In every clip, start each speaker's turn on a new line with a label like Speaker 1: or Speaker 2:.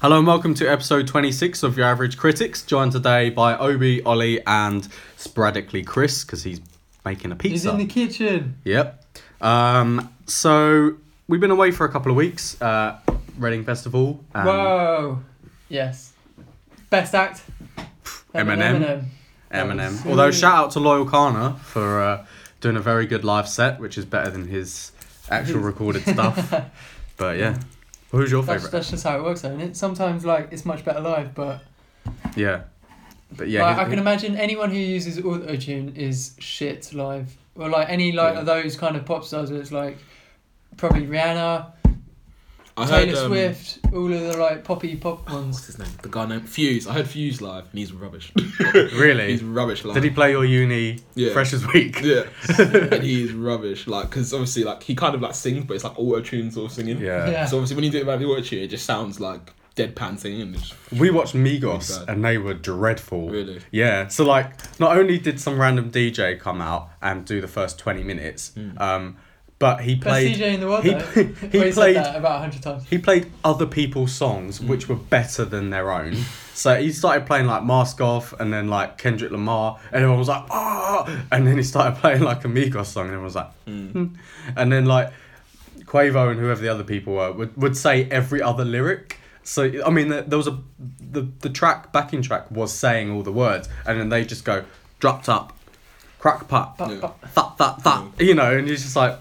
Speaker 1: Hello and welcome to episode 26 of Your Average Critics, joined today by Obi, Ollie, and sporadically Chris, because he's making a pizza.
Speaker 2: He's in the kitchen.
Speaker 1: Yep. Um, so we've been away for a couple of weeks. Uh, Reading Festival. and
Speaker 2: Whoa. Yes. Best act.
Speaker 1: Eminem. Eminem. Although shout out to Loyal Kana for uh, doing a very good live set, which is better than his actual recorded stuff. But yeah. Well, who's your
Speaker 2: That's,
Speaker 1: favourite?
Speaker 2: that's just how it works, though, isn't it? Sometimes, like, it's much better live, but
Speaker 1: Yeah. But yeah.
Speaker 2: like,
Speaker 1: his-
Speaker 2: I can imagine anyone who uses auto tune is shit live, or like any like
Speaker 1: Yeah.
Speaker 2: of those kind of pop stars where it's like probably Rihanna,
Speaker 3: I
Speaker 2: Taylor
Speaker 3: heard, um,
Speaker 2: Swift, all of the like poppy pop ones.
Speaker 3: What's his name? The guy named Fuse. I heard Fuse live, and he's rubbish. he's
Speaker 1: really?
Speaker 3: rubbish live.
Speaker 1: Did he play your uni
Speaker 3: Yeah.
Speaker 1: freshers week?
Speaker 3: Yeah, and he's rubbish. Like, because obviously, like he kind of like sings, but it's like auto tune sort of singing.
Speaker 1: Yeah.
Speaker 2: Yeah.
Speaker 3: So obviously, when you do it by the auto tune, it just sounds like deadpan singing. And it's
Speaker 1: We watched Migos
Speaker 3: Really bad.
Speaker 1: and they were dreadful.
Speaker 3: Really?
Speaker 1: Yeah. So like, not only did some random DJ come out and do the first twenty minutes, um, but he
Speaker 2: Best
Speaker 1: played.
Speaker 2: DJ in the world,
Speaker 1: he-
Speaker 2: though.
Speaker 1: he
Speaker 2: Well, said
Speaker 1: played-
Speaker 2: that about a hundred times.
Speaker 1: He played other people's songs which were better than their own. So he started playing like Mask Off and then like Kendrick Lamar and everyone was like, ah and then he started playing like a Migos song and everyone was like, hmm. and then like Quavo and whoever the other people were would, would say every other lyric. So I mean, there, there was a the the track backing track was saying all the words, and then they just go dropped up, crack pop,
Speaker 2: But,
Speaker 3: Yeah.
Speaker 2: but
Speaker 1: thut thut thut, you know, and it's just like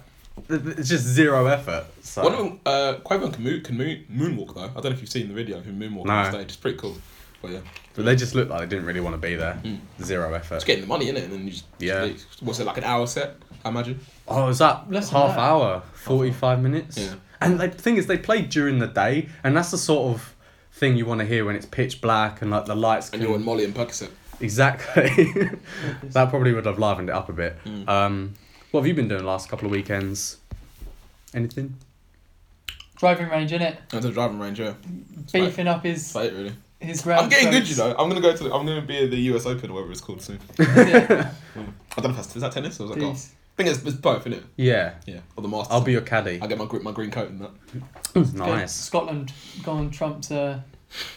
Speaker 1: it's just zero effort. So
Speaker 3: one of them, uh, Quavo can, moon, can moon, moonwalk though. I don't know if you've seen the video of him moonwalking on
Speaker 1: No.
Speaker 3: stage. It's pretty cool. But yeah,
Speaker 1: But they just looked like they didn't really want to be there. Zero effort.
Speaker 3: it's getting the money in it, and then you just
Speaker 1: Yeah.
Speaker 3: just- what's it like an hour set? I imagine.
Speaker 1: Oh, is that
Speaker 2: Less than
Speaker 1: half
Speaker 2: that.
Speaker 1: hour? Forty five minutes.
Speaker 3: Yeah.
Speaker 1: And the thing is, they played during the day, and that's the sort of thing you want to hear when it's pitch black and like the lights.
Speaker 3: And
Speaker 1: can-
Speaker 3: you're on Molly and Percocet.
Speaker 1: Exactly. that probably would have livened it up a bit. Um, what have you been doing the last couple of weekends? Anything?
Speaker 2: driving range, innit?
Speaker 3: And to the driving range. Yeah,
Speaker 2: Beefing up his
Speaker 3: that's about it really.
Speaker 2: his
Speaker 3: I'm
Speaker 2: round.
Speaker 3: getting good,
Speaker 2: throats.
Speaker 3: you know. I'm gonna go to. The, I'm gonna be at the U.S. Open or whatever it's called soon.
Speaker 2: Yeah.
Speaker 3: I don't know if that's is that tennis or is that
Speaker 1: oh.
Speaker 3: golf.
Speaker 2: Peace.
Speaker 3: I think it's, it's both, isn't it?
Speaker 1: Yeah.
Speaker 3: Yeah, or the Masters.
Speaker 1: I'll be your caddy.
Speaker 3: I get my gr- my green coat in that.
Speaker 2: Go
Speaker 1: nice.
Speaker 2: Scotland gone Trump's uh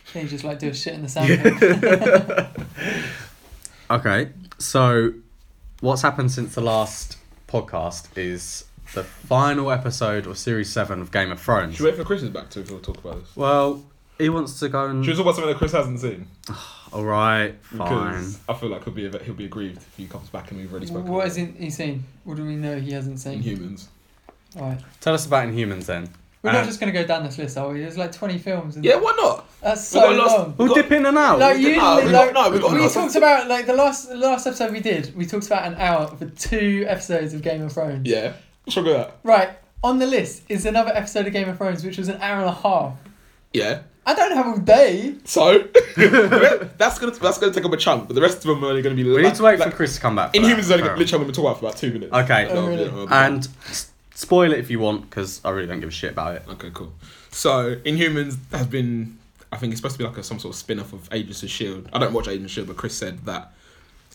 Speaker 2: thing, just like do a shit in the sand.
Speaker 1: Okay, so what's happened since the last podcast is the final episode of series seven of Game of Thrones.
Speaker 3: Should we wait for Chris is back too if we'll talk about this?
Speaker 1: Well, he wants to go and.
Speaker 3: Should we talk about something that Chris hasn't seen?
Speaker 1: All right, fine.
Speaker 3: Because I feel like he'll be a bit, he'll be aggrieved if he comes back and we've already spoken.
Speaker 2: what
Speaker 3: about
Speaker 2: hasn't he seen? What do we know he hasn't
Speaker 3: it. in
Speaker 2: seen?
Speaker 3: humans?
Speaker 2: Alright.
Speaker 1: Tell us about Inhumans then.
Speaker 2: We're
Speaker 1: Uh,
Speaker 2: not just gonna go down this list, are we? There's like twenty films and
Speaker 3: Yeah, why not?
Speaker 2: that's
Speaker 3: we
Speaker 2: so
Speaker 3: got lost-
Speaker 2: long.
Speaker 3: we
Speaker 1: We'll
Speaker 3: got-
Speaker 1: dip in and out.
Speaker 2: Like
Speaker 3: we did-
Speaker 2: usually,
Speaker 3: no, we got-
Speaker 2: like,
Speaker 3: no, we got lost.
Speaker 2: talked about like the last the last episode we did. We talked about an hour for two episodes of Game of Thrones.
Speaker 3: Yeah, sugar that.
Speaker 2: Right on the list is another episode of Game of Thrones, which was an hour and a half.
Speaker 3: Yeah.
Speaker 2: I don't have all day.
Speaker 3: So that's gonna that's gonna take up a chunk, but the rest of them are only gonna be.
Speaker 1: we need to wait for
Speaker 3: like,
Speaker 1: Chris to come back. for
Speaker 3: In
Speaker 1: that.
Speaker 3: humans, is only
Speaker 1: Fair
Speaker 3: gonna- literally only been talking about for about two minutes.
Speaker 1: Okay.
Speaker 3: That'll be
Speaker 2: Oh,
Speaker 3: it,
Speaker 2: really?
Speaker 3: that'll
Speaker 1: enough.
Speaker 3: be it.
Speaker 1: And s- spoil it if you want, because I really don't give a shit about it.
Speaker 3: Okay, cool. So Inhumans has been, I think it's supposed to be like a, some sort of spin off of Agents of Shield. I don't watch Agents of Shield, but Chris said that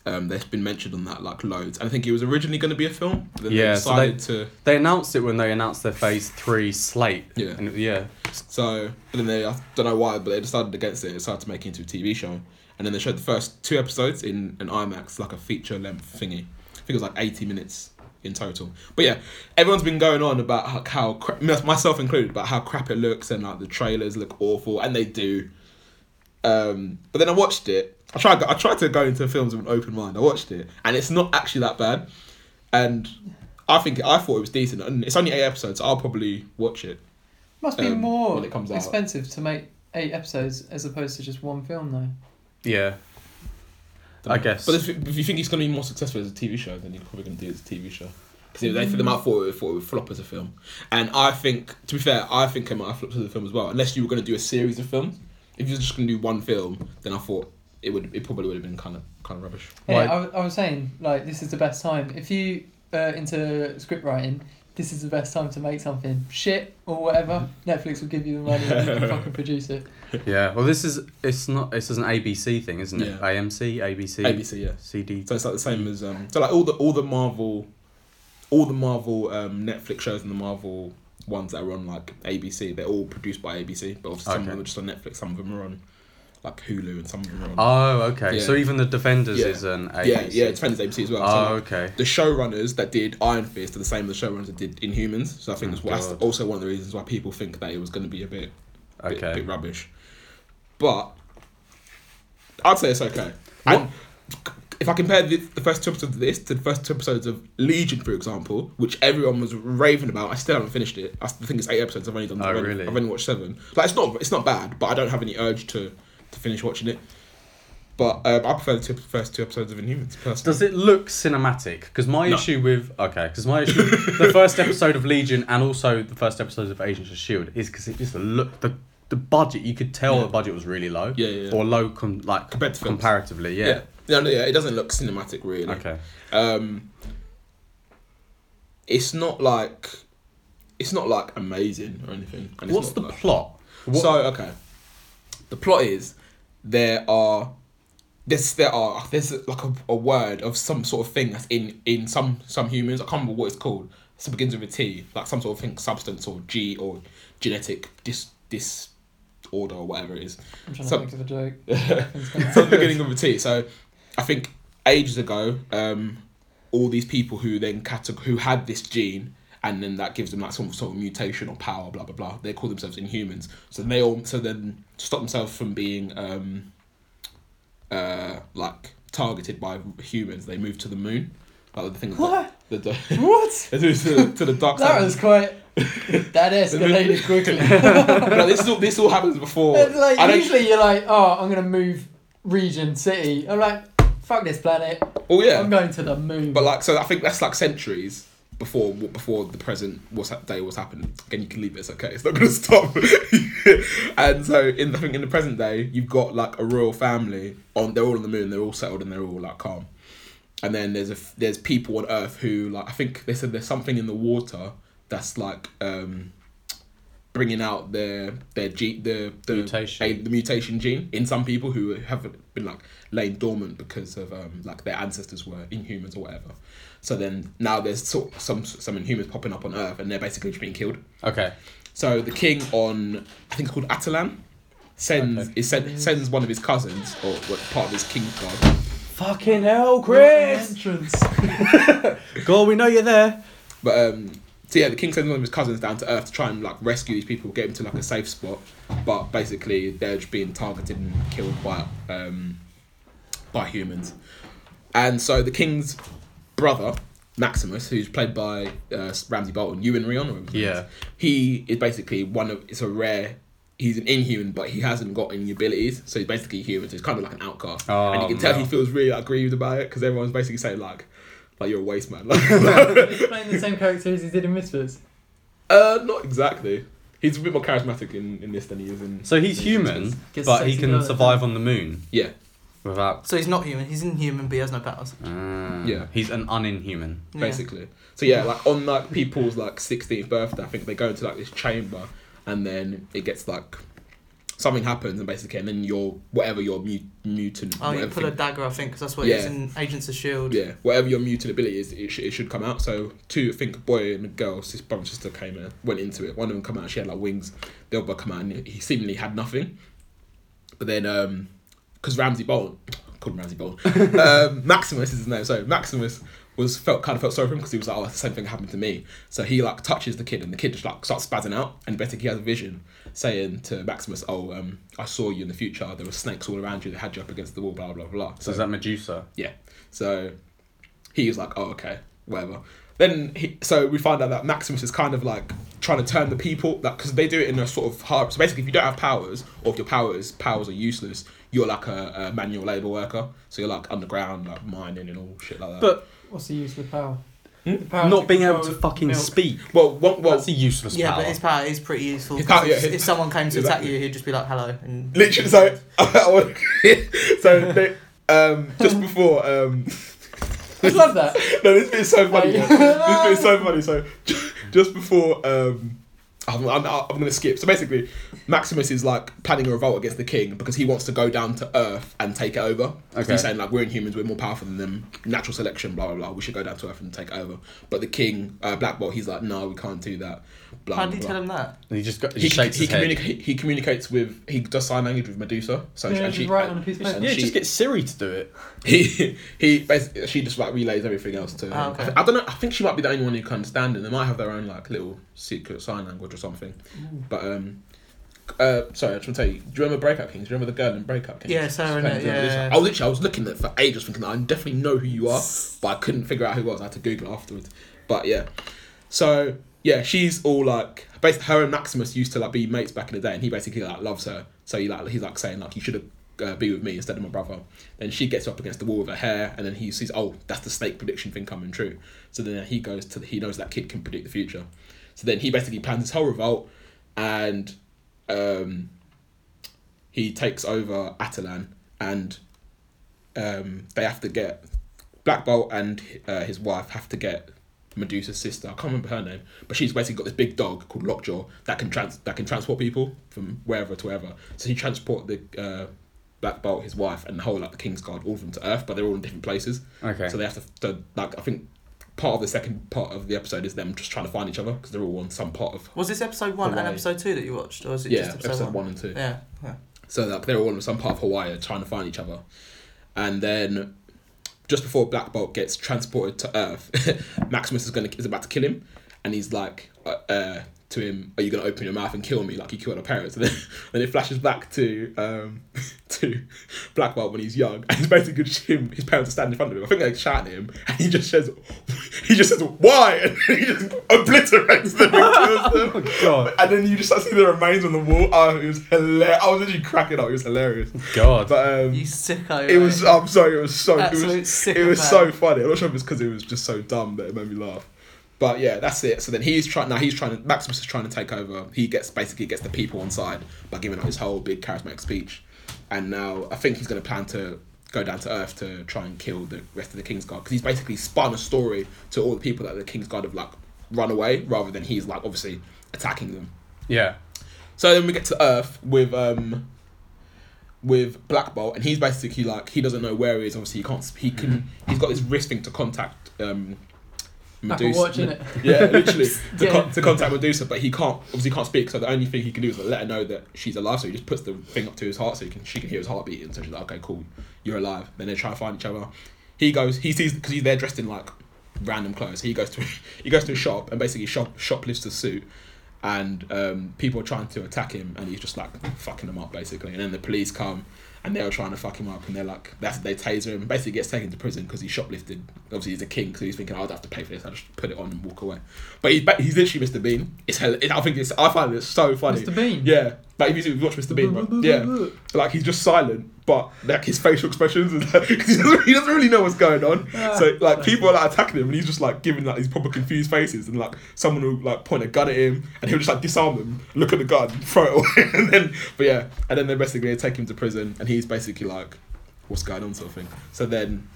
Speaker 3: um, they've been mentioned on that like loads. And I think it was originally going to be a film, but then
Speaker 1: Yeah,
Speaker 3: they
Speaker 1: so they-
Speaker 3: decided to.
Speaker 1: They announced it when they announced their Phase Three slate.
Speaker 3: Yeah.
Speaker 1: And it- yeah.
Speaker 3: So but then they, I don't know why, but they decided against it. They decided to make it into a TV show, and then they showed the first two episodes in an IMAX, like a feature length thingy. I think it was like eighty minutes in total. But yeah, everyone's been going on about how, how crap, myself included, about how crap it looks and like the trailers look awful, and they do. Um, but then I watched it. I tried. I tried to go into films with an open mind. I watched it, and it's not actually that bad. And I think I thought it was decent. And it's only eight episodes. So I'll probably watch it.
Speaker 2: Must be
Speaker 3: um,
Speaker 2: more
Speaker 3: when it comes out.
Speaker 2: expensive to make eight episodes as opposed to just one film, though.
Speaker 1: Yeah. I guess.
Speaker 3: But if, if you think it's going to be more successful as a TV show, then you're probably going to do it as a TV show. Because they them out for it, thought it would flop as a film. And I think, to be fair, I think it might have flopped as a film as well. Unless you were going to do a series of films. If you were just going to do one film, then I thought it would it probably would have been kind of kind of rubbish.
Speaker 2: Yeah,
Speaker 1: Why-
Speaker 2: I, w- I was saying like this is the best time if you uh, into script writing. This is the best time to make something shit or whatever.
Speaker 3: Mm-hmm.
Speaker 2: Netflix will give you the money and you can fucking produce it.
Speaker 1: Yeah. Well, this is it's not this is an ABC thing, isn't it?
Speaker 3: Yeah.
Speaker 1: AMC, ABC,
Speaker 3: ABC, yeah.
Speaker 1: CD.
Speaker 3: So it's like the same as um, so like all the all the Marvel, all the Marvel um, Netflix shows and the Marvel ones that are on like ABC. They're all produced by ABC, but obviously some of
Speaker 1: Okay.
Speaker 3: them are just on Netflix, some of them are on like Hulu, and some of them are on.
Speaker 1: Oh, okay.
Speaker 3: Yeah.
Speaker 1: So even the Defenders
Speaker 3: Yeah.
Speaker 1: is an ABC.
Speaker 3: yeah, yeah, it depends on ABC as well. So,
Speaker 1: Oh,
Speaker 3: like,
Speaker 1: okay.
Speaker 3: the showrunners that did Iron Fist are the same as the showrunners that did Inhumans. So I think that's, why, that's
Speaker 1: Oh, God.
Speaker 3: also one of the reasons why people think that it was going to be a bit, bit,
Speaker 1: Okay.
Speaker 3: bit rubbish. But I'd say it's okay. And if I compare the, the first two episodes of this to the first two episodes of Legion, for example, which everyone was raving about, I still haven't finished it. I think it's eight episodes. I've only done.
Speaker 1: Oh,
Speaker 3: I've only-
Speaker 1: really?
Speaker 3: I've only watched seven. Like it's not it's not bad, but I don't have any urge to to finish watching it. But um, I prefer the two, first two episodes of Inhumans personally.
Speaker 1: Does it look cinematic? Because my
Speaker 3: No.
Speaker 1: issue with okay, because my issue the first episode of Legion and also the first episodes of Agents of Shield E is because it just look the the budget you could tell the budget was really low.
Speaker 3: Yeah, yeah, yeah.
Speaker 1: Or low com- like
Speaker 3: Compared to films.
Speaker 1: comparatively, yeah.
Speaker 3: yeah. No, no, yeah, it doesn't look cinematic really.
Speaker 1: Okay.
Speaker 3: Um, it's not like it's not like amazing or anything. and it's
Speaker 1: What's
Speaker 3: not
Speaker 1: the
Speaker 3: like-
Speaker 1: plot? What,
Speaker 3: So okay, the plot is there are this there are there's like a, a word of some sort of thing that's in in some some humans. I can't remember what it's called. So it begins with a T, like some sort of thing, substance or G or genetic dis disorder or whatever it is.
Speaker 2: I'm trying
Speaker 3: So-
Speaker 2: to think of a joke. It's gonna-
Speaker 3: From the beginning of the tea. So I think ages ago, um, all these people who then categ- who had this gene and then that gives them like some sort of mutation or power, blah blah blah. They call themselves inhumans. So they all so then to stop themselves from being um, uh, like targeted by humans, they move to the moon. Like the thing that-
Speaker 2: What?
Speaker 3: The, the,
Speaker 2: what?
Speaker 3: they move to, to the dark
Speaker 2: That
Speaker 3: side.
Speaker 2: was quite. That escalated quickly.
Speaker 3: no, this is all this all happens before.
Speaker 2: It's like,
Speaker 3: I don't-
Speaker 2: usually you're like, oh, I'm gonna move region, city. I'm like, fuck this planet.
Speaker 3: oh yeah.
Speaker 2: I'm going to the moon.
Speaker 3: But like, so I think that's like centuries before what before the present what's that day what's happened. Again, you can leave it. It's okay. It's not gonna stop. and so in I think in the present day, you've got like a royal family on. They're all on the moon. They're all settled and they're all like calm. And then there's a f- there's people on Earth who like I think they said there's something in the water that's like um bringing out their their gene the the
Speaker 1: Mutation.
Speaker 3: a- the mutation gene in some people who have been like laying dormant because of um like their ancestors were inhumans or whatever. So then now there's sort some some inhumans popping up on Earth and they're basically just being killed.
Speaker 1: okay.
Speaker 3: So the king on I think it's called Atalan sends
Speaker 1: Okay.
Speaker 3: is send, sends one of his cousins or what, part of his king's guard.
Speaker 1: Fucking hell,
Speaker 2: Chris!
Speaker 1: Chris!
Speaker 2: entrance.
Speaker 1: God, we know you're there.
Speaker 3: But um, so yeah, the king sends one of his cousins down to Earth to try and like rescue these people, get them to like a safe spot. But basically, they're just being targeted and killed by um, by humans. And so the king's brother Maximus, who's played by uh, Ramsey Bolton, Ewan Rion, or whatever his name is,
Speaker 1: Yeah.
Speaker 3: he is basically one of it's a rare. He's an inhuman, but he hasn't got any abilities, so he's basically human. So he's kind of like an outcast,
Speaker 1: Oh,
Speaker 3: and you can tell
Speaker 1: no.
Speaker 3: he feels really like, grieved about it because everyone's basically saying like, like you're a waste man.
Speaker 2: He's playing the same character as he did in Misfits.
Speaker 3: Uh, not exactly. He's a bit more charismatic in, in this than he is in.
Speaker 1: So he's
Speaker 3: in
Speaker 1: human,
Speaker 4: Gets
Speaker 1: but he
Speaker 4: sexy
Speaker 1: can
Speaker 4: girl.
Speaker 1: survive on the moon
Speaker 3: Yeah,
Speaker 1: without.
Speaker 4: So he's not human. He's inhuman, but he has no powers.
Speaker 1: Ah.
Speaker 3: Yeah.
Speaker 1: He's an uninhuman.
Speaker 4: Yeah.
Speaker 3: basically. So yeah, like on like people's like sixteenth birthday, I think they go into like this chamber, and then it gets like something happens, and basically, and then your whatever your mu- mutant.
Speaker 4: Oh, you
Speaker 3: whatever
Speaker 4: pull a
Speaker 3: thing-
Speaker 4: dagger, I think, because that's what
Speaker 3: Yeah.
Speaker 4: it is in Agents of Shield.
Speaker 3: yeah, whatever your mutant ability is, it, sh- it should come out. So two, I think a boy and a girl, his brother and sister came and went into it. One of them come out, she had like wings. The other come out, and he seemingly had nothing. But then, um, because Ramsey Bolton, called him Ramsey Bolton, um, Maximus is his name. So Maximus was felt kind of felt sorry for him because he was like, oh, the same thing happened to me. So he like touches the kid, and the kid just like starts spazzing out, and basically he has a vision saying to Maximus, oh, um, I saw you in the future. There were snakes all around you. They had you up against the wall. Blah blah blah.
Speaker 1: So is that Medusa?
Speaker 3: Yeah. So he was like, oh, okay, whatever. Then he, so we find out that Maximus is kind of like trying to turn the people that because they do it in a sort of hard. So basically, if you don't have powers or if your powers powers are useless, you're like a, a manual labor worker. So you're like underground, like mining and all shit like that.
Speaker 1: But
Speaker 2: What's the use of the power?
Speaker 3: Hmm?
Speaker 2: The power
Speaker 1: not being able to
Speaker 2: control
Speaker 1: fucking
Speaker 2: milk.
Speaker 1: speak.
Speaker 3: well, one, well,
Speaker 1: That's a useless
Speaker 4: Yeah,
Speaker 1: power.
Speaker 4: but his power is pretty useful.
Speaker 3: His power-
Speaker 4: 'cause
Speaker 3: yeah,
Speaker 4: if,
Speaker 3: his-
Speaker 4: if someone came to
Speaker 3: exactly.
Speaker 4: attack you, he'd just be like, "Hello." And
Speaker 3: literally so so they, um just before um
Speaker 2: I love that.
Speaker 3: no, this bit is so funny.
Speaker 2: Wait.
Speaker 3: yeah. this bit is so funny. So, ju- just before um, I'm, I'm, I'm going to skip. So basically, Maximus is like planning a revolt against the king because he wants to go down to Earth and take it over. 'Cause
Speaker 1: Okay.
Speaker 3: He's saying like we're inhumans, we're more powerful than them. Natural selection, blah blah blah. We should go down to Earth and take it over. But the king, uh, Black Bolt, he's like, no, we can't do that. Blah,
Speaker 4: How
Speaker 3: blah,
Speaker 4: did you
Speaker 3: blah.
Speaker 4: tell him that?
Speaker 1: And he just got, he,
Speaker 3: He,
Speaker 1: shakes
Speaker 3: he,
Speaker 1: his head.
Speaker 3: communica- he, he communicates with he does sign language with Medusa. So
Speaker 2: Yeah,
Speaker 3: and she
Speaker 2: just write on a piece of
Speaker 3: and
Speaker 2: paper.
Speaker 1: yeah,
Speaker 3: she-
Speaker 1: just get Siri to do it.
Speaker 3: he he basically she just like relays everything else to him.
Speaker 4: Ah, okay.
Speaker 3: I, don't know. I think she might be the only one who can understand it. They might have their own like little secret sign language or something. But um, uh, sorry, I just want to tell you. Do you remember Breakup Kings? Do you remember the girl in Breakup Kings?
Speaker 4: Yeah,
Speaker 3: She
Speaker 4: Sarah
Speaker 3: played
Speaker 4: Renee,
Speaker 3: Medusa.
Speaker 4: yeah.
Speaker 3: I was literally I was looking at it for ages, thinking I definitely know who you are, but I couldn't figure out who it was. I had to Google afterwards. But yeah, so yeah, she's all like, basically, her and Maximus used to like be mates back in the day, and he basically like loves her. So he like he's like saying like you should have uh, be with me instead of my brother. Then she gets up against the wall with her hair, and then he sees oh that's the snake prediction thing coming true. So then he goes to he knows that kid can predict the future. So then he basically plans his whole revolt, and um, he takes over Atalan, and um, they have to get Black Bolt and uh, his wife have to get Medusa's sister. I can't remember her name, but she's basically got this big dog called Lockjaw that can trans that can transport people from wherever to wherever. So he transport the uh, Black Bolt, his wife, and the whole like the King's Guard, all of them to Earth, but they're all in different places.
Speaker 1: Okay.
Speaker 3: So they have to, to like I think part of the second part of the episode is them just trying to find each other because they're all on some part of
Speaker 4: Was this episode one and
Speaker 3: Hawaii.
Speaker 4: episode two that you watched, or is it
Speaker 3: yeah
Speaker 4: just
Speaker 3: episode,
Speaker 4: episode,
Speaker 3: one and two.
Speaker 4: Yeah. yeah.
Speaker 3: So like they're all in some part of Hawaii trying to find each other. And then just before Black Bolt gets transported to Earth, Maximus is gonna is about to kill him, and he's like uh, uh, to him, "Are you gonna open your mouth and kill me like you killed our parents?" And then, then it flashes back to um, to Black Bolt when he's young, and it's basically just him. His parents are standing in front of him. I think they're shouting at him, and he just says, he just says, "Why?" and he just obliterates them and kills them.
Speaker 1: Oh, God.
Speaker 3: And then you just start seeing the remains on the wall. Oh, it was hilarious. I was literally cracking up. It was hilarious.
Speaker 1: God.
Speaker 3: But um,
Speaker 4: You sicko. eh?
Speaker 3: it was. uh, I'm sorry. It was so.
Speaker 4: Absolute
Speaker 3: it was, it was so
Speaker 4: sycophant.
Speaker 3: funny. I'm not sure if it's because it was just so dumb that it made me laugh. But yeah, that's it. So then he's trying. Now he's trying to. Maximus is trying to take over. He gets basically gets the people on side by giving out his whole big charismatic speech. And now I think he's going to plan to go down to Earth to try and kill the rest of the King's Guard because he's basically spun a story to all the people that the King's Guard have like run away rather than he's like obviously attacking them.
Speaker 1: Yeah.
Speaker 3: So then we get to Earth with um with Black Bolt, and he's basically like he doesn't know where he is. Obviously, he can't. He can. He's got this wrist thing to contact um
Speaker 2: Apple
Speaker 3: Medusa.
Speaker 2: Watch, innit?
Speaker 3: Yeah, literally to,
Speaker 2: Yeah.
Speaker 3: con- to contact Medusa, but he can't. Obviously, he can't speak. So the only thing he can do is let her know that she's alive. So he just puts the thing up to his heart, so he can she can hear his heart beating. So she's like, okay, cool, you're alive. Then they try to find each other. He goes. He sees because they're dressed in like random clothes. He goes to he goes to a shop and basically shop shoplifts a suit. And um, people are trying to attack him, and he's just like fucking them up basically. And then the police come, and they're trying to fuck him up, and they're like, that's they taser him. Basically, gets taken to prison because he shoplifted. Obviously, he's a king, so he's thinking, "Oh, I'd have to pay for this. I will just put it on and walk away. But he's ba- he's literally Mr. Bean. It's hell. It, I think it's I find it so funny.
Speaker 2: Mr. Bean.
Speaker 3: Yeah, like if you watch Mr. Bean, right? yeah, like he's just silent, but like his facial expressions, is like, 'cause he, doesn't, he doesn't really know what's going on. So like people are like attacking him, and he's just like giving like these proper confused faces, and like someone will like point a gun at him, and he'll just like disarm them, look at the gun, throw it away, and then but yeah, and then they basically they take him to prison, and he's basically like, what's going on, sort of thing. So then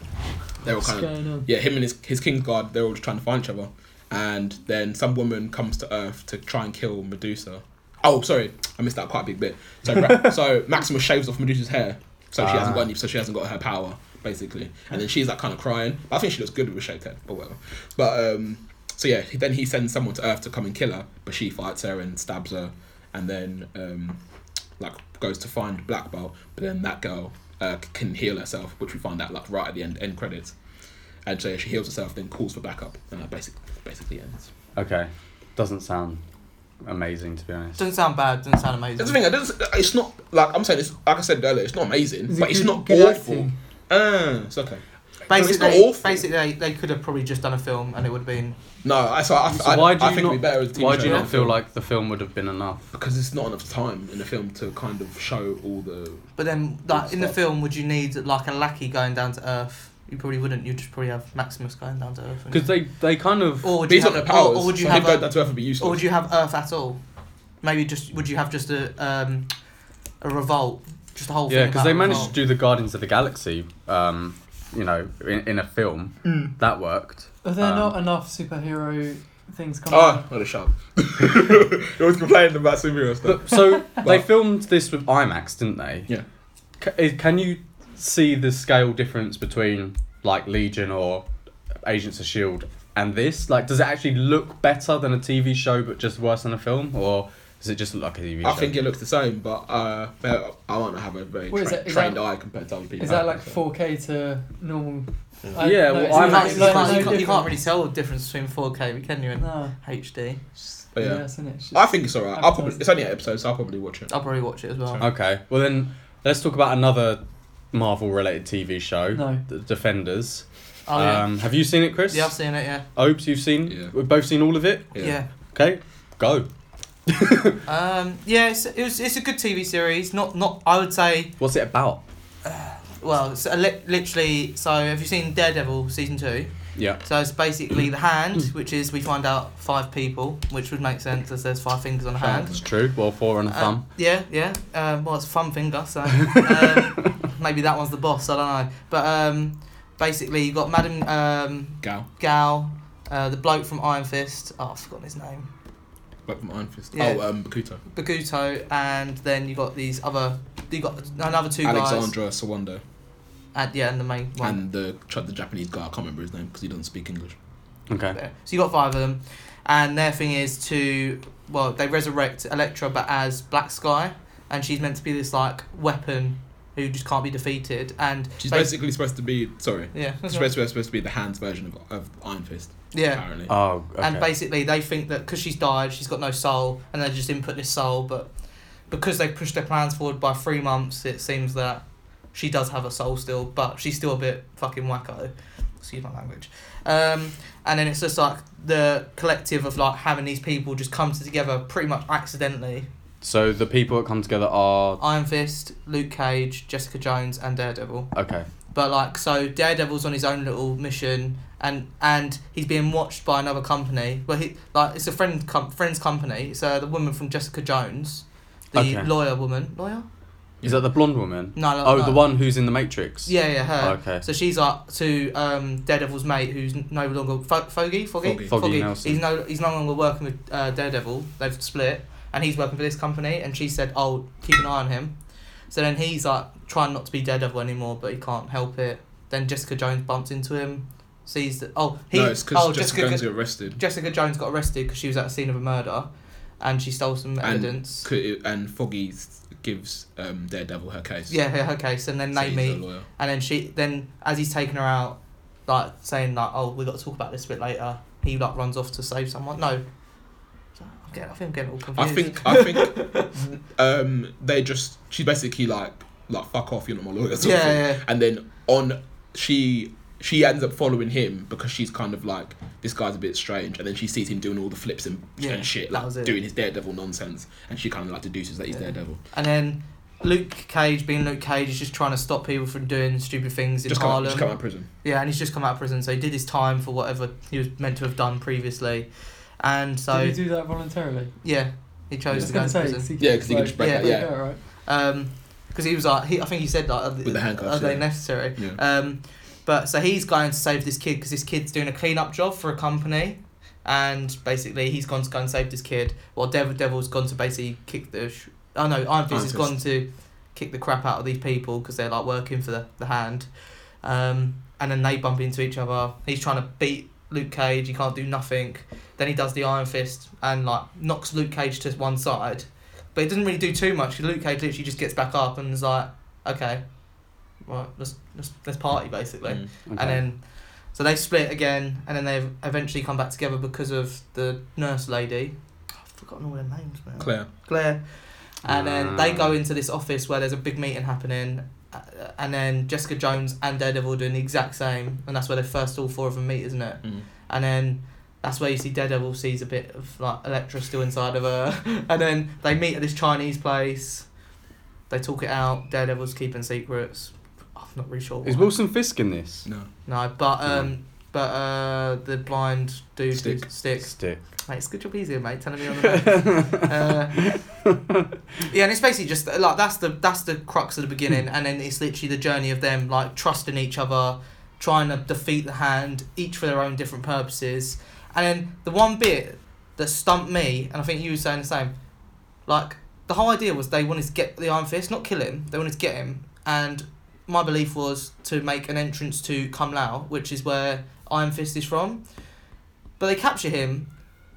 Speaker 3: they're all
Speaker 2: What's
Speaker 3: kind of
Speaker 2: going on?
Speaker 3: yeah, him and his his king's guard, they're all just trying to find each other, and then some woman comes to Earth to try and kill Medusa. Oh, sorry, I missed that quite a big bit. So Ra- so Maximus shaves off Medusa's hair, so she hasn't got
Speaker 1: Ah.
Speaker 3: any, so she hasn't got her power basically, and then she's like kind of crying. I think she looks good with a shaved head, but whatever. But um, so yeah, then he sends someone to Earth to come and kill her, but she fights her and stabs her, and then um, like goes to find Black Bolt, but then that girl uh, c- can heal herself, which we find out like right at the end end credits. And so yeah, she heals herself, then calls for backup, and that basically basically ends.
Speaker 1: Okay. Doesn't sound amazing to be honest.
Speaker 4: Doesn't sound bad. Doesn't sound amazing.
Speaker 3: That's the thing. It doesn't, it's not like I'm saying. It's like I said earlier. It's not amazing,
Speaker 2: Is it
Speaker 3: but it's
Speaker 2: good-
Speaker 3: not
Speaker 2: good
Speaker 3: awful.
Speaker 2: acting?
Speaker 3: Uh, it's okay.
Speaker 4: Basically,
Speaker 3: It's not awful.
Speaker 4: basically, they, they could have probably just done a film and it would have been.
Speaker 3: No, I so I,
Speaker 1: So
Speaker 3: I,
Speaker 1: why do
Speaker 3: I
Speaker 1: you
Speaker 3: think
Speaker 1: not,
Speaker 3: it'd be better as a TV
Speaker 1: why
Speaker 3: show
Speaker 1: do you
Speaker 3: than
Speaker 1: not
Speaker 3: a
Speaker 1: feel
Speaker 3: film.
Speaker 1: like the film would have been enough?
Speaker 3: because it's not enough time in the film to kind of show all the
Speaker 4: But then, like in the
Speaker 3: Stuff.
Speaker 4: film, would you need like a lackey going down to Earth? You probably wouldn't. You'd just probably have Maximus going down to Earth. wouldn't
Speaker 1: Because
Speaker 4: you?
Speaker 1: they they kind of
Speaker 4: Or would
Speaker 3: But he's
Speaker 4: you
Speaker 3: got
Speaker 4: have,
Speaker 3: no powers.
Speaker 4: Or, or would you
Speaker 3: so
Speaker 4: have
Speaker 3: he'd go
Speaker 4: a,
Speaker 3: down to Earth and be useless.
Speaker 4: Or would you have Earth at all? Maybe just would you have just a um, a revolt, just a whole
Speaker 1: yeah
Speaker 4: thing.
Speaker 1: because
Speaker 4: about
Speaker 1: they
Speaker 4: a
Speaker 1: managed to
Speaker 4: revolt.
Speaker 1: do the Guardians of the Galaxy, um, you know, in, in a film that worked.
Speaker 2: Are there
Speaker 1: Um,
Speaker 2: not enough superhero things come
Speaker 3: Ah,
Speaker 2: out.
Speaker 3: what a shout. you always complaining about superhero stuff.
Speaker 1: But, so they filmed this with IMAX, didn't they?
Speaker 3: Yeah.
Speaker 1: C- i- can you see the scale difference between like Legion or Agents of Shield E and this? Like, does it actually look better than a TV show, but just worse than a film, or does it just look like a TV
Speaker 3: I
Speaker 1: show?
Speaker 3: think it looks the same, but uh, I want to have a very
Speaker 2: What is
Speaker 3: tra-
Speaker 2: it? Is
Speaker 3: trained
Speaker 2: that-
Speaker 3: eye compared to other people.
Speaker 2: Is that like 4K to normal?
Speaker 5: Yeah.
Speaker 2: I-
Speaker 1: Yeah,
Speaker 2: no,
Speaker 1: well,
Speaker 2: it's
Speaker 1: I'm
Speaker 2: not-
Speaker 4: you, can't,
Speaker 1: actually-
Speaker 2: it's
Speaker 4: you,
Speaker 2: not-
Speaker 4: can't,
Speaker 2: no
Speaker 4: you, can't, you
Speaker 2: different.
Speaker 4: can't really tell the difference between 4K, can you, and
Speaker 2: No.
Speaker 4: HD?
Speaker 3: But Oh, yeah.
Speaker 2: isn't it? It's
Speaker 3: I
Speaker 2: just-
Speaker 3: think it's alright. I'll probably
Speaker 2: Advertising.
Speaker 3: it's only eight episodes, so I'll probably watch it.
Speaker 4: I'll probably watch it as well.
Speaker 1: Okay, well then let's talk about another Marvel-related TV show,
Speaker 2: No.
Speaker 1: The Defenders.
Speaker 4: Oh, yeah.
Speaker 1: um, have you seen it, Chris?
Speaker 4: yeah, I've seen it, yeah.
Speaker 1: Opes, you've seen.
Speaker 3: Yeah.
Speaker 1: We've both seen all of it.
Speaker 3: Yeah.
Speaker 4: Yeah.
Speaker 1: Okay, go.
Speaker 4: Um, yeah, it's, it was, it's a good TV series. Not, not. I would say,
Speaker 1: What's it about?
Speaker 4: well, it's a li- literally. So, have you seen Daredevil season two?
Speaker 1: Yeah.
Speaker 4: So it's basically the hand, which is we find out five people, which would make sense as there's five fingers on a hand.
Speaker 1: That's true. Well, four and a
Speaker 4: Uh,
Speaker 1: thumb.
Speaker 4: yeah, yeah. Um, well, it's a thumb finger, so um, maybe that one's the boss. I don't know. But um, basically, you got Madam um,
Speaker 3: Gal,
Speaker 4: Gal, uh, the bloke from Iron Fist. Oh, I've forgotten his name.
Speaker 3: like from Iron Fist.
Speaker 4: Yeah.
Speaker 3: Oh, um, Bakuto.
Speaker 4: Baguto, and then you got these other. You got another two guys.
Speaker 3: Alexandra Sawando
Speaker 4: At, yeah, and the main one.
Speaker 3: and the the Japanese guy. I can't remember his name because he doesn't speak English.
Speaker 1: Okay.
Speaker 4: there. So you got five of them, and their thing is to well, they resurrect Elektra, but as Black Sky, and she's meant to be this like weapon who just can't be defeated, and
Speaker 3: She's
Speaker 4: Bas-
Speaker 3: basically supposed to be sorry.
Speaker 4: yeah, that's
Speaker 3: She's
Speaker 4: right.
Speaker 3: basically supposed to be the hands version of, of Iron Fist.
Speaker 4: yeah.
Speaker 3: Apparently.
Speaker 1: Oh, okay.
Speaker 4: And basically, they think that because she's died, she's got no soul, and they just input this soul. But because they pushed their plans forward by three months, it seems that she does have a soul still, but she's still a bit fucking wacko. Excuse my language. Um, and then it's just like the collective of like having these people just come together pretty much accidentally.
Speaker 1: so the people that come together are
Speaker 4: Iron Fist, Luke Cage, Jessica Jones, and Daredevil.
Speaker 1: okay.
Speaker 4: But like, so Daredevil's on his own little mission, and and he's being watched by another company. Well, he like it's a friend com- friend's company. It's uh, the woman from Jessica Jones, the
Speaker 1: Okay.
Speaker 4: lawyer woman. Lawyer?
Speaker 1: Is that the blonde woman?
Speaker 4: No, no.
Speaker 1: Oh,
Speaker 4: no.
Speaker 1: the one who's in the Matrix.
Speaker 4: Uh, Yeah, yeah, her.
Speaker 1: Okay.
Speaker 4: So she's like to um, Daredevil's mate, who's n- no longer Fo- Foggy, Foggy,
Speaker 3: Foggy.
Speaker 1: Foggy Nelson.
Speaker 4: He's no, he's no longer working with uh, Daredevil. They've split, and he's working for this company. And she said, "Oh, keep an eye on him." So then he's like trying not to be Daredevil anymore, but he can't help it. Then Jessica Jones bumps into him, sees that. Oh, he.
Speaker 3: no, it's because
Speaker 4: oh,
Speaker 3: Jessica,
Speaker 4: Jessica,
Speaker 3: Jones got arrested.
Speaker 4: Jessica Jones got arrested because she was at the scene of a murder, and she stole some evidence.
Speaker 3: Could- And Foggy gives um, Daredevil her case.
Speaker 4: yeah, yeah, her case, and then
Speaker 3: So
Speaker 4: they
Speaker 3: he's
Speaker 4: meet.
Speaker 3: a lawyer.
Speaker 4: And then she, then as he's taking her out, like saying like, "Oh, we got to talk about this a bit later." He like runs off to save someone. No, So, I'm getting, I think I'm getting all
Speaker 3: I
Speaker 4: confused.
Speaker 3: think I think um, they just she basically like like fuck off, you're not my lawyer. Sort of
Speaker 4: Yeah,
Speaker 3: thing.
Speaker 4: yeah.
Speaker 3: And then on she she ends up following him because she's kind of like this guy's a bit strange, and then she sees him doing all the flips and,
Speaker 4: Yeah,
Speaker 3: and shit,
Speaker 4: that
Speaker 3: like
Speaker 4: was it.
Speaker 3: doing his daredevil nonsense, and she kind of like deduces that he's
Speaker 4: Yeah.
Speaker 3: daredevil.
Speaker 4: And then Luke Cage, being Luke Cage, is just trying to stop people from doing stupid things in
Speaker 3: Just come, out,
Speaker 4: Harlem.
Speaker 3: just come out of prison.
Speaker 4: Yeah, and he's just come out of prison, so he did his time for whatever he was meant to have done previously, and so
Speaker 2: Did he do that voluntarily?
Speaker 4: yeah, he
Speaker 2: I
Speaker 4: chose
Speaker 2: was
Speaker 4: to go
Speaker 2: gonna
Speaker 4: to
Speaker 2: say,
Speaker 4: prison.
Speaker 2: he
Speaker 3: Yeah, 'cause he could just break
Speaker 4: Yeah.
Speaker 3: that, yeah.
Speaker 2: out, right?
Speaker 4: Um 'cause because he was like, he, I think he said like, are,
Speaker 3: With the handcuffs,
Speaker 4: are they
Speaker 3: yeah.
Speaker 4: necessary?
Speaker 3: Yeah.
Speaker 4: Um, but so he's going to save this kid because this kid's doing a cleanup job for a company, and basically he's gone to go and save this kid. While Devil Devil's gone to basically kick the, sh- oh no, Iron Fist
Speaker 3: Iron
Speaker 4: has
Speaker 3: Fist.
Speaker 4: gone to kick the crap out of these people because they're like working for the, the hand, um, and then they bump into each other. He's trying to beat Luke Cage. He can't do nothing. Then he does the Iron Fist and like knocks Luke Cage to one side, but it doesn't really do too much. 'cause Luke Cage literally just gets back up and is like, okay, right, let's let's, let's party basically.
Speaker 3: Mm.
Speaker 1: Okay.
Speaker 4: And then, so they split again, and then they have eventually come back together because of the nurse lady. I've forgotten all their names now.
Speaker 3: Claire,
Speaker 4: Claire. And then they
Speaker 1: Ah.
Speaker 4: go into this office where there's a big meeting happening, uh, and then Jessica Jones and Daredevil are doing the exact same, and that's where they first all four of them meet, isn't it?
Speaker 3: Mm.
Speaker 4: And then that's where you see Daredevil sees a bit of like Elektra still inside of her, and then they meet at this Chinese place. They talk it out. Daredevil's keeping secrets. I'm not really sure.
Speaker 1: is
Speaker 4: why.
Speaker 1: Wilson Fisk in this?
Speaker 3: no,
Speaker 4: No, but um,
Speaker 1: No.
Speaker 4: but uh, the blind dude who-
Speaker 3: Stick.
Speaker 4: stick.
Speaker 1: Stick.
Speaker 4: Mate, it's good job easier, mate. Telling me on the name. uh, yeah, and it's basically just like that's the that's the crux of the beginning, and then it's literally the journey of them like trusting each other, trying to defeat the hand, each for their own different purposes, And then the one bit that stumped me, and I think you were saying the same, like the whole idea was they wanted to get the Iron Fist, not kill him. They wanted to get him, and my belief was to make an entrance to Cum Lao, which is where Iron Fist is from. But they capture him,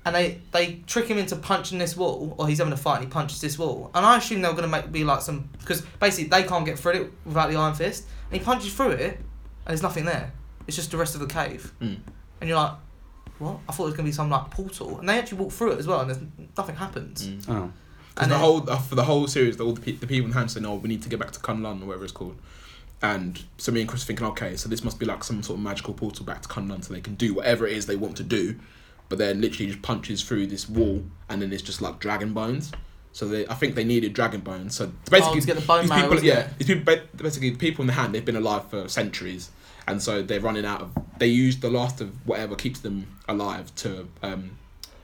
Speaker 4: and they they trick him into punching this wall, or he's having a fight and he punches this wall. And I assume they were gonna make be like some because basically they can't get through it without the Iron Fist, and he punches through it, and there's nothing there. It's just the rest of the cave,
Speaker 3: Mm.
Speaker 4: and you're like. What? I thought it was gonna be some like portal, and they actually walk through it as well, and there's nothing happens.
Speaker 3: Mm.
Speaker 1: Oh.
Speaker 3: Because
Speaker 4: And
Speaker 3: the
Speaker 4: then-
Speaker 3: whole uh, for the whole series, the, all the, pe- the people in Ham say, "No, we need to get back to Kunlun or whatever it's called." And so me and Chris are thinking, "Okay, so this must be like some sort of magical portal back to Kunlun, so they can do whatever it is they want to do." But then literally just punches through this wall, and then it's just like dragon bones. So they, I think they needed dragon bones. So basically,
Speaker 4: to get the bone
Speaker 3: these
Speaker 4: marrow,
Speaker 3: people,
Speaker 4: isn't
Speaker 3: yeah,
Speaker 4: it?
Speaker 3: these people, ba- basically the people in the hand, they've been alive for centuries, and so they're running out of. They use the last of whatever keeps them alive to um,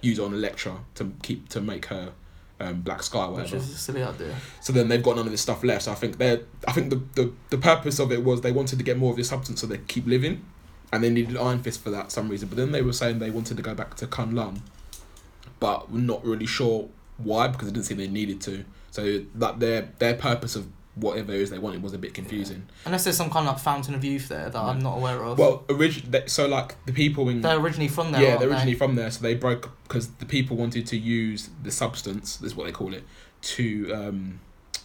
Speaker 3: use on Electra to keep to make her um, Black Sky or
Speaker 4: Which
Speaker 3: whatever.
Speaker 4: is a silly idea.
Speaker 3: So then they've got none of this stuff left. So I think they are I think the, the the purpose of it was they wanted to get more of this substance so they could keep living, and they needed Iron Fist for that some reason. But then they were saying they wanted to go back to Kun Lun, but we're not really sure why because it didn't seem they needed to. So that their their purpose of whatever it is they wanted was a bit confusing.
Speaker 4: Unless there's some kind of like fountain of youth there that I'm not aware of.
Speaker 3: Well, origi- they- so like the people in
Speaker 4: they're originally from there.
Speaker 3: yeah,
Speaker 4: aren't
Speaker 3: they're originally from there, so they broke because the people wanted to use the substance. This is what they call it to, um,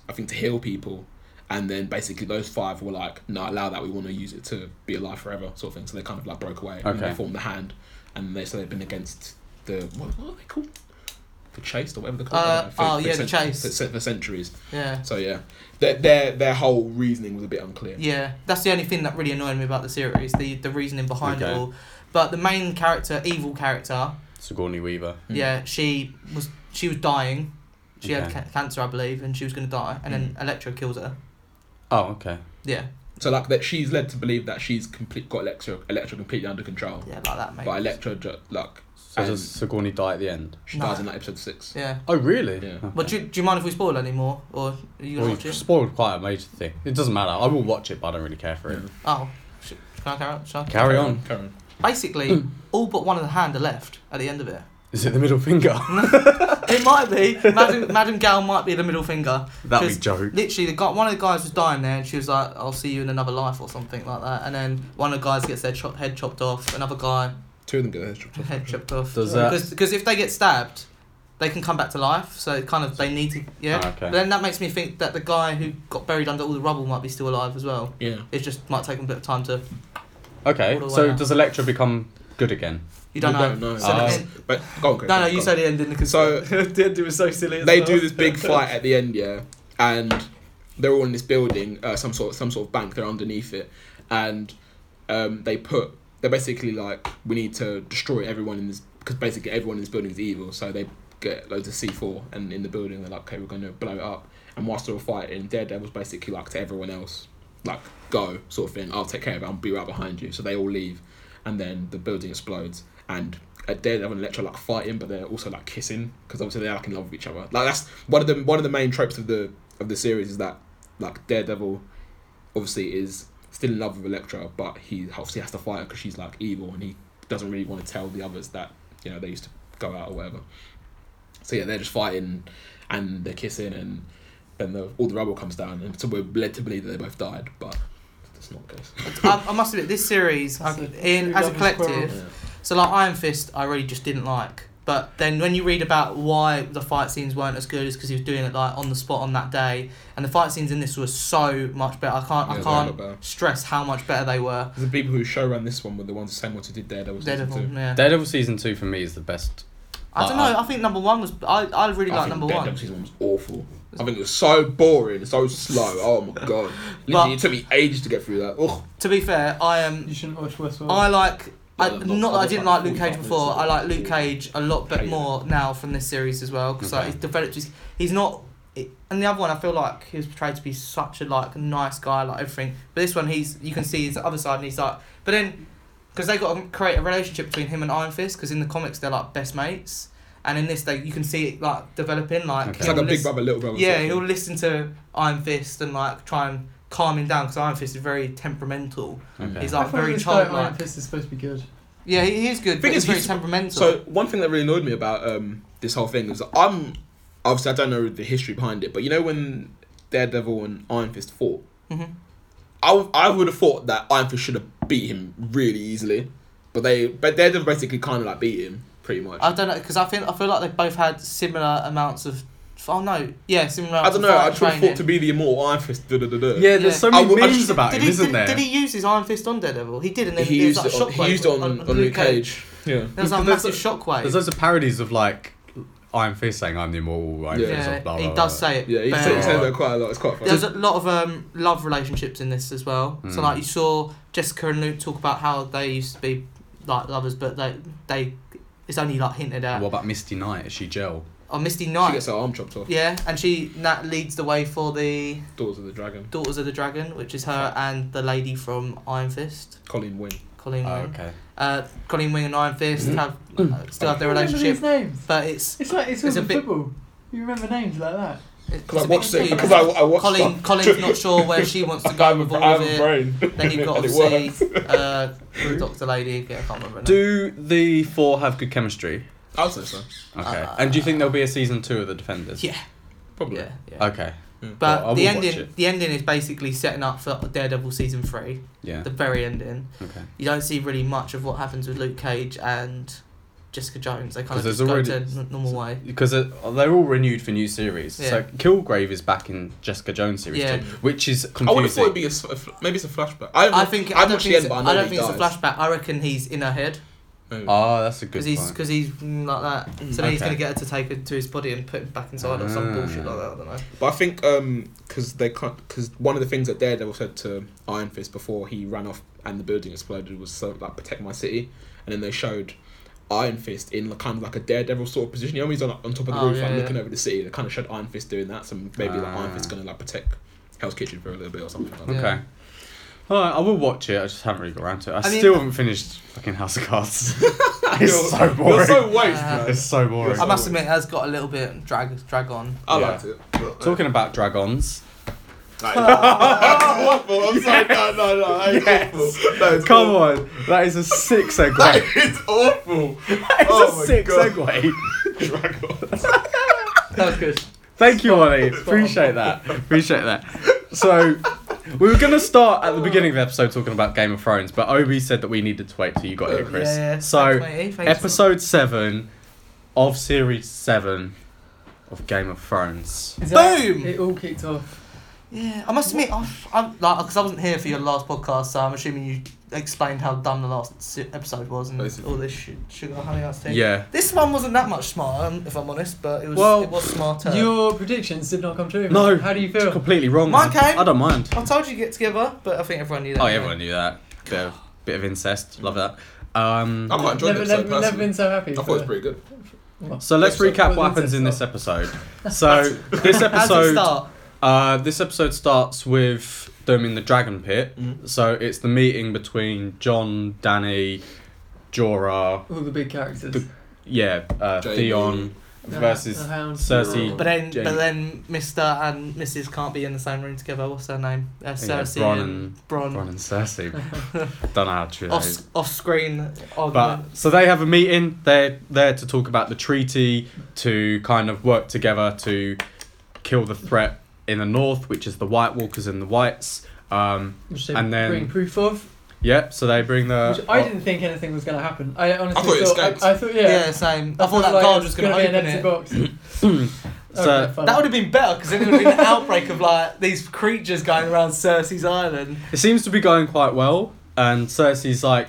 Speaker 3: I think, to heal people. And then basically those five were like, "No, allow that. We want to use it to be alive forever," sort of thing. So they kind of like broke away and they
Speaker 1: Okay.
Speaker 3: formed the hand, and they so they've been against the what, what are they called? The chase or whatever they call
Speaker 4: Uh,
Speaker 3: it.
Speaker 4: oh, yeah, the Chase.
Speaker 3: For, for centuries.
Speaker 4: Yeah.
Speaker 3: So yeah, their their their whole reasoning was a bit unclear.
Speaker 4: Yeah, that's the only thing that really annoyed me about the series, the the reasoning behind it
Speaker 1: Okay.
Speaker 4: all. But the main character, evil character,
Speaker 1: Sigourney Weaver.
Speaker 3: Mm.
Speaker 4: yeah, she was she was dying. She had
Speaker 1: Okay. Hmm.
Speaker 4: ca- cancer, I believe, and she was going to die. And then Electra kills her.
Speaker 1: Oh, okay.
Speaker 4: Yeah,
Speaker 3: So like that, she's led to believe that she's complete got Electra Electra completely under control.
Speaker 4: yeah, like that, mate.
Speaker 3: But Electra, ju- like,
Speaker 1: So
Speaker 3: Um,
Speaker 1: does Sigourney die at the end?
Speaker 3: she
Speaker 4: No.
Speaker 3: dies in like episode six.
Speaker 4: Yeah.
Speaker 1: Oh, really?
Speaker 3: Yeah.
Speaker 1: Okay.
Speaker 4: But do, you- do you mind if we spoil any more, or are you
Speaker 1: Well,
Speaker 4: gonna
Speaker 1: you
Speaker 4: watch it?
Speaker 1: spoiled quite a major thing. It doesn't matter. I will watch it, but I don't really care for it.
Speaker 3: Yeah.
Speaker 4: Oh, sh- can I carry on? Shall I?
Speaker 1: Carry on.
Speaker 3: Karen.
Speaker 1: Hmm.
Speaker 4: Basically, all but one of the hand are left at the end of it.
Speaker 1: Is it the middle finger?
Speaker 4: It might be. Madam, Madam Gal might be the middle finger.
Speaker 1: That'd be
Speaker 4: Just-
Speaker 1: joke.
Speaker 4: Literally, the guy, one of the guys was dying there, and she was like, "I'll see you in another life" or something like that. And then one of the guys gets their chop head chopped off. Another guy
Speaker 3: Two of them get their heads chopped off.
Speaker 4: head chopped off.
Speaker 1: Does that-
Speaker 4: Because if they get stabbed, they can come back to life. So it kind of they need to yeah.
Speaker 1: Ah, okay.
Speaker 4: But then that makes me think that the guy who got buried under all the rubble might be still alive as well.
Speaker 3: Yeah.
Speaker 4: It just might take a bit of time to.
Speaker 1: Okay,
Speaker 4: All the way
Speaker 1: so
Speaker 4: up.
Speaker 1: does Electra become good again?
Speaker 4: You don't
Speaker 3: We
Speaker 4: know.
Speaker 3: don't know.
Speaker 4: So the
Speaker 1: Ah.
Speaker 4: end-
Speaker 3: But go on, Chris.
Speaker 4: no, no,
Speaker 3: go
Speaker 4: you
Speaker 3: on.
Speaker 4: say the ending because
Speaker 3: So-
Speaker 4: the ending was so silly. as
Speaker 3: They
Speaker 4: well.
Speaker 3: do this big fight at the end, yeah, and they're all in this building, uh, some sort, some sort of bank. They're underneath it, and um, they put. They're basically like, we need to destroy everyone in this because basically everyone in this building is evil. So they get loads of C four and in the building they're like, okay, we're going to blow it up. And whilst they're all fighting, Daredevil's basically like to everyone else, like go sort of thing. I'll take care of it. I'll be right behind you. So they all leave, and then the building explodes and uh, Daredevil and Electra like fighting, but they're also like kissing because obviously they're like in love with each other. Like that's one of the one of the main tropes of the of the series is that like Daredevil obviously is still in love with Electra, but he obviously has to fight her because she's like evil and he doesn't really want to tell the others that you know they used to go out or whatever. So yeah, they're just fighting and they're kissing and then the, all the rubble comes down and so we're led to believe that they both died, but that's not the case.
Speaker 4: I, I must admit, this series,
Speaker 2: That's a-
Speaker 4: in, as a
Speaker 2: Love is Quarrel.
Speaker 4: collective, So like Iron Fist, I really just didn't like. But then when you read about why the fight scenes weren't as good, is because he was doing it like on the spot on that day, and the fight scenes in this were so much better. I can't,
Speaker 3: Yeah,
Speaker 4: I
Speaker 3: they're a lot better.
Speaker 4: can't stress how much better they were.
Speaker 3: The people who showrun this one were the ones the same ones who did Daredevil. season
Speaker 4: Daredevil,
Speaker 3: two.
Speaker 4: yeah.
Speaker 1: Daredevil season two for me is the best.
Speaker 4: I don't know. I think number one was. I, I really like
Speaker 3: think
Speaker 4: number
Speaker 3: Daredevil
Speaker 4: one.
Speaker 3: season was awful. I think it was so boring, so slow. Oh my god! Literally, it took me ages to get through that. Ugh.
Speaker 4: To be fair, I am.
Speaker 2: You shouldn't watch Westworld.
Speaker 4: I like. I,
Speaker 3: Yeah,
Speaker 4: not
Speaker 3: not-
Speaker 4: that I didn't like Luke Cage
Speaker 3: forty-five
Speaker 4: before. I
Speaker 3: minutes.
Speaker 4: like Luke Cage a lot, but
Speaker 3: Hate it.
Speaker 4: more now from this series as well because like,
Speaker 1: Okay.
Speaker 4: he's developed. His, he's not. it- And the other one, I feel like he was portrayed to be such a like nice guy, like everything. But this one, he's you can see his other side, and he's like. But then, because they got to create a relationship between him and Iron Fist, because in the comics they're like best mates, and in this they you can see it like developing, like
Speaker 1: Okay.
Speaker 3: It's
Speaker 4: he'll
Speaker 3: like a big
Speaker 4: listen-
Speaker 3: brother, little brother.
Speaker 4: yeah,
Speaker 3: sort of
Speaker 4: he'll
Speaker 3: thing.
Speaker 4: listen to Iron Fist and like try and calm him down because Iron Fist is very temperamental.
Speaker 1: Okay.
Speaker 4: He's
Speaker 2: I
Speaker 4: like
Speaker 3: Mm.
Speaker 2: thought
Speaker 4: very
Speaker 2: this guy, Iron
Speaker 4: childlike.
Speaker 2: Fist is supposed to be good.
Speaker 4: Yeah, he, he's good.
Speaker 3: Thing
Speaker 4: but
Speaker 3: is,
Speaker 4: he's very
Speaker 3: he's-
Speaker 4: temperamental.
Speaker 3: So one thing that really annoyed me about um, this whole thing is I'm obviously I don't know the history behind it, but you know when Daredevil and Iron Fist fought,
Speaker 4: Mhm.
Speaker 3: I w- I would have thought that Iron Fist should have beat him really easily, but they but Daredevil basically kind of like beat him pretty much.
Speaker 4: I don't know because I think I feel like they both had similar amounts of. Oh no, yeah, similar.
Speaker 3: I
Speaker 4: Amounts
Speaker 3: don't
Speaker 4: of
Speaker 3: know. I
Speaker 4: fight
Speaker 3: just
Speaker 4: training.
Speaker 3: thought to be the immortal Iron Fist. Da, da, da, da.
Speaker 1: Yeah, there's so
Speaker 3: I
Speaker 1: many
Speaker 3: would- I
Speaker 1: memes
Speaker 3: just-
Speaker 1: about
Speaker 4: Did
Speaker 1: him,
Speaker 4: he,
Speaker 1: isn't
Speaker 4: did,
Speaker 1: there?
Speaker 4: did he use his iron fist on Daredevil? He did, and then
Speaker 3: He
Speaker 4: there was
Speaker 3: used
Speaker 4: that
Speaker 3: it on,
Speaker 4: shockwave
Speaker 3: he used it on, on Luke Cage. Yeah.
Speaker 4: There was that
Speaker 1: Because there's
Speaker 4: massive shockwave.
Speaker 1: There's loads of parodies of like Iron Fist saying I'm the immortal Iron
Speaker 3: Yeah.
Speaker 1: Fist. or blah,
Speaker 4: yeah,
Speaker 1: blah,
Speaker 4: he
Speaker 1: blah.
Speaker 4: does say it.
Speaker 3: Yeah, he
Speaker 4: but-
Speaker 3: said, he said
Speaker 1: Yeah.
Speaker 3: that quite a lot. It's quite
Speaker 4: There's
Speaker 3: funny.
Speaker 4: a lot of um, love relationships in this as well. So
Speaker 3: Hmm.
Speaker 1: Mm.
Speaker 4: like you saw Jessica and Luke talk about how they used to be like lovers, but they they it's only like hinted at.
Speaker 1: What about Misty Knight? Is she Jill?
Speaker 4: Oh, Misty
Speaker 3: She
Speaker 4: Knight.
Speaker 3: gets her arm chopped off.
Speaker 4: yeah, and she and that leads the way for the
Speaker 3: Daughters of the Dragon.
Speaker 4: Daughters of the Dragon, which is her and the lady from Iron Fist,
Speaker 3: Colin Wing.
Speaker 4: Colleen
Speaker 1: Oh,
Speaker 4: Wing.
Speaker 1: okay.
Speaker 4: Uh, Colleen Wing and Iron Fist have uh, still have their
Speaker 2: I remember
Speaker 4: relationship,
Speaker 2: these names.
Speaker 4: but it's
Speaker 2: It's like it's, it's
Speaker 4: It's a
Speaker 2: a
Speaker 4: bit-
Speaker 2: football. You remember names like that.
Speaker 4: it's
Speaker 3: Because
Speaker 4: a
Speaker 3: I
Speaker 4: bit
Speaker 3: watched it.
Speaker 4: confusing.
Speaker 3: Because I, I watched.
Speaker 4: Colin,
Speaker 3: it.
Speaker 4: Colin's not sure where she wants to go with all of it.
Speaker 3: brain.
Speaker 4: Then you've got
Speaker 3: And it
Speaker 4: obviously uh, the Doctor Lady. again, I can't remember. her name.
Speaker 1: Do the four have good chemistry?
Speaker 3: I would say so.
Speaker 1: Okay.
Speaker 4: Uh,
Speaker 1: and do you think there'll be a season two of the Defenders?
Speaker 4: Yeah.
Speaker 3: Probably.
Speaker 4: Yeah, yeah.
Speaker 1: Okay.
Speaker 4: but
Speaker 1: Well, I
Speaker 4: the
Speaker 1: will watch
Speaker 4: ending,
Speaker 1: it.
Speaker 4: the ending is basically setting up for Daredevil season three,
Speaker 1: Yeah.
Speaker 4: the very ending.
Speaker 1: Okay.
Speaker 4: You don't see really much of what happens with Luke Cage and Jessica Jones. They kind
Speaker 1: 'Cause
Speaker 4: of
Speaker 1: there's
Speaker 4: just go
Speaker 1: already-
Speaker 4: to n- normal way.
Speaker 1: Because uh, they're all renewed for new series. So
Speaker 4: Yeah.
Speaker 1: Kilgrave is back in Jessica Jones series
Speaker 4: Yeah.
Speaker 1: too, which is
Speaker 3: I would have
Speaker 1: confusing.
Speaker 3: thought it'd be a, s- a fl- maybe it's a flashback. I,
Speaker 4: I think I
Speaker 3: I'd
Speaker 4: don't
Speaker 3: watch
Speaker 4: think,
Speaker 3: the end,
Speaker 4: it's,
Speaker 3: but I
Speaker 4: I
Speaker 3: know
Speaker 4: don't
Speaker 3: he
Speaker 4: think it's a
Speaker 3: dies.
Speaker 4: flashback. I reckon he's in her head
Speaker 3: Maybe.
Speaker 1: Ah, that's a good
Speaker 4: because
Speaker 1: point.
Speaker 4: he's because he's mm, like that. So then he's
Speaker 1: Okay. Ah.
Speaker 4: gonna get her to take it to his body and put him back inside or some bullshit like that. I don't know.
Speaker 3: But I think because they can't because one of the things that Daredevil said to Iron Fist before he ran off and the building exploded was so like protect my city, and then they showed Iron Fist in like, kind of like a Daredevil sort of position. You know, when he's on, on top of the
Speaker 4: Oh,
Speaker 3: roof,
Speaker 4: yeah,
Speaker 3: like
Speaker 4: yeah.
Speaker 3: looking over the city. They kind of showed Iron Fist doing that, so maybe like Iron
Speaker 1: Ah.
Speaker 3: Fist's gonna like protect Hell's Kitchen for a little bit or something. Like that.
Speaker 1: Okay.
Speaker 4: Yeah.
Speaker 1: All right, I will watch it. I just haven't really got around to it. I,
Speaker 4: I mean-
Speaker 1: still haven't finished fucking House of Cards.
Speaker 3: You're-
Speaker 1: it's so boring.
Speaker 3: You're so waste,
Speaker 4: Uh,
Speaker 3: man.
Speaker 1: it's so boring.
Speaker 4: I must admit, it has got a little bit drag drag on.
Speaker 3: I
Speaker 1: Yeah.
Speaker 3: liked it.
Speaker 1: Talking about dragons.
Speaker 3: That is awful. I'm sorry. No, no, no. That is
Speaker 1: Yes.
Speaker 3: awful. That is
Speaker 1: Come
Speaker 3: awful.
Speaker 1: on, that is a sick segue.
Speaker 3: That
Speaker 1: that
Speaker 3: is awful.
Speaker 1: is
Speaker 3: oh my
Speaker 1: a sick
Speaker 3: God.
Speaker 1: segue.
Speaker 4: That was good.
Speaker 1: Thank you, Ollie. Appreciate that. Appreciate that. So, we were going to start at the beginning of the episode talking about Game of Thrones, but Obi said that we needed to wait till you got here, Chris.
Speaker 4: Yeah, yeah.
Speaker 1: So,
Speaker 4: Thanks, mate.
Speaker 1: episode 7 of series 7 of Game of Thrones.
Speaker 2: Is that-
Speaker 4: Boom!
Speaker 2: It all kicked off.
Speaker 4: Yeah, I must admit, I've, I'm like because I wasn't here for your last podcast, so I'm assuming you explained how dumb the last si- episode was and
Speaker 3: Basically.
Speaker 4: all this sh- sugar honey ass thing.
Speaker 1: Yeah.
Speaker 4: This one wasn't that much smarter, um, if I'm honest, but it was
Speaker 1: Well,
Speaker 4: it was smarter.
Speaker 2: Your predictions did not come true.
Speaker 1: No.
Speaker 2: How do you feel?
Speaker 1: Completely wrong.
Speaker 4: Mine came.
Speaker 1: I don't mind.
Speaker 4: I told you to get together, but I think everyone knew that.
Speaker 1: Oh,
Speaker 4: yeah.
Speaker 1: everyone knew that. Bit of, bit of incest. Love that. Um,
Speaker 3: I quite enjoyed
Speaker 2: Never,
Speaker 3: it.
Speaker 2: never, never been so happy.
Speaker 3: I thought it
Speaker 2: for-
Speaker 3: was pretty good.
Speaker 1: so let's
Speaker 3: Episode.
Speaker 1: recap what
Speaker 2: Well,
Speaker 1: happens in
Speaker 2: incest
Speaker 1: this episode. So this
Speaker 4: How's it
Speaker 1: episode,
Speaker 4: start?
Speaker 1: uh, this episode starts with them in the dragon pit. So it's the meeting between John, Danny, Jorah,
Speaker 2: all the big characters.
Speaker 1: The- yeah, uh,
Speaker 3: JB.
Speaker 1: Theon
Speaker 2: The-
Speaker 1: versus
Speaker 2: the
Speaker 4: uh,
Speaker 2: hound.
Speaker 1: Cersei.
Speaker 4: But then,
Speaker 1: Jamie.
Speaker 4: but then, Mister and Mrs. can't be in the same room together. What's their name? Uh, Cersei
Speaker 1: Bronn
Speaker 4: and
Speaker 1: and-
Speaker 4: Bron.
Speaker 1: Ron and Cersei. don't know how true that is.
Speaker 4: Off, off screen.
Speaker 1: But so they have a meeting. They're there to talk about the treaty, to kind of work together to kill the threat in the north, which is the White Walkers and the Whites. Um,
Speaker 2: Which they
Speaker 1: and then-
Speaker 2: bring proof of.
Speaker 1: yep. So they bring the.
Speaker 2: Which I didn't think anything was going to happen. I honestly
Speaker 3: I thought it
Speaker 2: thought,
Speaker 3: escaped.
Speaker 2: I, I thought yeah.
Speaker 4: yeah, same. I, thought that
Speaker 2: like,
Speaker 4: guard
Speaker 2: it
Speaker 4: was
Speaker 2: gonna
Speaker 4: going to
Speaker 2: be an
Speaker 4: open
Speaker 2: empty
Speaker 4: it.
Speaker 2: box.
Speaker 1: So-
Speaker 2: okay, fine.
Speaker 4: That would have been better because then it would have been an outbreak of like these creatures going around Cersei's island.
Speaker 1: It seems to be going quite well, and Cersei's like,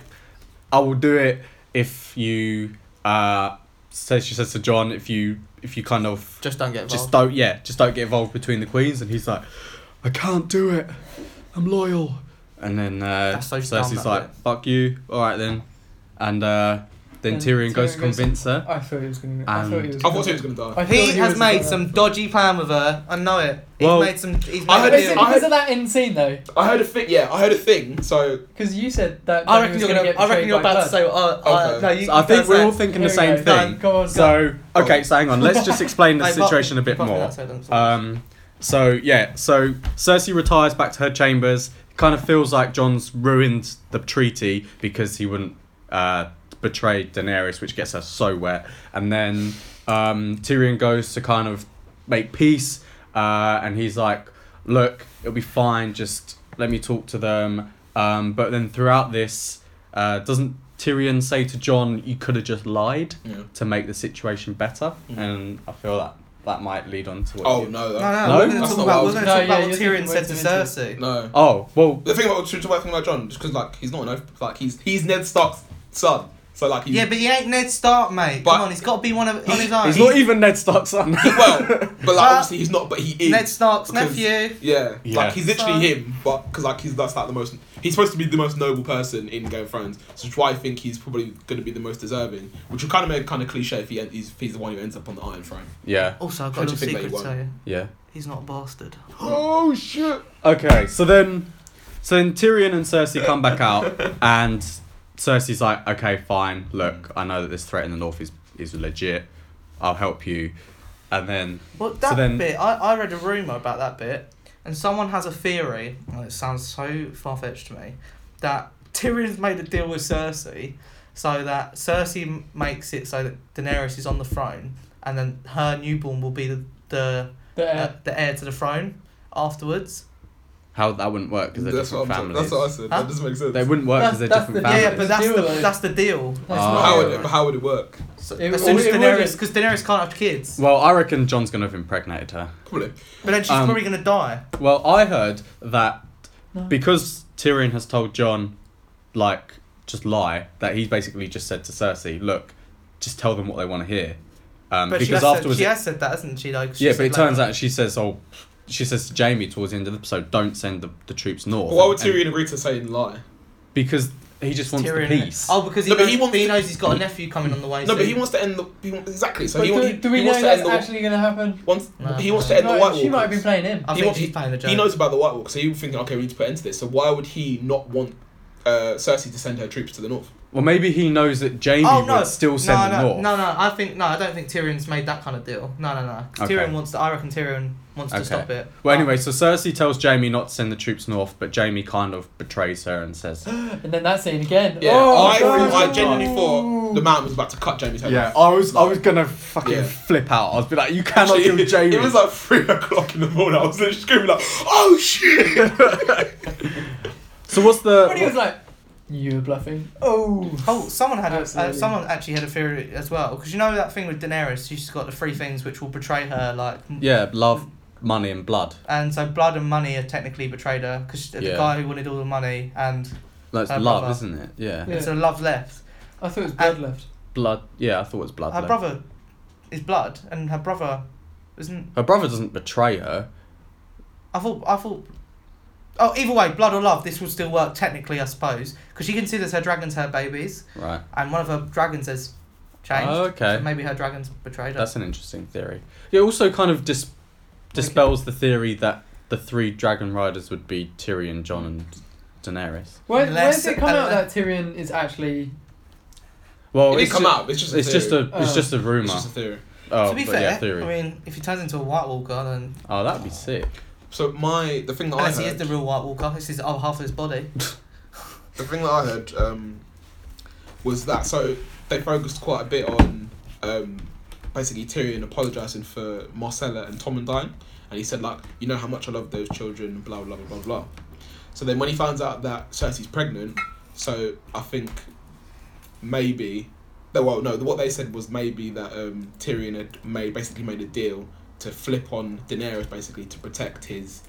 Speaker 1: "I will do it if you." Uh, says she says to John, "If you, if you kind of
Speaker 4: Just don't get
Speaker 1: just
Speaker 4: involved.
Speaker 1: don't yeah just don't get involved between the queens and he's like i can't do it i'm loyal and then uh,
Speaker 4: That's so dumb,
Speaker 1: cersei's
Speaker 4: that
Speaker 1: like
Speaker 4: bit.
Speaker 1: fuck you all right then and uh, then
Speaker 2: Then
Speaker 1: tyrion, goes
Speaker 2: Tyrion
Speaker 1: to
Speaker 2: goes-
Speaker 1: convince her
Speaker 2: I thought he was going. I
Speaker 1: And-
Speaker 2: thought he was.
Speaker 3: I thought he
Speaker 2: gonna-
Speaker 3: was gonna die.
Speaker 2: I thought
Speaker 4: he has
Speaker 2: was
Speaker 4: made
Speaker 2: gonna-
Speaker 4: some dodgy plan with her. I know it. He's
Speaker 1: Well-
Speaker 4: made some.
Speaker 3: I
Speaker 4: He's made a
Speaker 3: heard it-
Speaker 2: Because
Speaker 4: deal.
Speaker 3: I heard-
Speaker 2: because of that end scene though,
Speaker 3: I heard a thing. Yeah, I heard a thing. So
Speaker 2: because you said that.
Speaker 4: I
Speaker 2: Dany
Speaker 4: reckon
Speaker 2: was
Speaker 4: you're gonna.
Speaker 2: get
Speaker 4: I reckon
Speaker 2: betrayed
Speaker 4: you're
Speaker 2: by
Speaker 4: about to
Speaker 2: Blood.
Speaker 4: say. Uh, uh,
Speaker 3: Okay.
Speaker 4: no, you.
Speaker 1: So i
Speaker 4: you
Speaker 1: think
Speaker 4: first
Speaker 1: we're
Speaker 4: say
Speaker 1: all
Speaker 4: it.
Speaker 1: thinking
Speaker 2: Here
Speaker 1: the
Speaker 2: we
Speaker 1: same
Speaker 2: go.
Speaker 1: thing
Speaker 2: Done. Go on, go on.
Speaker 1: so okay so hang on let's just explain the
Speaker 4: Mate, pass-
Speaker 1: situation a bit
Speaker 4: pass me
Speaker 1: more
Speaker 4: that side then, sorry.
Speaker 1: Um, so yeah, so Cersei retires back to her chambers. Kind of feels like John's ruined the treaty because he wouldn't uh, betrayed Daenerys, which gets her so wet. And then um, Tyrion goes to kind of make peace, uh, and he's like, "Look, it'll be fine. Just let me talk to them." Um, but then throughout this, uh, doesn't Tyrion say to John, "You could have just lied
Speaker 3: Yeah.
Speaker 1: to make the situation better"? And I feel that that might lead on to what.
Speaker 3: Oh
Speaker 1: you-
Speaker 3: no, no,
Speaker 4: No, no,
Speaker 1: No?
Speaker 4: we're going to
Speaker 1: That's
Speaker 4: talk
Speaker 3: not what I
Speaker 4: about, we're gonna
Speaker 3: was-
Speaker 4: talk
Speaker 2: No,
Speaker 4: about
Speaker 2: yeah,
Speaker 4: what
Speaker 2: you're
Speaker 4: Tyrion
Speaker 2: thinking
Speaker 4: said to
Speaker 2: way too into
Speaker 4: Cersei.
Speaker 3: no.
Speaker 1: Oh well.
Speaker 3: The thing about should talk about John, just because like he's not an oath, like he's he's Ned Stark's son, so like he's
Speaker 4: Yeah, but he ain't Ned Stark, mate.
Speaker 3: But-
Speaker 4: Come on, he's got to be one of on
Speaker 3: He-
Speaker 4: his own.
Speaker 1: He's not even Ned Stark's son.
Speaker 3: well, but like
Speaker 4: But-
Speaker 3: obviously he's not, but he is.
Speaker 4: Ned Stark's
Speaker 3: because-
Speaker 4: nephew.
Speaker 3: Yeah.
Speaker 1: Yeah.
Speaker 3: like he's literally
Speaker 4: So-
Speaker 3: him, but because like he's that's like the most he's supposed to be the most noble person in Game of Thrones, so which why I think he's probably going to be the most deserving, which would kind of make kind of cliche if he en- he's, if he's the one who ends up on the Iron Throne.
Speaker 1: yeah.
Speaker 4: Also, I've
Speaker 3: How
Speaker 4: got a
Speaker 3: do
Speaker 4: little
Speaker 3: you think
Speaker 4: secret
Speaker 3: they
Speaker 4: to tell you.
Speaker 1: Yeah.
Speaker 4: He's not a bastard.
Speaker 1: Oh shit. Okay, so then, so then Tyrion and Cersei come back out, and Cersei's like, "Okay, fine. Look, I know that this threat in the north is is legit. I'll help you." And then,
Speaker 4: Well, that
Speaker 1: then-
Speaker 4: bit, I, I read a rumour about that bit, and someone has a theory, and it sounds so far fetched to me, that Tyrion's made a deal with Cersei so that Cersei m- makes it so that Daenerys is on the throne, and then her newborn will be the the,
Speaker 2: But,
Speaker 4: uh,
Speaker 2: uh,
Speaker 4: the heir to the throne afterwards.
Speaker 1: how that wouldldn't work because they're
Speaker 3: That's what,
Speaker 1: different
Speaker 3: I'm,
Speaker 1: families.
Speaker 3: that's what I said.
Speaker 4: Huh?
Speaker 3: That doesn't make sense.
Speaker 1: They wouldn't work because
Speaker 2: That's-
Speaker 1: they're
Speaker 2: that's
Speaker 1: different
Speaker 2: the-
Speaker 1: families.
Speaker 4: Yeah, yeah, but that's
Speaker 2: Deal,
Speaker 4: the
Speaker 2: though.
Speaker 4: that's the deal.
Speaker 2: That's
Speaker 1: Ah.
Speaker 2: not
Speaker 3: how
Speaker 2: real,
Speaker 3: would it,
Speaker 2: right?
Speaker 3: how would it work?
Speaker 4: So,
Speaker 2: It-
Speaker 4: as soon as
Speaker 2: it
Speaker 4: Daenerys,
Speaker 2: wouldn't.
Speaker 4: because Daenerys can't have kids,
Speaker 1: well, I reckon John's gonna have impregnated her.
Speaker 3: Probably.
Speaker 4: but then she's
Speaker 1: Um,
Speaker 4: probably gonna die.
Speaker 1: Well, I heard that
Speaker 2: No.
Speaker 1: because Tyrion has told John, like, just lie, that he basically just said to Cersei, look, just tell them what they want to hear. Um,
Speaker 4: But she
Speaker 1: because
Speaker 4: has,
Speaker 1: afterwards.
Speaker 4: said, she has said that, hasn't she? Like, she
Speaker 1: yeah, but
Speaker 4: said
Speaker 1: it turns
Speaker 4: later-
Speaker 1: out she says, oh, she says to Jamie towards the end of the episode, don't send the, the troops north.
Speaker 3: But why would
Speaker 1: And-
Speaker 3: Tyrion agree to saying lie?
Speaker 1: Because he just wants
Speaker 4: Tyrion,
Speaker 1: the
Speaker 4: innit?
Speaker 1: peace.
Speaker 4: Oh, because he,
Speaker 3: No, but
Speaker 4: knows,
Speaker 3: he
Speaker 4: he,
Speaker 3: wants to-
Speaker 4: knows he's got a nephew coming on the way.
Speaker 3: No, but
Speaker 4: soon.
Speaker 3: he wants to end the he wants, exactly. So
Speaker 2: But
Speaker 3: he,
Speaker 2: do,
Speaker 3: wa- he,
Speaker 2: do we
Speaker 3: he
Speaker 2: know
Speaker 3: wants to
Speaker 2: that's
Speaker 3: end the wa-
Speaker 2: actually going to happen?
Speaker 3: wants,
Speaker 4: No.
Speaker 3: he wants
Speaker 4: She
Speaker 3: to end the
Speaker 2: Right,
Speaker 3: White
Speaker 2: she might
Speaker 3: Walkers.
Speaker 2: be playing him.
Speaker 4: I
Speaker 3: he
Speaker 4: think
Speaker 3: wants-
Speaker 4: she's playing the joke.
Speaker 3: He knows about the White Walkers, so he was thinking, okay, we need to put end to this. So why would he not want uh, Cersei to send her troops to the north?
Speaker 1: well, maybe he knows that Jamie
Speaker 4: Oh no!
Speaker 1: would still send
Speaker 4: no,
Speaker 1: them
Speaker 4: no,
Speaker 1: north.
Speaker 4: no, no. I think no. I don't think Tyrion's made that kind of deal. No, no, no. 'Cause
Speaker 1: Okay.
Speaker 4: Tyrion wants to. I reckon Tyrion wants
Speaker 1: Okay.
Speaker 4: to stop it.
Speaker 1: Well, anyway, so Cersei tells Jamie not to send the troops north, but Jamie kind of betrays her and says,
Speaker 2: And then that scene again.
Speaker 3: Yeah,
Speaker 2: oh,
Speaker 3: I,
Speaker 2: God.
Speaker 3: I genuinely thought the mountain was about to cut Jamie's head
Speaker 1: Yeah,
Speaker 3: off.
Speaker 1: I was I was gonna fucking
Speaker 3: Yeah.
Speaker 1: flip out. I was be like, you cannot
Speaker 3: Actually,
Speaker 1: kill Jamie.
Speaker 3: It was like three o'clock in the morning. I was literally screaming like, "Oh shit!"
Speaker 1: so what's the?
Speaker 2: But he was like, you were bluffing. Oh.
Speaker 4: Oh, someone had a, uh,
Speaker 2: Absolutely.
Speaker 4: someone actually had a theory as well because you know that thing with Daenerys. She's got the three things which will betray her, like
Speaker 1: yeah, love, money, and blood.
Speaker 4: And so blood and money are technically betrayed her because
Speaker 1: Yeah.
Speaker 4: the guy who wanted all the money and
Speaker 1: That's
Speaker 4: Her
Speaker 1: love,
Speaker 4: brother.
Speaker 1: isn't it? Yeah.
Speaker 2: Yeah.
Speaker 4: there's a love left.
Speaker 2: I thought it was blood
Speaker 4: And-
Speaker 2: left.
Speaker 1: blood. Yeah, I thought it was blood.
Speaker 4: her
Speaker 1: though.
Speaker 4: brother is blood, and her brother isn't.
Speaker 1: Her brother doesn't betray her.
Speaker 4: I thought. I thought. Oh, either way, blood or love, this would still work technically, I suppose, because she considers her dragons her babies,
Speaker 1: Right.
Speaker 4: and one of her dragons has changed.
Speaker 1: Oh, okay.
Speaker 4: So maybe her dragons betrayed her.
Speaker 1: That's an interesting theory. It also kind of dis- dispels the theory that the three dragon riders would be Tyrion, Jon, and Daenerys.
Speaker 2: Where, where
Speaker 4: Unless-
Speaker 2: does it come out that
Speaker 4: unless-
Speaker 2: Tyrion is actually.
Speaker 1: Well,
Speaker 3: it didn't
Speaker 1: it's
Speaker 3: come
Speaker 1: ju-
Speaker 3: out. It's just a
Speaker 1: It's
Speaker 3: theory.
Speaker 1: just a it's
Speaker 2: Oh.
Speaker 1: just a rumor.
Speaker 3: It's just a theory.
Speaker 1: oh,
Speaker 4: to be
Speaker 1: but
Speaker 4: fair,
Speaker 1: yeah, theory.
Speaker 4: I mean, if he turns into a White Walker, then
Speaker 1: oh, that'd be sick.
Speaker 3: So my the thing that
Speaker 4: unless
Speaker 3: I
Speaker 4: he
Speaker 3: heard,
Speaker 4: is the
Speaker 3: the...
Speaker 4: real White Walker, this is oh half of his body.
Speaker 3: thing that I heard um, was that so they focused quite a bit on um, basically Tyrion apologising for Marcella and Tom and Dine, and he said like, you know how much I love those children, blah blah blah blah blah. So then when he finds out that Cersei's pregnant, so I think maybe no, well no what they said was maybe that um, Tyrion had made basically made a deal to flip on Daenerys basically to protect his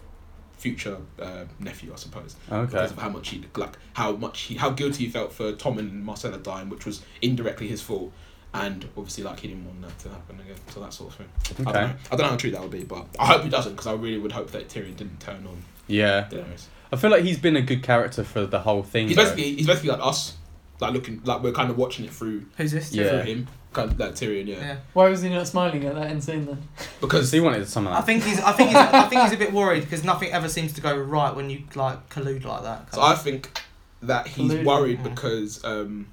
Speaker 3: future uh, nephew I suppose
Speaker 1: Okay.
Speaker 3: because of how much he like how much he how guilty he felt for Tom and Marcella dying which was indirectly his fault and obviously like he didn't want that to happen again so that sort of thing I, don't
Speaker 1: Okay.
Speaker 3: know. I don't know how true that would be but I hope he doesn't because I really would hope that Tyrion didn't turn on
Speaker 1: Yeah.
Speaker 3: Daenerys
Speaker 1: I feel like he's been a good character for the whole thing.
Speaker 3: he's
Speaker 1: though.
Speaker 3: basically he's basically like us like looking like we're kind of watching it through
Speaker 4: Who's this?
Speaker 1: Yeah.
Speaker 3: through him kind of like Tyrion yeah,
Speaker 4: yeah.
Speaker 2: Why was he not smiling at that end scene then?
Speaker 1: Because
Speaker 3: because
Speaker 1: he wanted some of
Speaker 4: I
Speaker 1: that.
Speaker 4: think he's. I think he's. I think he's a bit worried because nothing ever seems to go right when you like collude like that.
Speaker 3: So I think that he's
Speaker 2: Collusion,
Speaker 3: worried
Speaker 4: yeah.
Speaker 3: because um,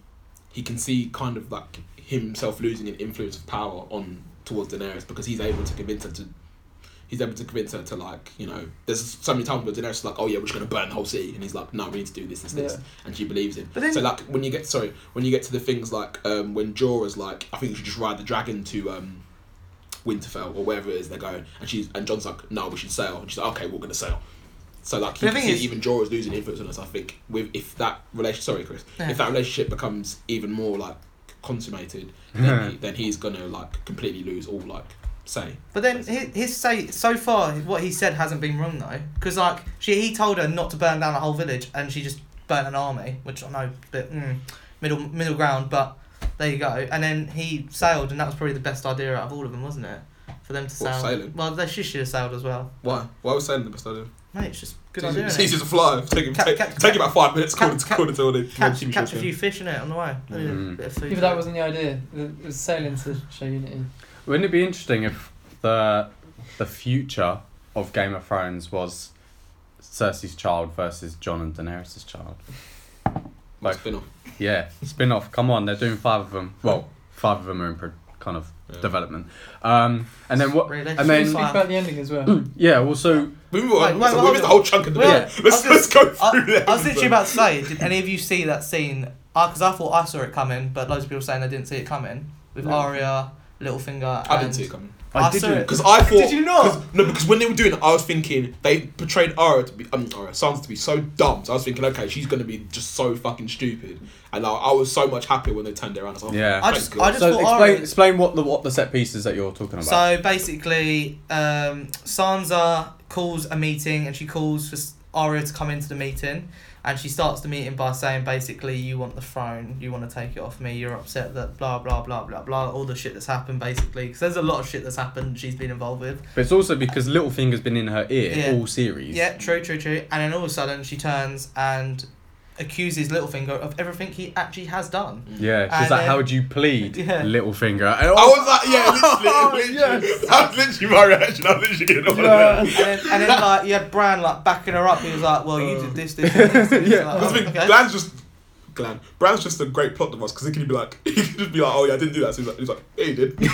Speaker 3: he can see kind of like himself losing an influence of power on towards Daenerys because he's able to convince her to he's able to convince her to like you know. There's so many times where Daenerys is like, oh yeah, we're just gonna burn the whole city, and he's like, no, we need to do this, this, this,
Speaker 2: Yeah.
Speaker 3: and she believes him.
Speaker 4: But then-
Speaker 3: so like when you get sorry when you get to the things like um, when Jorah's like, I think you should just ride the dragon to. Um, Winterfell or wherever it is they're going, and she's and John's like, no, we should sail. And she's like, okay, we're gonna sail. So like, you
Speaker 4: The
Speaker 3: can
Speaker 4: thing
Speaker 3: see
Speaker 4: is-
Speaker 3: even Jorah's losing influence on us. I think with if that relation, sorry, Chris,
Speaker 4: Yeah.
Speaker 3: if that relationship becomes even more like consummated, then, he, then he's gonna like completely lose all like say.
Speaker 4: But then his, his say so far, what he said hasn't been wrong though, because like she he told her not to burn down a whole village, and she just burnt an army, which I know, but mm, middle middle ground. But there you go. And then he sailed, and that was probably the best idea out of all of them, wasn't it? For them to
Speaker 3: What,
Speaker 4: sail.
Speaker 3: sailing?
Speaker 4: Well, they she should have sailed as well.
Speaker 3: Why? Why was saying the best idea?
Speaker 4: Mate, it's just good
Speaker 3: It's
Speaker 4: idea.
Speaker 3: easy-
Speaker 4: innit?
Speaker 3: It's easy to fly. Take him,
Speaker 4: Cap-
Speaker 3: take,
Speaker 4: cap-
Speaker 3: take about five minutes. Call
Speaker 4: cap-
Speaker 3: it,
Speaker 4: cap-
Speaker 3: call it all the
Speaker 4: Catch,
Speaker 3: TV
Speaker 4: catch
Speaker 3: show.
Speaker 4: a few fish in it on the way. A little
Speaker 1: Mm.
Speaker 4: bit of food
Speaker 2: Yeah, but
Speaker 4: for
Speaker 2: that
Speaker 4: it.
Speaker 2: wasn't the idea. It was sailing to show unity.
Speaker 1: Wouldn't it be interesting if the the future of Game of Thrones was Cersei's child versus John and Daenerys' child?
Speaker 3: Like,
Speaker 1: Like-
Speaker 3: spin-off.
Speaker 1: Yeah, spin off. Come on, they're doing five of them. Well, five of them are in pro- kind of
Speaker 3: Yeah.
Speaker 1: development. Um, and then what?
Speaker 4: Really?
Speaker 1: And then
Speaker 2: Speak about the ending as well.
Speaker 1: yeah. Well, so
Speaker 3: We move on.
Speaker 4: Wait,
Speaker 3: So
Speaker 4: wait, wait,
Speaker 3: what
Speaker 4: wait.
Speaker 3: was the whole chunk of the
Speaker 4: Wait,
Speaker 3: video?
Speaker 4: wait.
Speaker 3: Let's,
Speaker 4: I
Speaker 3: let's
Speaker 4: was
Speaker 3: go through
Speaker 4: I,
Speaker 3: that.
Speaker 4: I was literally about to say, did any of you see that scene? Because I thought I saw it coming, but loads of people saying they didn't see it coming with
Speaker 2: No.
Speaker 4: Arya, Littlefinger.
Speaker 3: I didn't
Speaker 4: and-
Speaker 3: see it coming.
Speaker 1: I,
Speaker 4: I saw
Speaker 1: didn't.
Speaker 4: it.
Speaker 3: Because I thought.
Speaker 4: Did you not?
Speaker 3: 'cause- No, because when they were doing it, I was thinking they portrayed Arya to be um, Arya, Sansa to be so dumb. So I was thinking, okay, she's gonna be just so fucking stupid. And I, I was so much happier when they turned it around. I was like,
Speaker 1: Yeah.
Speaker 4: I
Speaker 3: thank
Speaker 4: just-
Speaker 3: God.
Speaker 4: I just-
Speaker 1: So
Speaker 4: thought
Speaker 1: explain
Speaker 4: Arya-
Speaker 1: explain what the what the set pieces that you're talking about.
Speaker 4: So basically, um, Sansa calls a meeting and she calls for S- Arya to come into the meeting. And she starts the meeting by saying, basically, you want the throne, you want to take it off me, you're upset that blah, blah, blah, blah, blah, all the shit that's happened, basically. Because there's a lot of shit that's happened she's been involved with.
Speaker 1: but it's also because Littlefinger's been in her ear
Speaker 4: Yeah.
Speaker 1: all series.
Speaker 4: Yeah, true, true, true. And then all of a sudden, she turns and accuses Littlefinger of everything he actually has done.
Speaker 1: Yeah. She's
Speaker 4: And
Speaker 1: like,
Speaker 4: then-
Speaker 1: how would you plead,
Speaker 4: Yeah.
Speaker 1: Littlefinger? And
Speaker 3: I was like, yeah, literally,
Speaker 1: Oh,
Speaker 3: literally. That was literally my reaction. I was literally getting all
Speaker 1: Yeah.
Speaker 3: of that.
Speaker 4: And then, and then like, you had Bran, like, backing her up. He was like, well, you did this, this, and this. And
Speaker 1: Oh. Yeah.
Speaker 4: Like,
Speaker 3: That's
Speaker 4: oh,
Speaker 3: the thing,
Speaker 4: okay.
Speaker 3: Glan's just. Glan. Bran's just a great plot device because he could be like, he could just be like, oh yeah, I didn't do that. So he's like, he's like, yeah, you did.
Speaker 4: Yeah,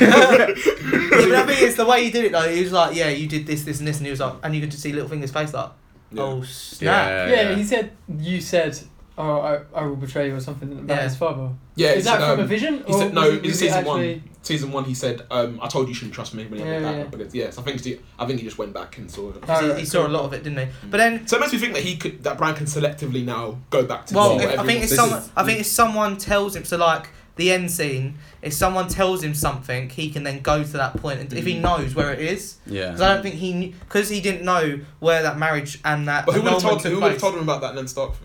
Speaker 4: but I mean, it's the way he did it though. He was like, "Yeah, you did this, this, and this," and he was like, and you could just see Littlefinger's face like, "Oh snap!"
Speaker 1: Yeah.
Speaker 2: yeah, he said, you said, oh, I, I will betray you or something about
Speaker 4: Yeah.
Speaker 2: his father.
Speaker 3: Yeah,
Speaker 2: Is
Speaker 3: he
Speaker 2: that
Speaker 3: said,
Speaker 2: from
Speaker 3: um,
Speaker 2: a vision?
Speaker 3: He
Speaker 2: or
Speaker 3: said, no,
Speaker 2: Oh, was it-
Speaker 3: it was
Speaker 2: was
Speaker 3: season
Speaker 2: it actually-
Speaker 3: one. Season one, he said, um, I told you shouldn't trust me. When he
Speaker 2: Yeah,
Speaker 3: went
Speaker 2: yeah.
Speaker 3: back, But yes, I think, he, I think he just went back and saw it.
Speaker 2: Oh,
Speaker 4: 'Cause he,
Speaker 2: right,
Speaker 4: he saw a
Speaker 2: cool.
Speaker 4: lot of it, didn't he? But then,
Speaker 3: So it makes me think that he could, that Bran can selectively now go back to.
Speaker 4: well,
Speaker 1: Well,
Speaker 4: if, I think if
Speaker 1: this
Speaker 4: someone,
Speaker 1: is-
Speaker 4: I think if someone tells him, so like the end scene, if someone tells him something, he can then go to that point, and if he
Speaker 1: Mm.
Speaker 3: Mhm.
Speaker 4: knows where it is, because
Speaker 1: Yeah.
Speaker 4: I don't think he, because he didn't know where that marriage and that.
Speaker 3: But who would have
Speaker 4: annulment
Speaker 3: told him?
Speaker 4: took
Speaker 3: Who would have
Speaker 4: place.
Speaker 3: told him about that Ned Stark thing?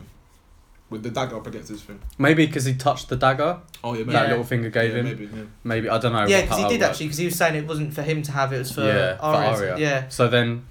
Speaker 3: With the dagger up against his thing.
Speaker 1: Maybe because he touched the dagger
Speaker 3: Oh yeah, maybe.
Speaker 1: that
Speaker 4: Yeah.
Speaker 1: Littlefinger gave
Speaker 3: yeah,
Speaker 1: him. Maybe.
Speaker 3: Maybe, yeah.
Speaker 1: I don't know.
Speaker 4: Yeah,
Speaker 1: what-
Speaker 4: because he
Speaker 1: how it
Speaker 4: did
Speaker 1: worked.
Speaker 4: actually, because he was saying it wasn't for him to have, it was for
Speaker 1: Yeah, for
Speaker 4: Arya.
Speaker 1: Arya.
Speaker 4: Yeah.
Speaker 1: So then,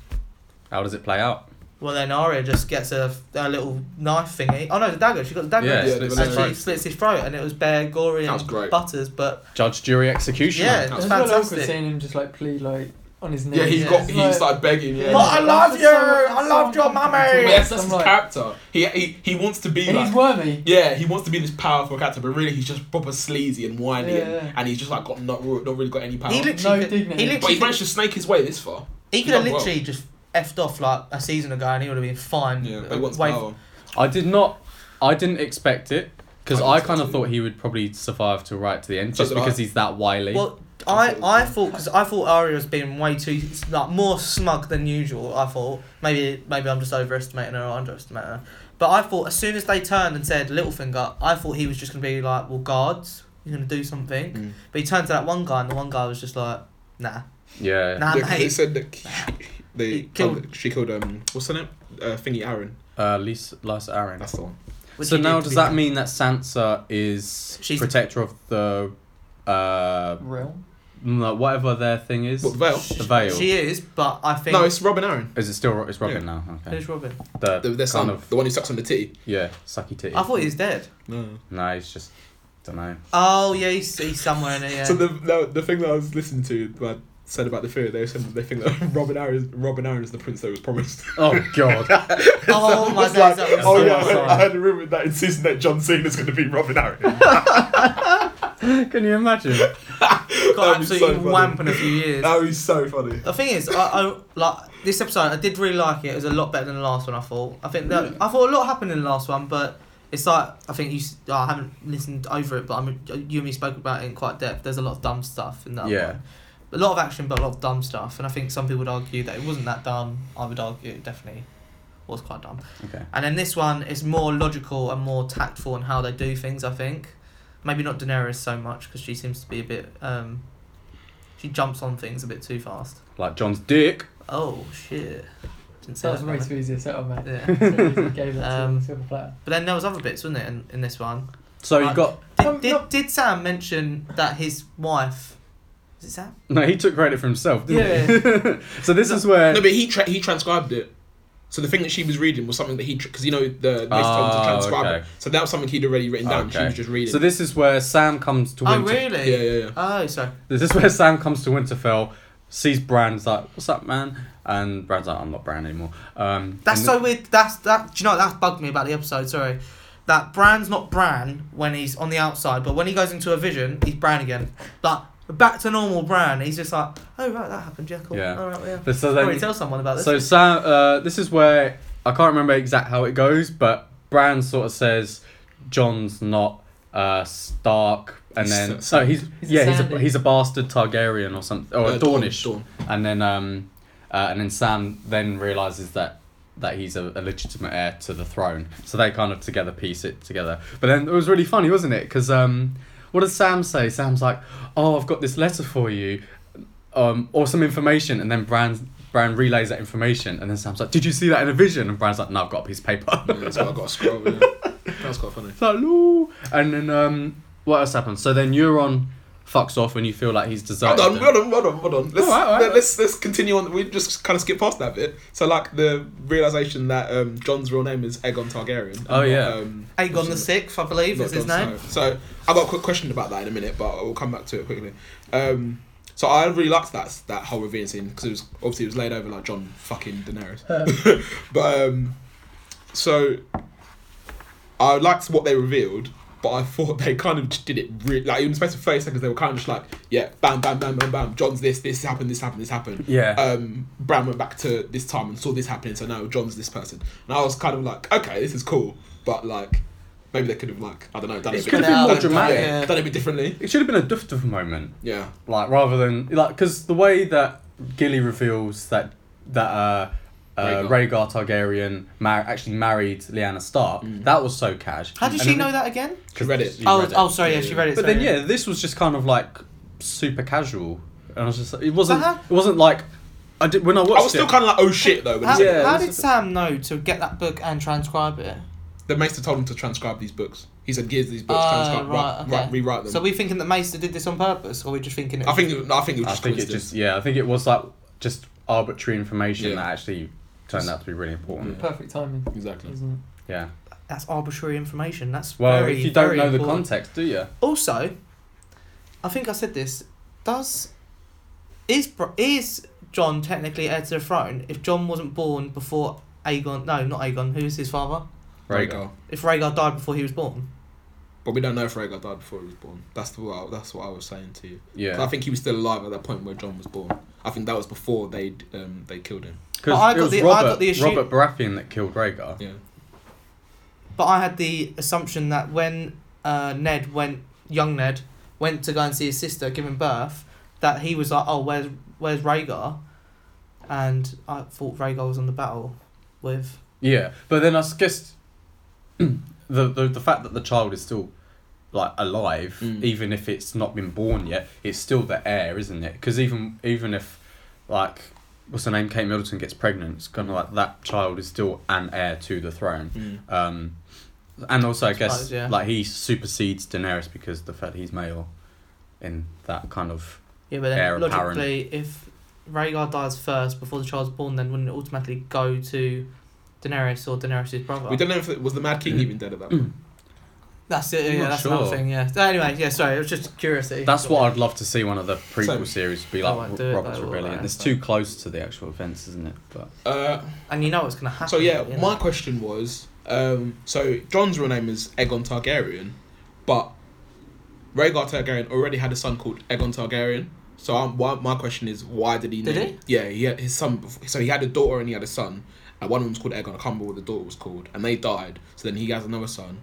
Speaker 1: how does it play out?
Speaker 4: Well, then Arya just gets a, a little knife thingy. Oh no, the dagger. She got the dagger.
Speaker 1: Yeah,
Speaker 3: Yeah,
Speaker 1: it's
Speaker 3: they
Speaker 4: and
Speaker 3: were
Speaker 1: like-
Speaker 4: she slits his throat, and it was bare, gory,
Speaker 3: That was
Speaker 4: and
Speaker 3: great.
Speaker 4: butters. But
Speaker 1: judge, jury, executioner.
Speaker 4: yeah, it
Speaker 3: That
Speaker 4: was
Speaker 2: It's not awkward
Speaker 4: fantastic.
Speaker 2: seeing him just like plead like on his knees.
Speaker 3: Yeah, he
Speaker 4: Yeah.
Speaker 3: got.
Speaker 2: It's
Speaker 3: He
Speaker 2: like-
Speaker 3: started begging. Yeah.
Speaker 2: Yeah.
Speaker 4: But I love
Speaker 2: That's
Speaker 4: you.
Speaker 2: so-
Speaker 4: I loved your
Speaker 3: But
Speaker 4: mummy.
Speaker 3: yes, that's
Speaker 2: I'm
Speaker 3: his
Speaker 2: like-
Speaker 3: character. He, he he wants to be
Speaker 2: And
Speaker 3: like.
Speaker 2: he's wormy.
Speaker 3: Yeah, he wants to be this powerful character, but really he's just proper sleazy and whiny,
Speaker 2: Yeah,
Speaker 3: and,
Speaker 2: yeah.
Speaker 3: and he's just like got not not really got any power.
Speaker 4: He
Speaker 2: No
Speaker 4: literally, could,
Speaker 2: dignity.
Speaker 4: he
Speaker 2: But
Speaker 3: but
Speaker 4: literally,
Speaker 3: he's
Speaker 4: could,
Speaker 3: managed to snake his way this far.
Speaker 4: he could
Speaker 3: done
Speaker 4: have
Speaker 3: well.
Speaker 4: literally just effed off like a season ago, and he would have been fine.
Speaker 3: Yeah,
Speaker 4: Uh,
Speaker 3: but he wants
Speaker 4: way-
Speaker 3: power.
Speaker 1: I did not. I didn't expect it because
Speaker 3: I
Speaker 1: I,
Speaker 3: didn't
Speaker 1: kind of
Speaker 3: expect it.
Speaker 1: thought he would probably survive to right to the end
Speaker 3: So
Speaker 1: just
Speaker 3: did I.
Speaker 1: because he's that wily.
Speaker 4: Well, I I thought because I thought Arya was being way too like more smug than usual. I thought maybe maybe I'm just overestimating her or underestimating her. But I thought as soon as they turned and said Littlefinger, I thought he was just gonna be like, well, guards, you're gonna do something.
Speaker 3: Mm.
Speaker 4: But he turned to that one guy, and the one guy was just like, nah,
Speaker 1: yeah.
Speaker 4: nah,
Speaker 3: Yeah, 'cause they
Speaker 4: mate.
Speaker 3: said that they
Speaker 4: He killed-
Speaker 3: she killed um what's her name uh, thingy Aaron.
Speaker 1: Uh, Lisa, Lisa Aaron.
Speaker 3: That's the one.
Speaker 4: Which
Speaker 1: So
Speaker 4: he
Speaker 1: now
Speaker 4: did, to
Speaker 1: does
Speaker 4: be
Speaker 1: that
Speaker 4: fair.
Speaker 1: mean that Sansa is
Speaker 4: She's-
Speaker 1: protector of the uh
Speaker 2: Realm.
Speaker 1: no, whatever their thing is?
Speaker 3: What veil?
Speaker 1: The veil.
Speaker 4: She is, but I think
Speaker 3: No, it's Robin Aaron.
Speaker 1: Is it still it's Robin
Speaker 3: Yeah.
Speaker 1: now? Okay.
Speaker 4: who's Robin?
Speaker 1: The,
Speaker 3: The, their
Speaker 1: kind
Speaker 3: son,
Speaker 1: of
Speaker 3: the one who sucks on the titty.
Speaker 1: yeah sucky titty.
Speaker 4: I thought he was dead.
Speaker 3: No.
Speaker 1: No, he's just don't know.
Speaker 4: Oh yeah, he's, he's somewhere in there. Yeah.
Speaker 3: So the, the the thing that I was listening to that I said about the theory, they said they think that Robin Aaron is Robin Aaron is the prince that was promised.
Speaker 1: Oh God.
Speaker 4: oh my
Speaker 3: It's
Speaker 4: days,
Speaker 3: like,
Speaker 4: that was
Speaker 3: oh
Speaker 4: so
Speaker 3: yeah,
Speaker 4: awesome.
Speaker 3: I had a rumor that in season eight John Cena's going to be Robin Aaron.
Speaker 1: Can you imagine?
Speaker 4: got
Speaker 3: That'd be so
Speaker 4: absolutely
Speaker 3: funny.
Speaker 4: whamped in a few years.
Speaker 3: That was so funny.
Speaker 4: The thing is, I, I like this episode. I did really like it. It was a lot better than the last one. I thought. I think that I thought a lot happened in the last one, but it's like I think you. s- I haven't listened over it, but I mean, you and me spoke about it in quite depth. There's a lot of dumb stuff in that.
Speaker 1: Yeah.
Speaker 4: one. A lot of action, but a lot of dumb stuff, and I think some people would argue that it wasn't that dumb. I would argue it definitely was quite dumb.
Speaker 1: Okay.
Speaker 4: And then this one is more logical and more tactful in how they do things, I think. Maybe not Daenerys so much because she seems to be a bit. Um, she jumps on things a bit too fast.
Speaker 1: Like John's dick.
Speaker 4: Oh, shit. Didn't say
Speaker 2: That was
Speaker 4: that,
Speaker 2: way
Speaker 4: did I?
Speaker 2: too easy to settle, mate.
Speaker 4: Yeah.
Speaker 2: So easy, gave it to
Speaker 4: Um,
Speaker 2: the silver platter.
Speaker 4: But then there was other bits, wasn't it, in, in this one?
Speaker 1: So you
Speaker 4: Right.
Speaker 1: got
Speaker 4: Did,
Speaker 2: Um,
Speaker 4: did,
Speaker 2: no-
Speaker 4: did Sam mention that his wife... Is it Sam?
Speaker 1: no. He took credit for himself, didn't he? so this is where.
Speaker 3: No, but he tra- he transcribed it. So the thing that she was reading was something that he because you know the they told him
Speaker 1: Oh,
Speaker 3: to transcribe
Speaker 1: okay.
Speaker 3: it. So that was something he'd already written down. She
Speaker 1: Okay.
Speaker 3: was just reading.
Speaker 1: So this is where Sam comes to
Speaker 4: Oh,
Speaker 1: Winter.
Speaker 4: really?
Speaker 3: yeah, yeah, yeah.
Speaker 4: Oh, sorry.
Speaker 1: This is where Sam comes to Winterfell, sees Bran's like, "What's up, man?" And Bran's like, "I'm not Bran anymore." Um,
Speaker 4: That's
Speaker 1: and
Speaker 4: so weird. That's that. Do you know what? that bugged me about the episode? Sorry, that Bran's not Bran when he's on the outside, but when he goes into a vision, he's Bran again. Like back to normal Bran. He's just like, oh right, that happened. Yeah, cool.
Speaker 1: Yeah.
Speaker 4: All right, yeah.
Speaker 1: But so
Speaker 4: Probably
Speaker 1: then-
Speaker 4: tell someone about this.
Speaker 1: So Sam, uh, this is where I can't remember exact how it goes, but Bran sort of says John's not uh, Stark, and
Speaker 3: He's
Speaker 1: then
Speaker 3: S-
Speaker 1: so he's,
Speaker 2: He's a
Speaker 1: yeah he's a
Speaker 2: Sandy.
Speaker 1: he's a bastard Targaryen or something or
Speaker 3: Uh,
Speaker 1: a
Speaker 3: Dawn-
Speaker 1: Dornish,
Speaker 3: Dawn.
Speaker 1: and then um, uh, and then Sam then realizes that that he's a, a legitimate heir to the throne. So they kind of together piece it together. But then it was really funny, wasn't it? Because um, what does Sam say? Sam's like, "Oh, I've got this letter for you, um, or some information," and then Bran Bran relays that information, and then Sam's like, "Did you see that in a vision?" And Bran's like, "No, I've got a piece of paper."
Speaker 3: Yeah, that's why I got to scroll. Yeah. That was quite funny.
Speaker 1: It's like, "Loo." and then um, what else happens? So then Euron fucks off, and you feel like he's deserted.
Speaker 3: Hold on,
Speaker 1: them.
Speaker 3: hold on, hold on, hold on. Let's,
Speaker 1: All right, all right.
Speaker 3: let, us let's continue on. We just kind of skip past that bit. So like the realization that um, John's real name is Aegon Targaryen.
Speaker 1: Oh,
Speaker 3: and
Speaker 1: yeah.
Speaker 3: not, Um,
Speaker 4: Aegon the Sixth, I believe,
Speaker 3: not
Speaker 4: is his
Speaker 3: Jon
Speaker 4: name.
Speaker 3: Snow. So I got a quick question about that in a minute, but we'll come back to it quickly. Um, so I really liked that that whole reveal scene because it was obviously it was laid over like John fucking Daenerys. But um, so I liked what they revealed, but I thought they kind of just did it really like in the space of thirty seconds they were kind of just like yeah bam bam bam bam bam John's this this happened this happened this happened
Speaker 1: Yeah.
Speaker 3: um, Bran went back to this time and saw this happening, so now John's this person. And I was kind of like, okay, this is cool, but like, maybe they could have like, I don't know, done it.
Speaker 1: It
Speaker 3: a bit
Speaker 1: could have
Speaker 4: been more
Speaker 3: done it-
Speaker 1: dramatic.
Speaker 3: yeah, done it a bit differently.
Speaker 1: It should have been a dufter moment.
Speaker 3: Yeah,
Speaker 1: like rather than like because the way that Gilly reveals that that uh, uh
Speaker 3: Rhaegar.
Speaker 1: Rhaegar Targaryen mar- actually married Lyanna Stark that was so cash.
Speaker 4: Mm. How did she know that again?
Speaker 3: she read it.
Speaker 4: Oh,
Speaker 1: read
Speaker 4: oh, sorry, yeah, she read it.
Speaker 1: But then
Speaker 4: sorry.
Speaker 1: yeah, this was just kind of like super casual, and I was just it wasn't
Speaker 4: how-
Speaker 1: it wasn't like I did when I watched
Speaker 3: I was still
Speaker 1: it.
Speaker 3: kind of like, oh shit, though. When
Speaker 4: How,
Speaker 3: he said
Speaker 1: Yeah,
Speaker 4: how
Speaker 1: this
Speaker 4: did Sam know to get that book and transcribe it?
Speaker 3: it. the Maester told him to transcribe these books. He said, here's these books,
Speaker 4: Oh,
Speaker 3: transcribe,
Speaker 4: right,
Speaker 3: right,
Speaker 4: okay.
Speaker 3: right, rewrite them.
Speaker 4: So we thinking that Maester did this on purpose, or we just thinking? It
Speaker 3: I think, it- I think it was
Speaker 1: I
Speaker 3: just
Speaker 1: think it
Speaker 3: coincidence.
Speaker 1: just yeah I think it was like just arbitrary information
Speaker 3: Yeah.
Speaker 1: that actually turned out to be really important.
Speaker 2: Perfect timing,
Speaker 3: exactly.
Speaker 2: isn't it?
Speaker 1: Yeah.
Speaker 4: that's arbitrary information. That's
Speaker 1: Well,
Speaker 4: very,
Speaker 1: if you don't
Speaker 4: very
Speaker 1: know the
Speaker 4: important.
Speaker 1: context, do you?
Speaker 4: Also, I think I said this. Does is Br- is John technically heir to the throne if John wasn't born before Aegon? No, not Aegon. Who's his father?
Speaker 1: Rhaegar.
Speaker 3: Rhaegar.
Speaker 4: If Rhaegar died before he was born,
Speaker 3: But we don't know if Rhaegar died before he was born. That's the what I, that's what I was saying to you.
Speaker 1: Yeah.
Speaker 3: I think he was still alive at that point where John was born. I think that was before they um, they killed him.
Speaker 1: Because
Speaker 4: But I
Speaker 1: it
Speaker 4: got
Speaker 1: was
Speaker 4: the- I
Speaker 1: Robert,
Speaker 4: got the issue-
Speaker 1: Robert Baratheon that killed Rhaegar.
Speaker 3: Yeah.
Speaker 4: but I had the assumption that when uh, Ned went, young Ned went to go and see his sister giving birth, that he was like, oh, where's where's Rhaegar? And I thought Rhaegar was on the battle with.
Speaker 1: Yeah, but then I s- guess the, the the fact that the child is still like alive,
Speaker 3: Mm.
Speaker 1: even if it's not been born yet, it's still the heir, isn't it? Because even even if like what's her name, Kate Middleton gets pregnant, it's kind of like that child is still an heir to the throne.
Speaker 3: Mm.
Speaker 1: Um, and also, I guess
Speaker 4: suppose, yeah.
Speaker 1: like he supersedes Daenerys because the fact he's male in that kind of
Speaker 4: Yeah, but
Speaker 1: heir
Speaker 4: then
Speaker 1: apparent.
Speaker 4: logically, if Rhaegar dies first before the child's born, then wouldn't it automatically go to Daenerys or Daenerys' brother?
Speaker 3: We don't know if it was the Mad King even dead at that point.
Speaker 4: That's it.
Speaker 1: I'm
Speaker 4: Yeah,
Speaker 1: not
Speaker 4: that's
Speaker 1: sure.
Speaker 4: another thing. Yeah. So anyway, yeah. Sorry, it was just curiosity.
Speaker 1: That's what I'd love to see one of the prequel
Speaker 3: Same.
Speaker 1: series be
Speaker 4: They
Speaker 1: like
Speaker 4: won't
Speaker 1: Ro-
Speaker 4: do it,
Speaker 1: Robert's
Speaker 4: though, will
Speaker 1: Rebellion.
Speaker 4: they?
Speaker 1: It's too close to the actual events, isn't it? But
Speaker 3: Uh,
Speaker 4: And you know what's gonna happen.
Speaker 3: so yeah,
Speaker 4: you know?
Speaker 3: my question was, um, so John's real name is Aegon Targaryen, but Rhaegar Targaryen already had a son called Aegon Targaryen. So um, why, my question is, why did he?
Speaker 4: Did
Speaker 3: name- Yeah, he had his son. bef- So he had a daughter and he had a son. And one of them was called Aegon. I can't remember what the daughter was called. And they died. So then he has another son,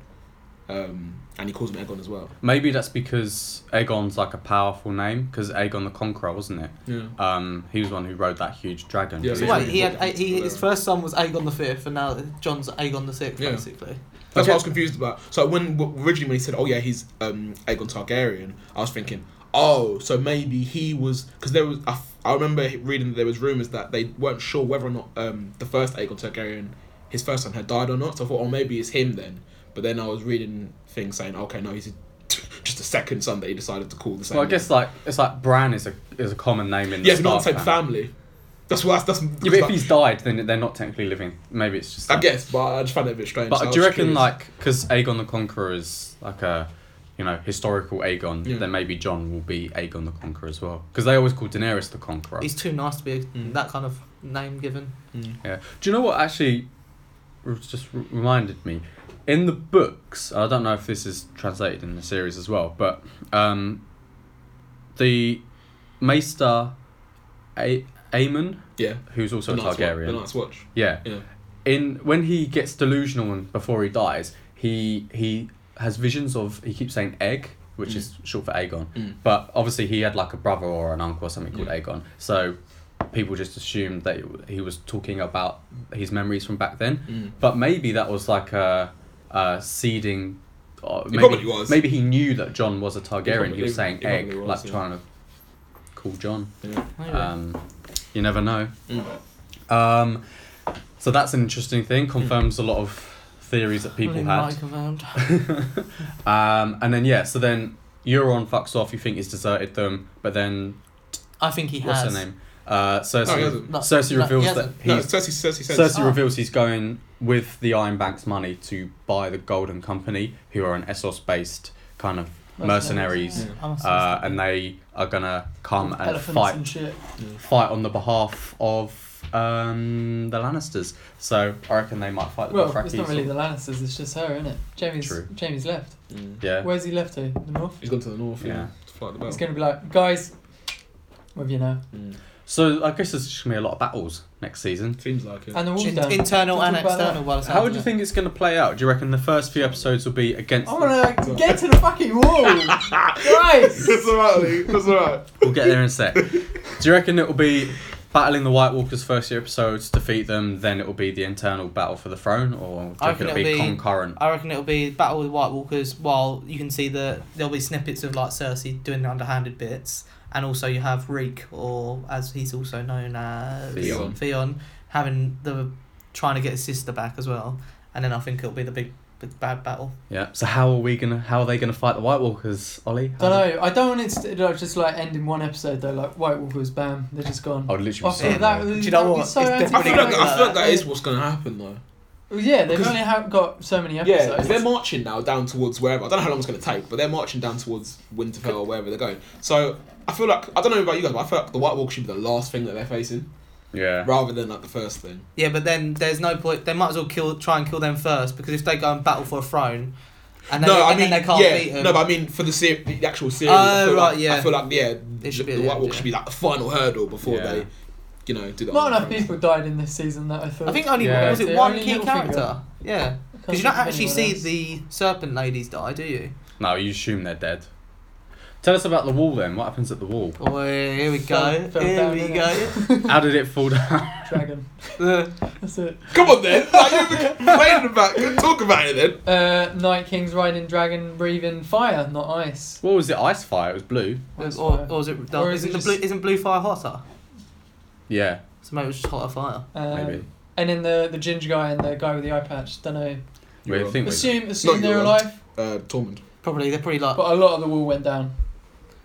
Speaker 3: um, and he calls him Aegon as well.
Speaker 1: Maybe that's because Aegon's like a powerful name because Aegon the Conqueror, wasn't it?
Speaker 3: Yeah.
Speaker 1: Um, he was the one who rode that huge dragon.
Speaker 3: Yeah,
Speaker 1: wasn't
Speaker 4: So
Speaker 1: he?
Speaker 3: yeah.
Speaker 4: wait, he had
Speaker 3: important
Speaker 4: he,
Speaker 3: to
Speaker 4: his
Speaker 3: the-
Speaker 4: first son was Aegon the fifth, and now John's Aegon the sixth,
Speaker 3: Yeah.
Speaker 4: basically.
Speaker 3: That's what I was confused about. So when w- originally when he said, "Oh yeah, he's um, Aegon Targaryen," I was thinking, "Oh, so maybe he was because there was." I, f- I remember reading that there was rumors that they weren't sure whether or not um, the first Aegon Targaryen, his first son, had died or not. So I thought, "Oh, maybe it's him then." But then I was reading things saying, "Okay, no, he's just a second son that he decided to call the same."
Speaker 1: Well, I
Speaker 3: name.
Speaker 1: guess like it's like Bran is a is a common name in.
Speaker 3: yeah,
Speaker 1: the
Speaker 3: but not the
Speaker 1: Stark
Speaker 3: same
Speaker 1: family.
Speaker 3: family. That's what that's. that's
Speaker 1: Yeah, but if
Speaker 3: like-
Speaker 1: he's died, then they're not technically living. Maybe it's just.
Speaker 3: I
Speaker 1: like-
Speaker 3: guess, but I just found it a bit strange. so I
Speaker 1: But
Speaker 3: was
Speaker 1: do you reckon
Speaker 3: curious.
Speaker 1: like because Aegon the Conqueror is like a, you know, historical Aegon,
Speaker 3: Yeah.
Speaker 1: then maybe John will be Aegon the Conqueror as well because they always call Daenerys the Conqueror.
Speaker 4: He's too nice to be
Speaker 1: Hmm.
Speaker 4: that kind of name given.
Speaker 3: Mm.
Speaker 1: Yeah. Do you know what actually r- just r- reminded me? In the books, I don't know if this is translated in the series as well, but um, the Maester A- Aemon,
Speaker 3: yeah,
Speaker 1: who's also
Speaker 3: the
Speaker 1: a
Speaker 3: Night's Watch-
Speaker 1: Targaryen,
Speaker 3: the Night's Watch.
Speaker 1: yeah,
Speaker 3: Yeah.
Speaker 1: in when he gets delusional and before he dies, he he has visions of he keeps saying egg, which
Speaker 3: Mm.
Speaker 1: is short for Aegon.
Speaker 3: Mm.
Speaker 1: But obviously he had like a brother or an uncle or something called
Speaker 3: Yeah.
Speaker 1: Aegon. So people just assumed that he was talking about his memories from back then.
Speaker 3: Mm.
Speaker 1: But maybe that was like a, a seeding. Or
Speaker 3: It
Speaker 1: maybe,
Speaker 3: probably was.
Speaker 1: Maybe he knew that John was a Targaryen.
Speaker 3: probably-
Speaker 1: he was saying
Speaker 3: it
Speaker 1: egg,
Speaker 3: probably was,
Speaker 1: like
Speaker 3: yeah.
Speaker 1: trying to call John.
Speaker 3: Yeah.
Speaker 4: Maybe.
Speaker 1: Um, you never know.
Speaker 3: Mm.
Speaker 1: Um, so that's an interesting thing. Confirms a lot of theories that people
Speaker 4: Really
Speaker 1: had.
Speaker 4: Mike around.
Speaker 1: um, and then yeah, so then Euron fucks off. You think he's deserted them, but then
Speaker 4: I think he
Speaker 1: what's
Speaker 4: has.
Speaker 1: her name? Uh, Cersei.
Speaker 3: No, he Oh. hasn't.
Speaker 4: No,
Speaker 1: Cersei
Speaker 4: no, he
Speaker 1: reveals that
Speaker 4: hasn't.
Speaker 1: he's
Speaker 3: Oh, No, Cersei, Cersei says
Speaker 1: Cersei
Speaker 4: Ah.
Speaker 1: reveals he's going with the Iron Bank's money to buy the Golden Company, who are an Essos based kind of mercenaries,
Speaker 3: yeah.
Speaker 4: I must have
Speaker 1: uh,
Speaker 4: missed
Speaker 1: and
Speaker 4: that.
Speaker 1: they are gonna come and
Speaker 2: Elephants
Speaker 1: fight
Speaker 2: and shit.
Speaker 1: fight on the behalf of um, the Lannisters. So I reckon they might fight the
Speaker 2: Well,
Speaker 1: Bathrakis
Speaker 2: it's not
Speaker 1: or-
Speaker 2: really the Lannisters, it's just her, isn't it? Jamie's
Speaker 1: True.
Speaker 2: Jamie's left.
Speaker 3: Mm.
Speaker 1: yeah.
Speaker 2: Where's he left to? The north?
Speaker 3: He's gone to the north. Yeah.
Speaker 1: Yeah.
Speaker 3: To fight the
Speaker 2: He's gonna
Speaker 3: battle.
Speaker 2: be like, guys, what have you know?
Speaker 3: Mm.
Speaker 1: So I guess there's just gonna be a lot of battles next season.
Speaker 3: Seems like it.
Speaker 2: And the wall's down.
Speaker 4: In- internal
Speaker 2: Talk
Speaker 4: and
Speaker 2: about
Speaker 4: external. While it's
Speaker 1: How do you
Speaker 4: happening.
Speaker 1: think it's gonna play out? Do you reckon the first few episodes will be
Speaker 2: that.
Speaker 1: against?
Speaker 2: I
Speaker 1: them?
Speaker 2: wanna get to the fucking wall! Guys!
Speaker 3: alright, Lee. That's alright.
Speaker 1: We'll get there in a sec. Do you reckon it will be battling the White Walkers first few episodes, defeat them, then it will be the internal battle for the throne, or do
Speaker 4: I
Speaker 1: you reckon it'll
Speaker 4: reckon
Speaker 1: be,
Speaker 4: it'll be-
Speaker 1: concurrent?
Speaker 4: I reckon it'll be battle with White Walkers. While you can see the there'll be snippets of like Cersei doing the underhanded bits, and also you have Reek, or as he's also known as
Speaker 1: Theon.
Speaker 4: Theon, having the trying to get his sister back as well, and then I think it'll be the big, big bad battle.
Speaker 1: Yeah. So how are we gonna? How are they gonna fight the White Walkers, Ollie? How
Speaker 2: Don't
Speaker 1: do-
Speaker 2: know. I don't want it to like, just like end in one episode though. Like White Walkers, bam, they're just gone.
Speaker 1: I would literally. be
Speaker 4: Oh, yeah,
Speaker 1: so
Speaker 2: that
Speaker 1: annoyed.
Speaker 2: was-
Speaker 4: Do you know
Speaker 2: that would be
Speaker 4: what?
Speaker 2: so
Speaker 4: It's
Speaker 3: I
Speaker 4: definitely
Speaker 3: feel
Speaker 4: Pretty
Speaker 3: like
Speaker 4: good.
Speaker 3: I feel like that is
Speaker 2: anti-
Speaker 3: what's gonna happen though.
Speaker 2: Well, Yeah, they've
Speaker 3: Because-
Speaker 2: only have got so many
Speaker 3: Yeah,
Speaker 2: episodes.
Speaker 3: 'cause they're marching now down towards wherever. I don't know how long it's gonna take, but they're marching down towards Winterfell or wherever they're going. So I feel like I don't know about you guys, but I feel like the White Walk should be the last thing that they're facing,
Speaker 1: Yeah.
Speaker 3: rather than like the first thing.
Speaker 4: Yeah, but then there's no point. They might as well kill, try and kill them first because if they go and battle for a throne, and then,
Speaker 3: no,
Speaker 4: they,
Speaker 3: I
Speaker 4: and
Speaker 3: mean,
Speaker 4: then they can't
Speaker 3: yeah,
Speaker 4: beat them.
Speaker 3: no, but I mean for the ser- the actual series. I
Speaker 4: Oh,
Speaker 3: feel
Speaker 4: right,
Speaker 3: like, I
Speaker 4: yeah.
Speaker 3: feel like yeah, the,
Speaker 4: It should be
Speaker 3: the
Speaker 4: the
Speaker 3: White
Speaker 4: end,
Speaker 3: Walk
Speaker 4: yeah.
Speaker 3: should be like the final hurdle before
Speaker 1: Yeah.
Speaker 3: they, you know, do that.
Speaker 2: Not enough people died in this season that I thought.
Speaker 4: I think only
Speaker 1: Yeah.
Speaker 4: was it
Speaker 2: Yeah,
Speaker 4: one
Speaker 2: only
Speaker 4: key
Speaker 2: Littlefinger.
Speaker 4: character. Yeah.
Speaker 2: I can't
Speaker 4: Because
Speaker 2: think
Speaker 4: you don't
Speaker 2: of
Speaker 4: actually
Speaker 2: anyone
Speaker 4: see
Speaker 2: else.
Speaker 4: the serpent ladies die, do you?
Speaker 1: No, you assume they're dead. Tell us about the wall then. What happens at the wall?
Speaker 4: Oh, here we
Speaker 2: Fell-
Speaker 4: go.
Speaker 2: fell
Speaker 4: here
Speaker 2: down,
Speaker 4: we
Speaker 2: didn't
Speaker 4: go.
Speaker 1: How did it fall down?
Speaker 2: dragon.
Speaker 4: The-
Speaker 2: That's it.
Speaker 3: Come on then, like, you've been complaining about. Talk about it then.
Speaker 2: Uh, Night King's riding dragon, breathing fire, not ice.
Speaker 1: What was it? Ice fire. It was blue.
Speaker 2: That's
Speaker 4: or,
Speaker 2: fire.
Speaker 4: or is it?
Speaker 2: Or is
Speaker 4: isn't
Speaker 2: it
Speaker 4: the
Speaker 2: just-
Speaker 4: blue? Isn't blue fire hotter?
Speaker 1: Yeah.
Speaker 4: So maybe it's just hotter fire.
Speaker 2: Um,
Speaker 1: Maybe.
Speaker 2: And then the the ginger guy and the guy with the eye patch. Don't know.
Speaker 1: We
Speaker 3: Euron.
Speaker 1: think we-
Speaker 2: Assume assume
Speaker 3: Not
Speaker 2: they're
Speaker 3: Euron.
Speaker 2: alive,
Speaker 3: Uh, Tormund.
Speaker 4: Probably they're pretty like.
Speaker 2: but a lot of the wall went down.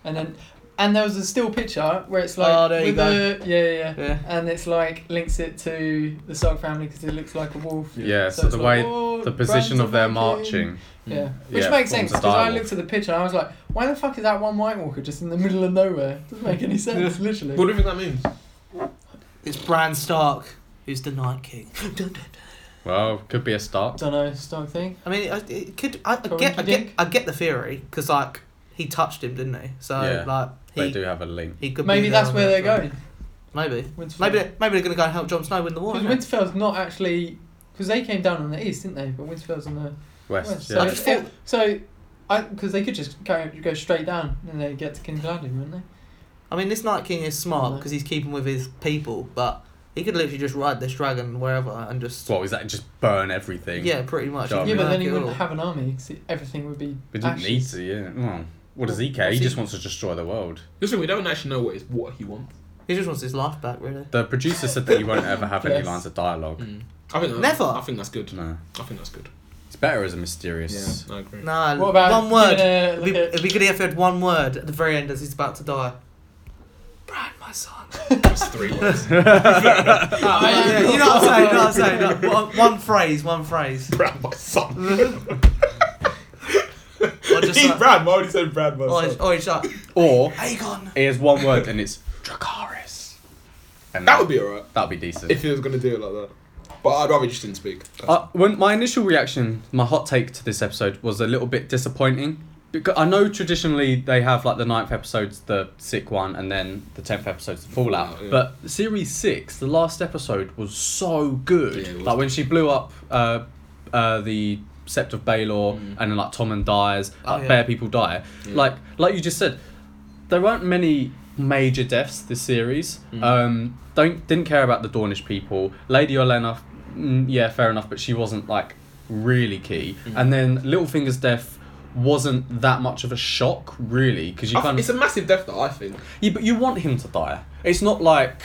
Speaker 2: And then and there was a still picture where it's like
Speaker 4: Oh, there you
Speaker 2: with
Speaker 4: go.
Speaker 2: the yeah yeah. yeah.
Speaker 4: yeah.
Speaker 2: And it's like links it to the Stark family because it looks like a wolf.
Speaker 1: yeah.
Speaker 2: So
Speaker 1: so
Speaker 2: it's
Speaker 1: the
Speaker 2: like,
Speaker 1: way,
Speaker 2: "Oh,
Speaker 1: the position
Speaker 2: Bran's a
Speaker 1: of their
Speaker 2: Viking."
Speaker 1: marching.
Speaker 2: Yeah,
Speaker 1: Mm.
Speaker 2: which
Speaker 1: Yeah, forms
Speaker 2: makes sense
Speaker 1: a
Speaker 2: because I
Speaker 1: dialogue.
Speaker 2: looked at the picture and I was like, why the fuck is that one White Walker just in the middle of nowhere? Doesn't make any sense, literally.
Speaker 3: What do you think that means?
Speaker 4: It's Bran Stark who's the Night King.
Speaker 1: Well, could be a start.
Speaker 2: Don't know, Stark thing.
Speaker 4: I mean, it, it could. I, I get. I
Speaker 2: Coinkydink.
Speaker 4: get. I get the theory because like he touched him, didn't he? So
Speaker 1: Yeah,
Speaker 4: like
Speaker 1: They
Speaker 4: he,
Speaker 1: do have a link.
Speaker 4: he could be
Speaker 2: Maybe
Speaker 4: there
Speaker 2: that's
Speaker 4: on
Speaker 2: where
Speaker 4: the
Speaker 2: they're
Speaker 4: outside.
Speaker 2: going.
Speaker 4: Maybe
Speaker 2: Winterfell.
Speaker 4: maybe they're, maybe they're gonna go and help Jon Snow win the war.
Speaker 2: Because
Speaker 4: isn't it?
Speaker 2: Winterfell's not actually because they came down on the east, didn't they? But Winterfell's on the
Speaker 1: West.
Speaker 2: west.
Speaker 1: yeah.
Speaker 4: I just
Speaker 2: So,
Speaker 4: thought-
Speaker 2: so I because they could just carry, go straight down and they get to King's Landing, wouldn't they?
Speaker 4: I mean, this Night King is
Speaker 2: Mhm.
Speaker 4: smart because he's keeping with his people, but he could literally just ride this dragon wherever and just.
Speaker 1: What was that? Just burn everything.
Speaker 4: Yeah, pretty much.
Speaker 3: Oh,
Speaker 1: Yeah, I
Speaker 2: yeah,
Speaker 1: mean,
Speaker 2: but then he
Speaker 4: It
Speaker 2: wouldn't
Speaker 4: all.
Speaker 2: have an army because everything would be.
Speaker 1: But you
Speaker 2: ashes.
Speaker 1: need to, yeah. Well, what does he care? He just wants to destroy the world.
Speaker 3: Listen, we don't actually know what is what he wants.
Speaker 4: He just wants his life back, really.
Speaker 1: The producer said that he won't ever have any
Speaker 2: Yes.
Speaker 1: lines of dialogue.
Speaker 3: Mm. I think that-
Speaker 4: Hmm. Never.
Speaker 3: I think that's good.
Speaker 1: No.
Speaker 3: I think that's good.
Speaker 1: It's better as a mysterious.
Speaker 3: I agree.
Speaker 4: No,
Speaker 2: What about
Speaker 4: one word.
Speaker 2: giving a-
Speaker 4: It'd be, it'd be good if he had one word at the very end as he's about to die. Brian, my son.
Speaker 3: That's three words.
Speaker 2: Ah, I-
Speaker 4: Yeah, you know what I'm saying? You know what I'm saying? No, one, one phrase, one phrase.
Speaker 3: Brad, my son.
Speaker 4: Or just
Speaker 3: He's
Speaker 4: like-
Speaker 3: Brad. I already said Brad, my
Speaker 4: Or
Speaker 3: son.
Speaker 4: he's, or he's like,
Speaker 1: Or
Speaker 4: Aegon.
Speaker 1: he has one word and it's Dracaris. And
Speaker 3: That would be alright
Speaker 1: that'd be decent.
Speaker 3: if he was gonna do it like that. But I'd rather he just didn't speak.
Speaker 1: Uh, when my initial reaction, my hot take to this episode was a little bit disappointing. Because I know traditionally they have like the ninth episode's the sick one, and then the tenth episode's the fallout.
Speaker 3: Fallout, yeah.
Speaker 1: But series six, the last episode was so good.
Speaker 3: Yeah, it was.
Speaker 1: like when she blew up uh, uh, the Sept of Baelor,
Speaker 3: Mm.
Speaker 1: and then like Tommen dies,
Speaker 4: Oh,
Speaker 1: like
Speaker 4: yeah.
Speaker 1: bare people die.
Speaker 3: Yeah.
Speaker 1: Like like you just said, there weren't many major deaths this series.
Speaker 3: Mm.
Speaker 1: Um, don't didn't care about the Dornish people. Lady Olenna, mm, yeah, fair enough, but she wasn't like really key.
Speaker 3: Mm.
Speaker 1: And then Littlefinger's death wasn't that much of a shock, really, because you
Speaker 3: I
Speaker 1: kind
Speaker 3: th- it's
Speaker 1: of
Speaker 3: a massive death, though. I think.
Speaker 1: yeah, but you want him to die. It's not like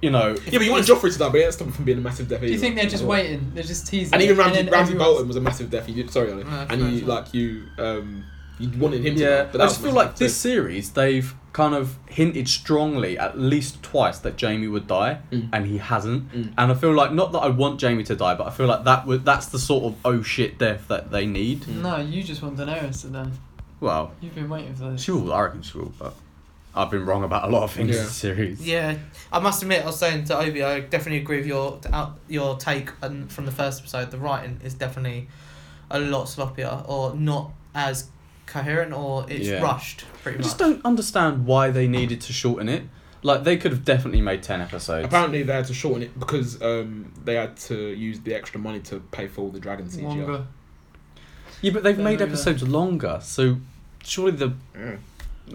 Speaker 1: you know.
Speaker 3: Yeah, but you want Joffrey to die, but it doesn't from being a massive death.
Speaker 2: Do you think they're just waiting? They're just teasing.
Speaker 3: And even
Speaker 2: it,
Speaker 3: Ramsey,
Speaker 2: then
Speaker 3: Ramsey
Speaker 2: everyone's-
Speaker 3: Bolton was a massive death. You did, sorry, Ollie.
Speaker 4: Yeah,
Speaker 3: and you
Speaker 4: that's right.
Speaker 3: like you um you wanted him to.
Speaker 1: Yeah,
Speaker 3: die,
Speaker 1: but
Speaker 3: that
Speaker 1: I
Speaker 3: was
Speaker 1: just
Speaker 3: a
Speaker 1: feel
Speaker 3: massive
Speaker 1: like
Speaker 3: death
Speaker 1: this
Speaker 3: too.
Speaker 1: series they've kind of hinted strongly at least twice that Jamie would die,
Speaker 3: Mm.
Speaker 1: and he hasn't.
Speaker 3: Mm.
Speaker 1: And I feel like not that I want Jamie to die, but I feel like that would that's the sort of oh shit death that they
Speaker 3: Mm.
Speaker 1: need.
Speaker 2: Hmm. No, you just want Daenerys to die.
Speaker 1: Well,
Speaker 2: You've been waiting for this.
Speaker 1: she will. I reckon she will, but I've been wrong about a lot of things in
Speaker 3: Yeah.
Speaker 1: this series.
Speaker 4: Yeah, I must admit, I was saying to Obi, I definitely agree with your out- your take and from the first episode. The writing is definitely a lot sloppier or not as coherent or it's
Speaker 1: Yeah.
Speaker 4: rushed pretty
Speaker 1: I
Speaker 4: much.
Speaker 1: just don't understand why they needed to shorten it. Like they could have definitely made ten episodes.
Speaker 3: Apparently they had to shorten it because um, they had to use the extra money to pay for all the dragon CGI.
Speaker 2: Wonga.
Speaker 1: yeah, but they've
Speaker 2: Don't
Speaker 1: made
Speaker 2: know that.
Speaker 1: episodes longer, so surely the
Speaker 3: Mm.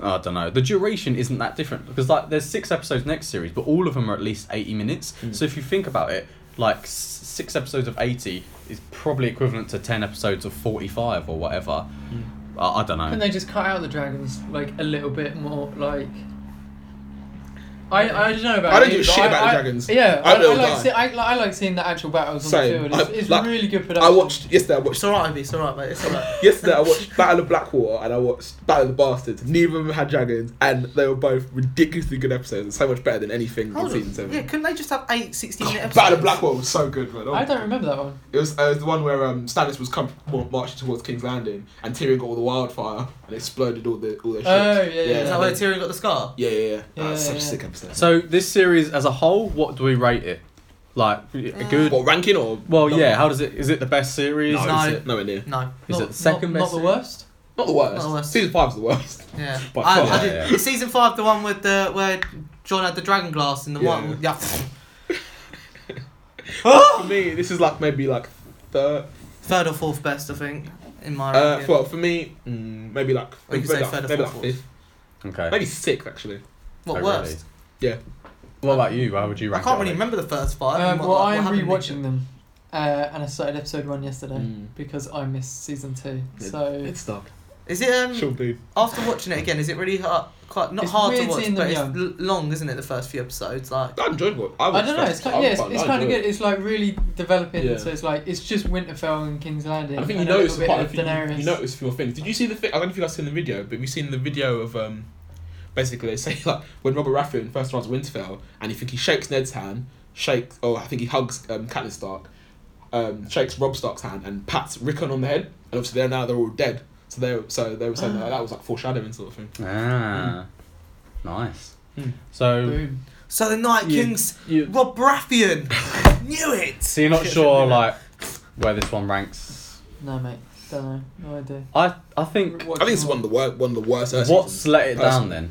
Speaker 1: I don't know. The duration isn't that different because like there's six episodes next series, but all of them are at least eighty minutes.
Speaker 3: Mm.
Speaker 1: So if you think about it, like s- six episodes of eighty is probably equivalent to ten episodes of forty-five or whatever. I, I don't know.
Speaker 2: Couldn't they just cut out the dragons like a little bit more? Like, I, I don't know about.
Speaker 3: I don't
Speaker 2: you,
Speaker 3: give a
Speaker 2: but
Speaker 3: shit
Speaker 2: I-
Speaker 3: about the
Speaker 2: I-
Speaker 3: dragons.
Speaker 2: Yeah,
Speaker 3: I
Speaker 2: I, I,
Speaker 3: will
Speaker 2: like
Speaker 3: die.
Speaker 2: see, I, like- I like seeing the actual battles on
Speaker 3: Same.
Speaker 2: the field. It's,
Speaker 3: I-
Speaker 2: it's
Speaker 3: like,
Speaker 2: really good production.
Speaker 3: I watched yesterday. I watched
Speaker 4: It's alright, Obi. It's alright, mate. It's alright.
Speaker 3: yesterday. I watched Battle of Blackwater and I watched Battle of the Bastards. Neither of them had dragons, and they were both ridiculously good episodes. and So much better than anything in
Speaker 4: Hold
Speaker 3: season
Speaker 4: on.
Speaker 3: seven.
Speaker 4: Yeah, couldn't they just have eight 16 minute episodes?
Speaker 3: Battle of Blackwater was so good, man.
Speaker 2: I don't remember that one.
Speaker 3: It was, uh, it was the one where um, Stannis was come, well, marching towards King's Landing, and Tyrion got all the wildfire and exploded all the all their ships.
Speaker 2: Oh, yeah, yeah,
Speaker 4: Is
Speaker 2: yeah.
Speaker 4: that where Tyrion got the scar?
Speaker 3: yeah, yeah, yeah.
Speaker 2: Yeah,
Speaker 3: That's
Speaker 2: yeah,
Speaker 3: such a
Speaker 2: yeah.
Speaker 3: sick episode.
Speaker 1: So this series as a whole, what do we rate it? Like a good.
Speaker 3: what ranking or?
Speaker 1: Well, yeah. How does it? Is it the best series?
Speaker 3: No,
Speaker 4: No.
Speaker 3: it's- nowhere near.
Speaker 4: No.
Speaker 1: Is
Speaker 2: not,
Speaker 1: it the second
Speaker 2: not,
Speaker 1: best?
Speaker 2: Not the
Speaker 1: series?
Speaker 2: worst.
Speaker 3: Not the worst.
Speaker 4: Not the worst.
Speaker 3: Season five's the worst.
Speaker 4: Yeah.
Speaker 3: By
Speaker 4: I,
Speaker 3: far.
Speaker 4: I did,
Speaker 1: Yeah.
Speaker 4: Season 5, the one with the where John had the dragon glass and the
Speaker 3: Yeah.
Speaker 4: one. Yeah.
Speaker 3: For me, this is like maybe like third.
Speaker 4: Third or fourth best, I think, in my
Speaker 3: Uh,
Speaker 4: opinion.
Speaker 3: well, for me, mm, maybe like
Speaker 4: Or you could
Speaker 3: maybe
Speaker 4: say
Speaker 3: like,
Speaker 4: third or
Speaker 3: maybe
Speaker 4: fourth
Speaker 3: like
Speaker 4: or-
Speaker 3: fifth,
Speaker 1: Okay.
Speaker 3: maybe sixth actually.
Speaker 4: what
Speaker 1: Oh,
Speaker 4: worst?
Speaker 1: really?
Speaker 3: Yeah.
Speaker 1: What about you? How would you
Speaker 4: I
Speaker 1: rank?
Speaker 4: can't
Speaker 1: it,
Speaker 4: really
Speaker 1: Ollie?
Speaker 4: remember the first five.
Speaker 2: Um,
Speaker 4: and what-
Speaker 2: well, I
Speaker 4: what
Speaker 2: am
Speaker 4: happened in each.
Speaker 2: rewatching them, uh, and I started episode one yesterday
Speaker 3: Mm.
Speaker 2: because I missed season two.
Speaker 3: Yeah.
Speaker 2: So
Speaker 3: It's dark.
Speaker 4: Is it um,
Speaker 3: Should be.
Speaker 4: after watching it again? Is it really hard, quite not
Speaker 2: It's
Speaker 4: hard to
Speaker 2: weird
Speaker 4: watch,
Speaker 2: seeing
Speaker 4: but
Speaker 2: them
Speaker 4: it's
Speaker 2: young.
Speaker 4: l- long, isn't it? The first few episodes, like
Speaker 3: I enjoyed what I,
Speaker 2: I
Speaker 3: watched
Speaker 2: don't know.
Speaker 3: that.
Speaker 2: It's kind,
Speaker 3: I
Speaker 2: yeah, it's,
Speaker 3: quite-
Speaker 2: it's
Speaker 3: I
Speaker 2: kind of
Speaker 3: enjoyed
Speaker 2: good. It's like really developing.
Speaker 3: Yeah.
Speaker 2: So it's like it's just Winterfell and King's Landing.
Speaker 3: I think you
Speaker 2: and a little
Speaker 3: noticed
Speaker 2: bit
Speaker 3: quite a
Speaker 2: of
Speaker 3: few.
Speaker 2: Daenerys.
Speaker 3: You noticed a few things. Did you see the thing? I don't know if you guys seen the video, but have you seen the video of um, basically they say like when Robert Rathbone first arrives at Winterfell, and you think he shakes Ned's hand, shakes, oh I think he hugs um, Catelyn Stark, um, shakes Rob Stark's hand, and pats Rickon on the head, and obviously they're now they're all dead. So they so they were saying that, that was like foreshadowing sort of thing.
Speaker 1: Ah, nice.
Speaker 3: Mm.
Speaker 1: So,
Speaker 2: Boom.
Speaker 4: so the Night
Speaker 1: Yeah.
Speaker 4: Kings.
Speaker 1: you,
Speaker 4: Rob Baratheon knew it.
Speaker 1: so you're not
Speaker 4: Shit,
Speaker 1: sure
Speaker 4: shouldn't we know?
Speaker 1: like where this one ranks.
Speaker 2: No, mate. Don't know. No idea.
Speaker 1: I I think
Speaker 3: I think it's one of the worst. One of the worst. Earth
Speaker 1: what's
Speaker 3: seasons.
Speaker 1: let it down
Speaker 3: personally.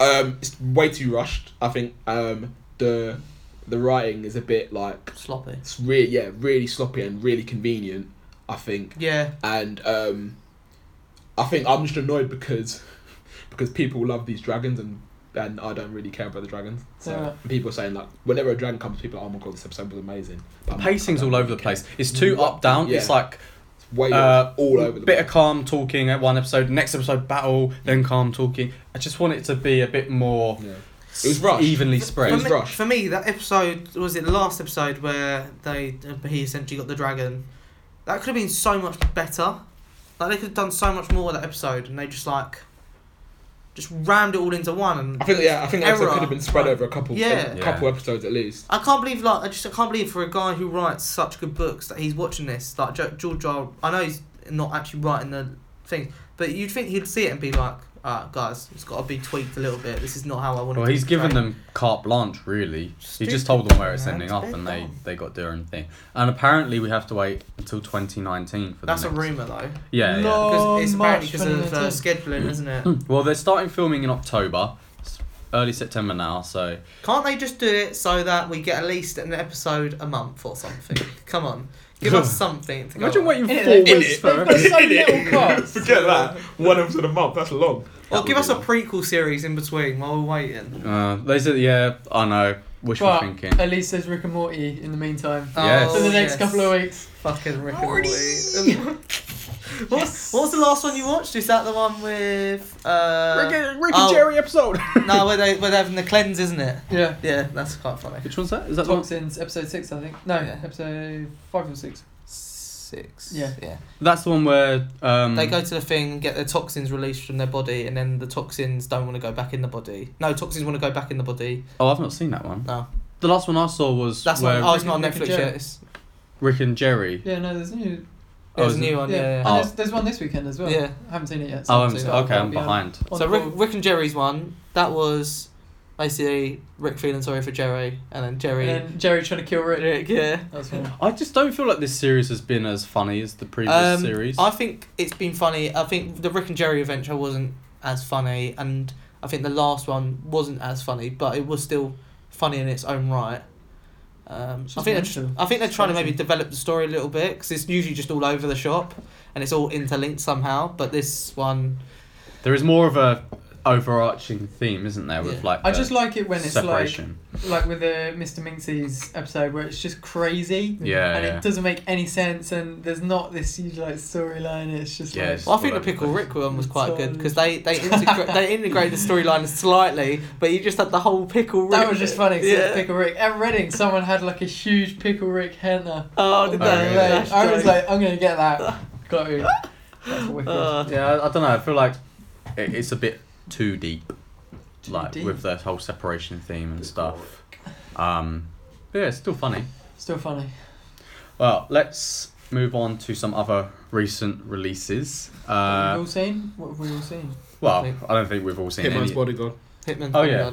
Speaker 1: then?
Speaker 3: Um, it's way too rushed. I think um the the writing is a bit like
Speaker 4: Sloppy.
Speaker 3: it's really yeah really sloppy and really convenient. I think
Speaker 4: Yeah.
Speaker 3: and um, I think I'm just annoyed because because people love these dragons and and I don't really care about the dragons. So
Speaker 2: Yeah.
Speaker 3: and people are saying like whenever a dragon comes, people are like, oh my god, this episode was amazing.
Speaker 1: The
Speaker 3: I'm-
Speaker 1: pacing's
Speaker 3: I don't
Speaker 1: all over the
Speaker 3: really care.
Speaker 1: place. It's too up down. It's
Speaker 3: Mm. Yeah.
Speaker 1: like
Speaker 3: It's way
Speaker 1: uh,
Speaker 3: all over the
Speaker 1: bit
Speaker 3: place.
Speaker 1: of calm talking at one episode, next episode battle, then calm talking. I just want it to be a bit more
Speaker 3: yeah. It was rushed.
Speaker 1: evenly
Speaker 4: For
Speaker 1: spread.
Speaker 3: was
Speaker 4: me,
Speaker 3: rushed.
Speaker 4: for me, that episode was it the last episode where they he essentially got the dragon. That could have been so much better. Like they could have done so much more with that episode, and they just like just rammed it all into one. And
Speaker 3: I think yeah, I think that episode
Speaker 4: Error.
Speaker 3: could have been spread over a couple
Speaker 4: Yeah.
Speaker 3: a couple episodes at least.
Speaker 4: I can't believe like I just I can't believe for a guy who writes such good books that he's watching this. Like Jo- George R. R- I know he's not actually writing the things, but you'd think he'd see it and be like, "Ah, guys, it's got to be tweaked a little bit. This is not how I want
Speaker 1: Well,
Speaker 4: to."
Speaker 1: he's given them carte blanche, really. He
Speaker 4: Stupid,
Speaker 1: just told them where it's
Speaker 4: man.
Speaker 1: ending
Speaker 4: It's
Speaker 1: up,
Speaker 4: big
Speaker 1: and they,
Speaker 4: dumb.
Speaker 1: they got their own thing. And apparently, we have to wait until 2019 for the
Speaker 4: That's a
Speaker 1: next-
Speaker 4: rumor though.
Speaker 1: Yeah, yeah.
Speaker 2: No.
Speaker 4: Because it's
Speaker 2: Oh,
Speaker 4: apparently
Speaker 2: March
Speaker 4: because of uh,
Speaker 2: 2019.
Speaker 4: scheduling, isn't it?
Speaker 1: Well, they're starting filming in October, It's early September now. So
Speaker 4: Can't they just do it so that we get at least an episode a month or something? Come on, give us something. To go
Speaker 1: imagine
Speaker 4: on.
Speaker 1: waiting
Speaker 2: In it,
Speaker 1: four
Speaker 2: they've got-
Speaker 1: weeks
Speaker 2: they've
Speaker 1: for.
Speaker 2: got so little cuts.
Speaker 3: One episode a month. That's long.
Speaker 4: Or
Speaker 1: That
Speaker 4: give
Speaker 1: would
Speaker 4: us
Speaker 1: be
Speaker 4: a
Speaker 1: nice.
Speaker 4: prequel series in between while we're waiting.
Speaker 1: Uh, they said, yeah, I know. Wishful
Speaker 2: But
Speaker 1: thinking.
Speaker 2: at least there's Rick and Morty in the meantime.
Speaker 1: Yes.
Speaker 2: For the
Speaker 4: Oh,
Speaker 2: next
Speaker 4: yes.
Speaker 2: couple of weeks.
Speaker 4: Fucking Rick and Morty. Um, What, what was the last one you watched? Is that the one with uh?
Speaker 1: and,
Speaker 4: oh.
Speaker 1: episode.
Speaker 4: no, where they where they're having the cleanse, isn't it?
Speaker 2: Yeah.
Speaker 4: Yeah, that's quite funny.
Speaker 1: Which one's that? Is that the one?
Speaker 2: Toxins, episode six, I think. No,
Speaker 4: Yeah.
Speaker 2: episode five or six.
Speaker 4: Six.
Speaker 2: Yeah.
Speaker 4: yeah.
Speaker 1: That's the one where um,
Speaker 2: Mm.
Speaker 4: They go to the thing and get their toxins released from their body, and then the toxins don't want to go back in the body. No, toxins want to go back in the body.
Speaker 1: Oh, I've not seen that one.
Speaker 4: No.
Speaker 1: The last one I saw was
Speaker 4: That's
Speaker 1: where
Speaker 4: not. Oh, it's not on
Speaker 2: Rick and
Speaker 4: Netflix
Speaker 2: Jerry.
Speaker 4: yet. It's,
Speaker 1: Rick and Jerry.
Speaker 2: oh. Yeah, no, there's new.
Speaker 1: Oh,
Speaker 4: it's
Speaker 1: is
Speaker 4: a
Speaker 1: it?
Speaker 4: new one.
Speaker 2: yeah.
Speaker 4: Yeah.
Speaker 2: And
Speaker 1: Oh.
Speaker 2: there's, there's one this weekend as well.
Speaker 4: Yeah.
Speaker 2: I haven't seen it yet.
Speaker 1: Oh, I'm
Speaker 2: so-
Speaker 1: s-
Speaker 2: so
Speaker 1: okay.
Speaker 2: I'll
Speaker 1: I'm
Speaker 2: be on-
Speaker 1: behind.
Speaker 2: on
Speaker 4: So
Speaker 2: the
Speaker 4: Rick,
Speaker 2: ball.
Speaker 4: Rick and Jerry's one. That was basically Rick feeling sorry for Jerry, and then Jerry.
Speaker 2: And then Jerry trying to kill Rick.
Speaker 4: Rick, yeah.
Speaker 2: That's one.
Speaker 1: I just don't feel like this series has been as funny as the previous
Speaker 4: Um,
Speaker 1: series.
Speaker 4: I think it's been funny. I think the Rick and Jerry adventure wasn't as funny, and I think the last one wasn't as funny, but it was still funny in its own right. Um,
Speaker 2: It's just
Speaker 4: I think they're, tr-
Speaker 2: mental.
Speaker 4: I think they're
Speaker 2: It's
Speaker 4: trying to maybe
Speaker 2: crazy.
Speaker 4: develop the story a little bit because it's usually just all over the shop and it's all interlinked somehow. But this one,
Speaker 1: There is more of a overarching theme, isn't there? With
Speaker 4: Yeah.
Speaker 1: like
Speaker 2: I
Speaker 1: the
Speaker 2: just like it when it's like
Speaker 1: separation.
Speaker 2: like with the Mr. Minxie's episode where it's just crazy
Speaker 1: yeah,
Speaker 2: Mm-hmm. and
Speaker 1: yeah.
Speaker 2: it doesn't make any sense and there's not this huge like storyline. It's just
Speaker 1: Yeah, it's-
Speaker 2: like
Speaker 4: well, I think the
Speaker 1: all over the
Speaker 4: pickle
Speaker 1: place.
Speaker 4: Rick one was
Speaker 2: It's
Speaker 4: quite
Speaker 2: all
Speaker 4: good
Speaker 2: over
Speaker 4: because
Speaker 2: the-
Speaker 4: they they integra- they integrate the storyline slightly, but you just had the whole pickle Rick.
Speaker 2: that was just funny. 'cause it was
Speaker 4: Yeah.
Speaker 2: Pickle Rick at Reading, someone had like a huge Pickle Rick henna.
Speaker 4: Oh, did
Speaker 1: Oh,
Speaker 4: they?
Speaker 1: really?
Speaker 4: That's
Speaker 2: I was
Speaker 4: great.
Speaker 2: like, I'm gonna get that. Got you. That's wicked.
Speaker 4: Uh,
Speaker 1: Yeah, I, I don't know. I feel like it, it's a bit too deep,
Speaker 2: Too
Speaker 1: like
Speaker 2: deep.
Speaker 1: with the whole separation theme and stuff. Um, but yeah, it's still funny.
Speaker 2: Still funny.
Speaker 1: Well, let's move on to some other recent releases.
Speaker 2: What have we
Speaker 1: Uh,
Speaker 2: all seen? What have we all seen?
Speaker 1: well, I don't think we've all seen
Speaker 3: Hitman's
Speaker 1: any.
Speaker 3: bodyguard.
Speaker 4: Hitman.
Speaker 1: Oh, yeah.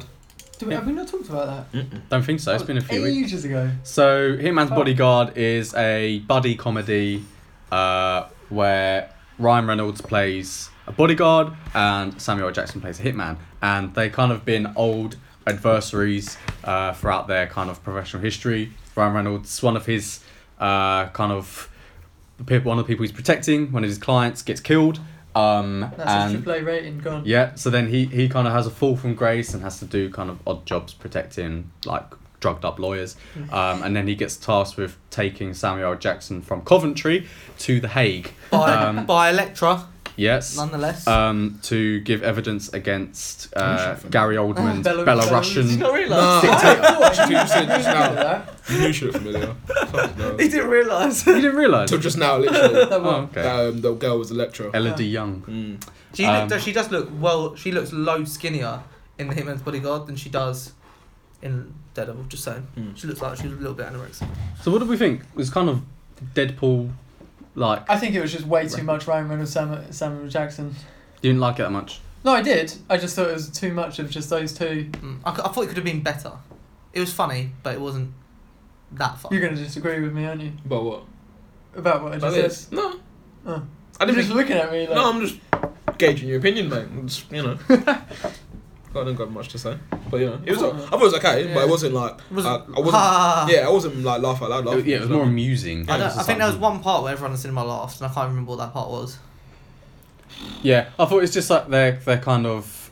Speaker 2: Do we, have we not talked about that?
Speaker 1: Don't think so. It's been a few weeks.
Speaker 2: ages ago.
Speaker 1: So, Hitman's
Speaker 2: Oh.
Speaker 1: Bodyguard is a buddy comedy uh, where Ryan Reynolds plays a bodyguard and Samuel L. Jackson plays a hitman. And they kind of been old adversaries uh, throughout their kind of professional history. Ryan Reynolds, one of his uh, kind of pe- one of the people he's protecting, one of his clients gets killed. Um,
Speaker 2: That's a
Speaker 1: and
Speaker 2: triple A rating gone.
Speaker 1: yeah, so then he, he kind of has a fall from grace and has to do kind of odd jobs protecting like drugged up lawyers.
Speaker 4: Mm.
Speaker 1: Um, and then he gets tasked with taking Samuel L. Jackson from Coventry to The Hague.
Speaker 4: By,
Speaker 1: Um,
Speaker 4: by Electra,
Speaker 1: Yes.
Speaker 4: nonetheless.
Speaker 1: Um, to give evidence against uh,
Speaker 3: Russian.
Speaker 1: Gary Oldman's
Speaker 2: Belarus.
Speaker 4: Did
Speaker 1: Belarusian.
Speaker 4: you not realise?
Speaker 3: No.
Speaker 2: I
Speaker 3: You said just
Speaker 2: remember
Speaker 3: now.
Speaker 2: that.
Speaker 3: You knew she looked familiar. Fucking hell.
Speaker 4: He didn't realise.
Speaker 1: You didn't realise.
Speaker 3: Until just now, literally.
Speaker 2: That
Speaker 1: Oh,
Speaker 2: one.
Speaker 1: okay.
Speaker 3: that, um, the girl was Electra.
Speaker 1: Elodie Young.
Speaker 3: Mm.
Speaker 4: She
Speaker 1: Um,
Speaker 4: look, she does look well. She looks low skinnier in the Hitman's Bodyguard than she does in Daredevil. Just saying,
Speaker 3: Mm.
Speaker 4: she looks like she's a little bit anorexic.
Speaker 1: So what do we think? It was kind of Deadpool. Like
Speaker 2: I think it was just way too much Ryan Reynolds, Sam, Samuel Jackson.
Speaker 1: you didn't like it that much.
Speaker 2: No, I did. I just thought it was too much of just those two.
Speaker 4: Mm. I, c- I thought it could have been better. It was funny, but it wasn't that funny.
Speaker 2: You're gonna disagree with me, aren't you?
Speaker 3: But what?
Speaker 2: About what I
Speaker 3: Like
Speaker 2: just said.
Speaker 3: this? No.
Speaker 2: Uh,
Speaker 3: Oh, I
Speaker 2: you're
Speaker 3: didn't
Speaker 2: just
Speaker 3: think,
Speaker 2: looking at me like.
Speaker 3: No, I'm just gauging your opinion, mate. I'm just, you know. I don't got much to say, but you know, it was. I thought it was okay, but
Speaker 4: Yeah.
Speaker 3: it wasn't like
Speaker 4: It was-
Speaker 3: I, I wasn't.
Speaker 4: Ah.
Speaker 3: Yeah, I wasn't like laugh out loud. Laugh.
Speaker 1: yeah, it was more amusing.
Speaker 4: I,
Speaker 1: It
Speaker 4: don't,
Speaker 1: was
Speaker 4: I
Speaker 1: just
Speaker 4: think
Speaker 1: like-
Speaker 4: there was one part where everyone in the cinema laughed, and I can't remember what that part was.
Speaker 1: Yeah, I thought it's just like their their kind of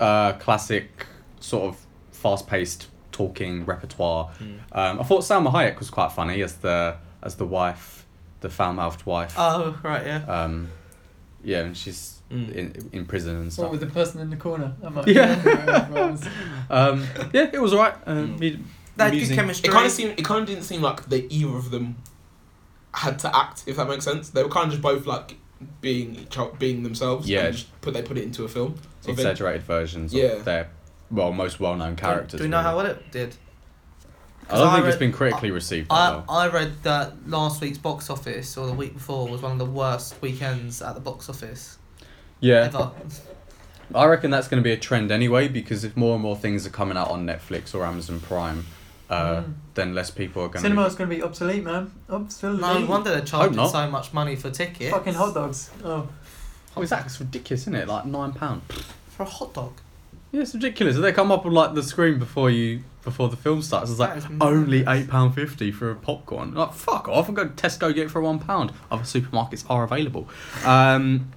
Speaker 1: uh, classic sort of fast paced talking repertoire.
Speaker 3: Hmm.
Speaker 1: Um, I thought Salma Hayek was quite funny as the as the wife, the foul mouthed wife.
Speaker 4: Oh, right, yeah.
Speaker 1: Um, yeah, and she's
Speaker 3: Mm.
Speaker 1: in in prison and
Speaker 2: What
Speaker 1: stuff.
Speaker 2: with the person in the corner? That might
Speaker 1: Yeah.
Speaker 2: yeah.
Speaker 1: Um, yeah, it was alright.
Speaker 3: Hmm.
Speaker 1: Um, it-
Speaker 4: They had good
Speaker 1: amusing.
Speaker 4: chemistry.
Speaker 3: It kind of seemed. It kind of didn't seem like they either of them had to act. If that makes sense, they were kind of just both like being each other, being themselves.
Speaker 1: Yeah.
Speaker 3: And just put they put it into a film. sort of thing.
Speaker 1: exaggerated versions
Speaker 3: Yeah.
Speaker 1: of their well most well known characters.
Speaker 4: Do we know
Speaker 1: really.
Speaker 4: how well it did?
Speaker 1: I don't
Speaker 4: I
Speaker 1: think it's
Speaker 4: read-
Speaker 1: been critically received that
Speaker 4: I,
Speaker 1: well.
Speaker 4: I read that last week's box office, or the week before, was one of the worst weekends at the box office
Speaker 1: Yeah,
Speaker 4: ever.
Speaker 1: I reckon that's going to be a trend anyway because if more and more things are coming out on Netflix or Amazon Prime, uh,
Speaker 2: Mm.
Speaker 1: then less people are going to.
Speaker 2: Cinema's gonna be obsolete, man. Obsolete.
Speaker 4: No wonder they're charging
Speaker 1: not.
Speaker 4: so much money for tickets.
Speaker 2: Fucking hot dogs. Oh,
Speaker 1: Oh, is that it's ridiculous, isn't it? Like nine pound.
Speaker 4: For a hot dog.
Speaker 1: Yeah, it's ridiculous. They come up on like the screen before you before the film starts. It's
Speaker 4: That
Speaker 1: like
Speaker 4: is
Speaker 1: only
Speaker 4: madness.
Speaker 1: eight pound fifty for a popcorn. Like fuck off! I'll go to Tesco get it for one pound. Other supermarkets are available. Um,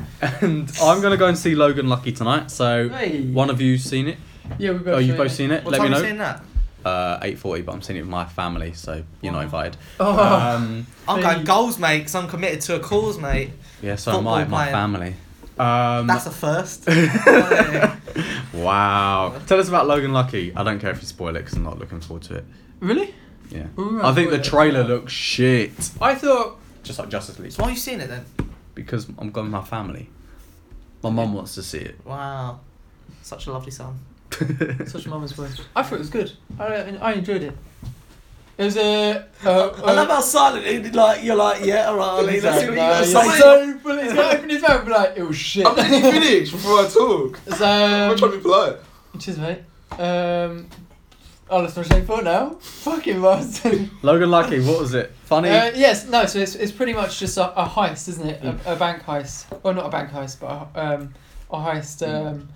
Speaker 1: and I'm gonna go and see Logan Lucky tonight. So
Speaker 2: Hey.
Speaker 1: one of you seen it?
Speaker 2: yeah, we both.
Speaker 1: Oh, you've
Speaker 2: saw
Speaker 1: both seen it.
Speaker 4: What
Speaker 1: Let
Speaker 4: time
Speaker 1: me
Speaker 4: are
Speaker 1: know.
Speaker 4: you seeing that?
Speaker 1: Uh, eight forty, but I'm seeing it with my family, so you're
Speaker 4: Wow.
Speaker 1: not invited.
Speaker 2: Oh,
Speaker 1: Um,
Speaker 4: I'm
Speaker 2: Hey.
Speaker 4: going goals, mate, because I'm committed to a cause, mate.
Speaker 1: yeah, so am I.
Speaker 4: Football
Speaker 1: My
Speaker 4: player.
Speaker 1: family. Um,
Speaker 4: That's a first. Yeah.
Speaker 1: wow. Tell us about Logan Lucky. I don't care if you spoil it because I'm not looking forward to it.
Speaker 2: really?
Speaker 1: Yeah.
Speaker 2: Ooh,
Speaker 1: I think the
Speaker 2: spoiler.
Speaker 1: trailer looks shit.
Speaker 2: I thought.
Speaker 1: Just like Justice League.
Speaker 4: so why are you seeing it then?
Speaker 1: Because I'm going with my family. My mum wants to see it.
Speaker 4: Wow. Such a lovely son.
Speaker 2: Such a mama's boy. I thought it was good. I I enjoyed it. It was a. Uh, uh,
Speaker 4: I love how silent it- like you're like, yeah, alright, Ollie,
Speaker 2: He's
Speaker 4: let's
Speaker 2: like,
Speaker 4: see what you
Speaker 2: "No,
Speaker 4: got to
Speaker 2: you're
Speaker 4: say.
Speaker 2: so full- He's gonna open his mouth and be like, it was shit.
Speaker 3: I'm letting you finish before I talk. I'm trying to
Speaker 2: so,
Speaker 3: be polite.
Speaker 2: cheers, mate. Um, oh, let's not say four now. Fucking bastard.
Speaker 1: Logan Lucky, what was it? Funny?
Speaker 2: Uh, yes, no. So it's, it's pretty much just a, a heist, isn't it? A, a bank heist. Well, not a bank heist, but a, um, a heist. Um,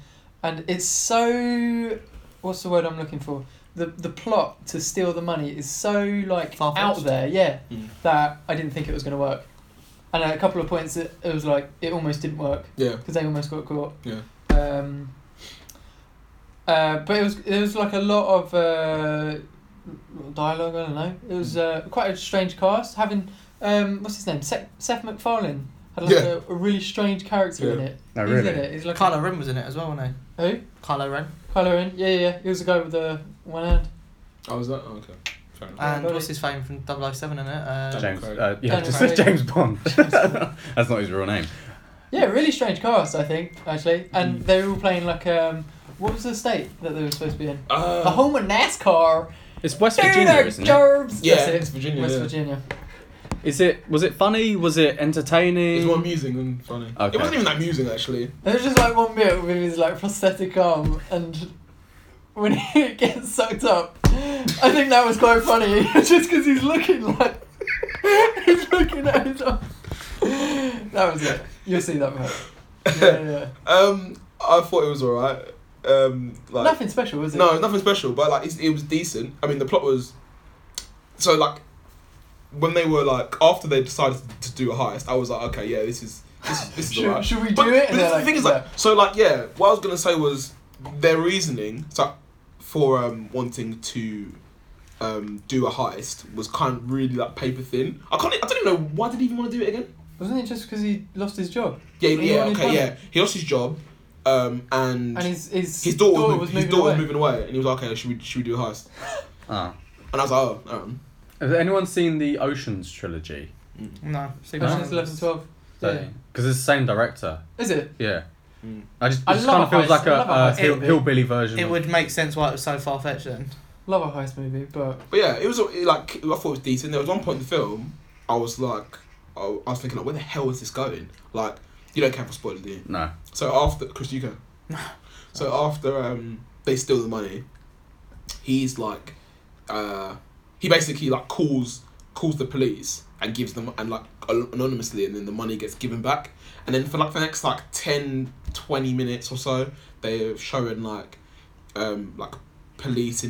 Speaker 2: and it's so. What's the word I'm looking for? The the plot to steal the money is so like out
Speaker 4: Far-fetched.
Speaker 2: there, yeah,
Speaker 1: Hmm.
Speaker 3: Mm.
Speaker 2: that I didn't think it was going to work. And at a couple of points, it, it was like it almost didn't work
Speaker 3: Yeah.
Speaker 2: because they almost got caught.
Speaker 3: Yeah.
Speaker 2: Um, uh, but it was it was like a lot of uh, dialogue. I don't know. It was uh, quite a strange cast. Having um, what's his name, Seth, Seth MacFarlane had like
Speaker 3: Yeah.
Speaker 2: a, a really strange character in
Speaker 3: Yeah.
Speaker 2: it.
Speaker 1: no,
Speaker 2: He's in
Speaker 1: Oh, really.
Speaker 2: it. He's like
Speaker 4: Kylo Ren was in it as well, wasn't
Speaker 2: who?
Speaker 4: he? Kylo Ren.
Speaker 2: Kylo Ren. Yeah, yeah, yeah. He was the guy with the one hand.
Speaker 3: I was Oh, that. okay. Fair enough.
Speaker 4: And
Speaker 2: buddy.
Speaker 4: what's his fame from 007 in it? Uh,
Speaker 1: James,
Speaker 3: Craig.
Speaker 1: uh, yeah,
Speaker 2: Daniel
Speaker 1: just
Speaker 2: Craig.
Speaker 1: James Bond. That's not his real name.
Speaker 2: Yeah, really strange cast. I think actually, and
Speaker 3: Mm.
Speaker 2: they were all playing like um, what was the state that they were supposed to be in?
Speaker 3: Uh,
Speaker 2: the home of NASCAR.
Speaker 1: It's West
Speaker 2: Do
Speaker 1: Virginia,
Speaker 2: their
Speaker 1: isn't it?
Speaker 2: jobs.
Speaker 3: Yeah,
Speaker 2: That's it.
Speaker 3: it's Virginia.
Speaker 2: West
Speaker 3: yeah.
Speaker 2: Virginia.
Speaker 1: Is it? Was it funny? Was it entertaining?
Speaker 3: It was more amusing than funny.
Speaker 1: Okay.
Speaker 3: It wasn't even that amusing actually.
Speaker 2: There was just like one bit with his like prosthetic arm, and when he gets sucked up, I think that was quite funny, just because he's looking like he's looking at his arm. That was it. You'll see that part. Yeah, yeah.
Speaker 3: Um, I thought it was alright. Um, like
Speaker 2: Nothing special, was it?
Speaker 3: No, nothing special, but like it's, it was decent. I mean, the plot was so like when they were like after they decided to do a heist, I was like, okay, yeah, this is this is, this is
Speaker 2: Should,
Speaker 3: alright.
Speaker 2: should we do
Speaker 3: But,
Speaker 2: it?
Speaker 3: but the
Speaker 2: they're
Speaker 3: thing is,
Speaker 2: yeah.
Speaker 3: like, so like yeah, what I was gonna say was their reasoning so for um wanting to um do a heist was kind of really like paper thin. I can't. e, I don't even know why did he even want to do it again.
Speaker 2: wasn't it just because he lost his job
Speaker 3: Yeah,
Speaker 2: He
Speaker 3: yeah,
Speaker 2: wanted
Speaker 3: okay,
Speaker 2: money.
Speaker 3: yeah. He lost his job, um, and.
Speaker 2: and his his,
Speaker 3: his daughter,
Speaker 2: was
Speaker 3: was, moving,
Speaker 2: moving
Speaker 3: his daughter
Speaker 2: away?
Speaker 3: was moving away, and he was like, "Okay, should we should we do a heist?"
Speaker 1: Ah.
Speaker 3: And I was like, "Oh, um,
Speaker 1: Has anyone seen the Ocean's trilogy?
Speaker 4: no. Steve
Speaker 2: Ocean's
Speaker 4: Irwin.
Speaker 2: 11, 12.
Speaker 1: Because
Speaker 2: Yeah.
Speaker 1: it's the same director.
Speaker 2: Is it?
Speaker 1: Yeah.
Speaker 3: Mm.
Speaker 1: I just,
Speaker 2: I
Speaker 1: it just
Speaker 2: love
Speaker 1: kind of
Speaker 2: a
Speaker 1: feels
Speaker 2: heist.
Speaker 1: like a,
Speaker 2: I
Speaker 1: uh
Speaker 2: love a heist
Speaker 1: hill,
Speaker 2: movie.
Speaker 1: hillbilly version.
Speaker 4: It
Speaker 1: of-
Speaker 4: would make sense why it was so far fetched then.
Speaker 2: Love a heist movie, but
Speaker 3: But yeah, it was it, like I thought it was decent. There was one point in the film I was like, I, I was thinking like, where the hell is this going? Like, you don't care for spoilers, do you?
Speaker 1: No.
Speaker 3: So after Chris, you go. so after um, they steal the money, he's like, uh, he basically like calls calls the police and gives them and like a- anonymously and then the money gets given back and then for like the next like 10 20 minutes or so they're showing like um like police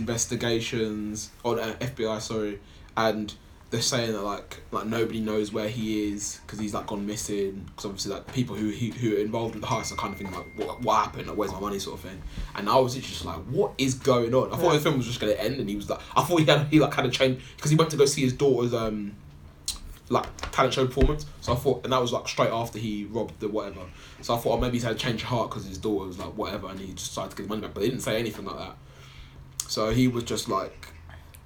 Speaker 3: investigations on uh, FBI sorry and they're saying that like like nobody knows where he is because he's like gone missing because obviously like people who he, who are involved in the heist are kind of thinking like what, what happened like where's my money sort of thing and I was just like what is going on I thought
Speaker 4: Yeah.
Speaker 3: the film was just gonna end and he was like I thought he had he like had a change because he went to go see his daughter's um like talent show performance so I thought and that was like straight after he robbed the whatever so I thought oh, maybe he's had a change of heart because his daughter was like whatever and he just decided to get the money back but they didn't say anything like that so he was just like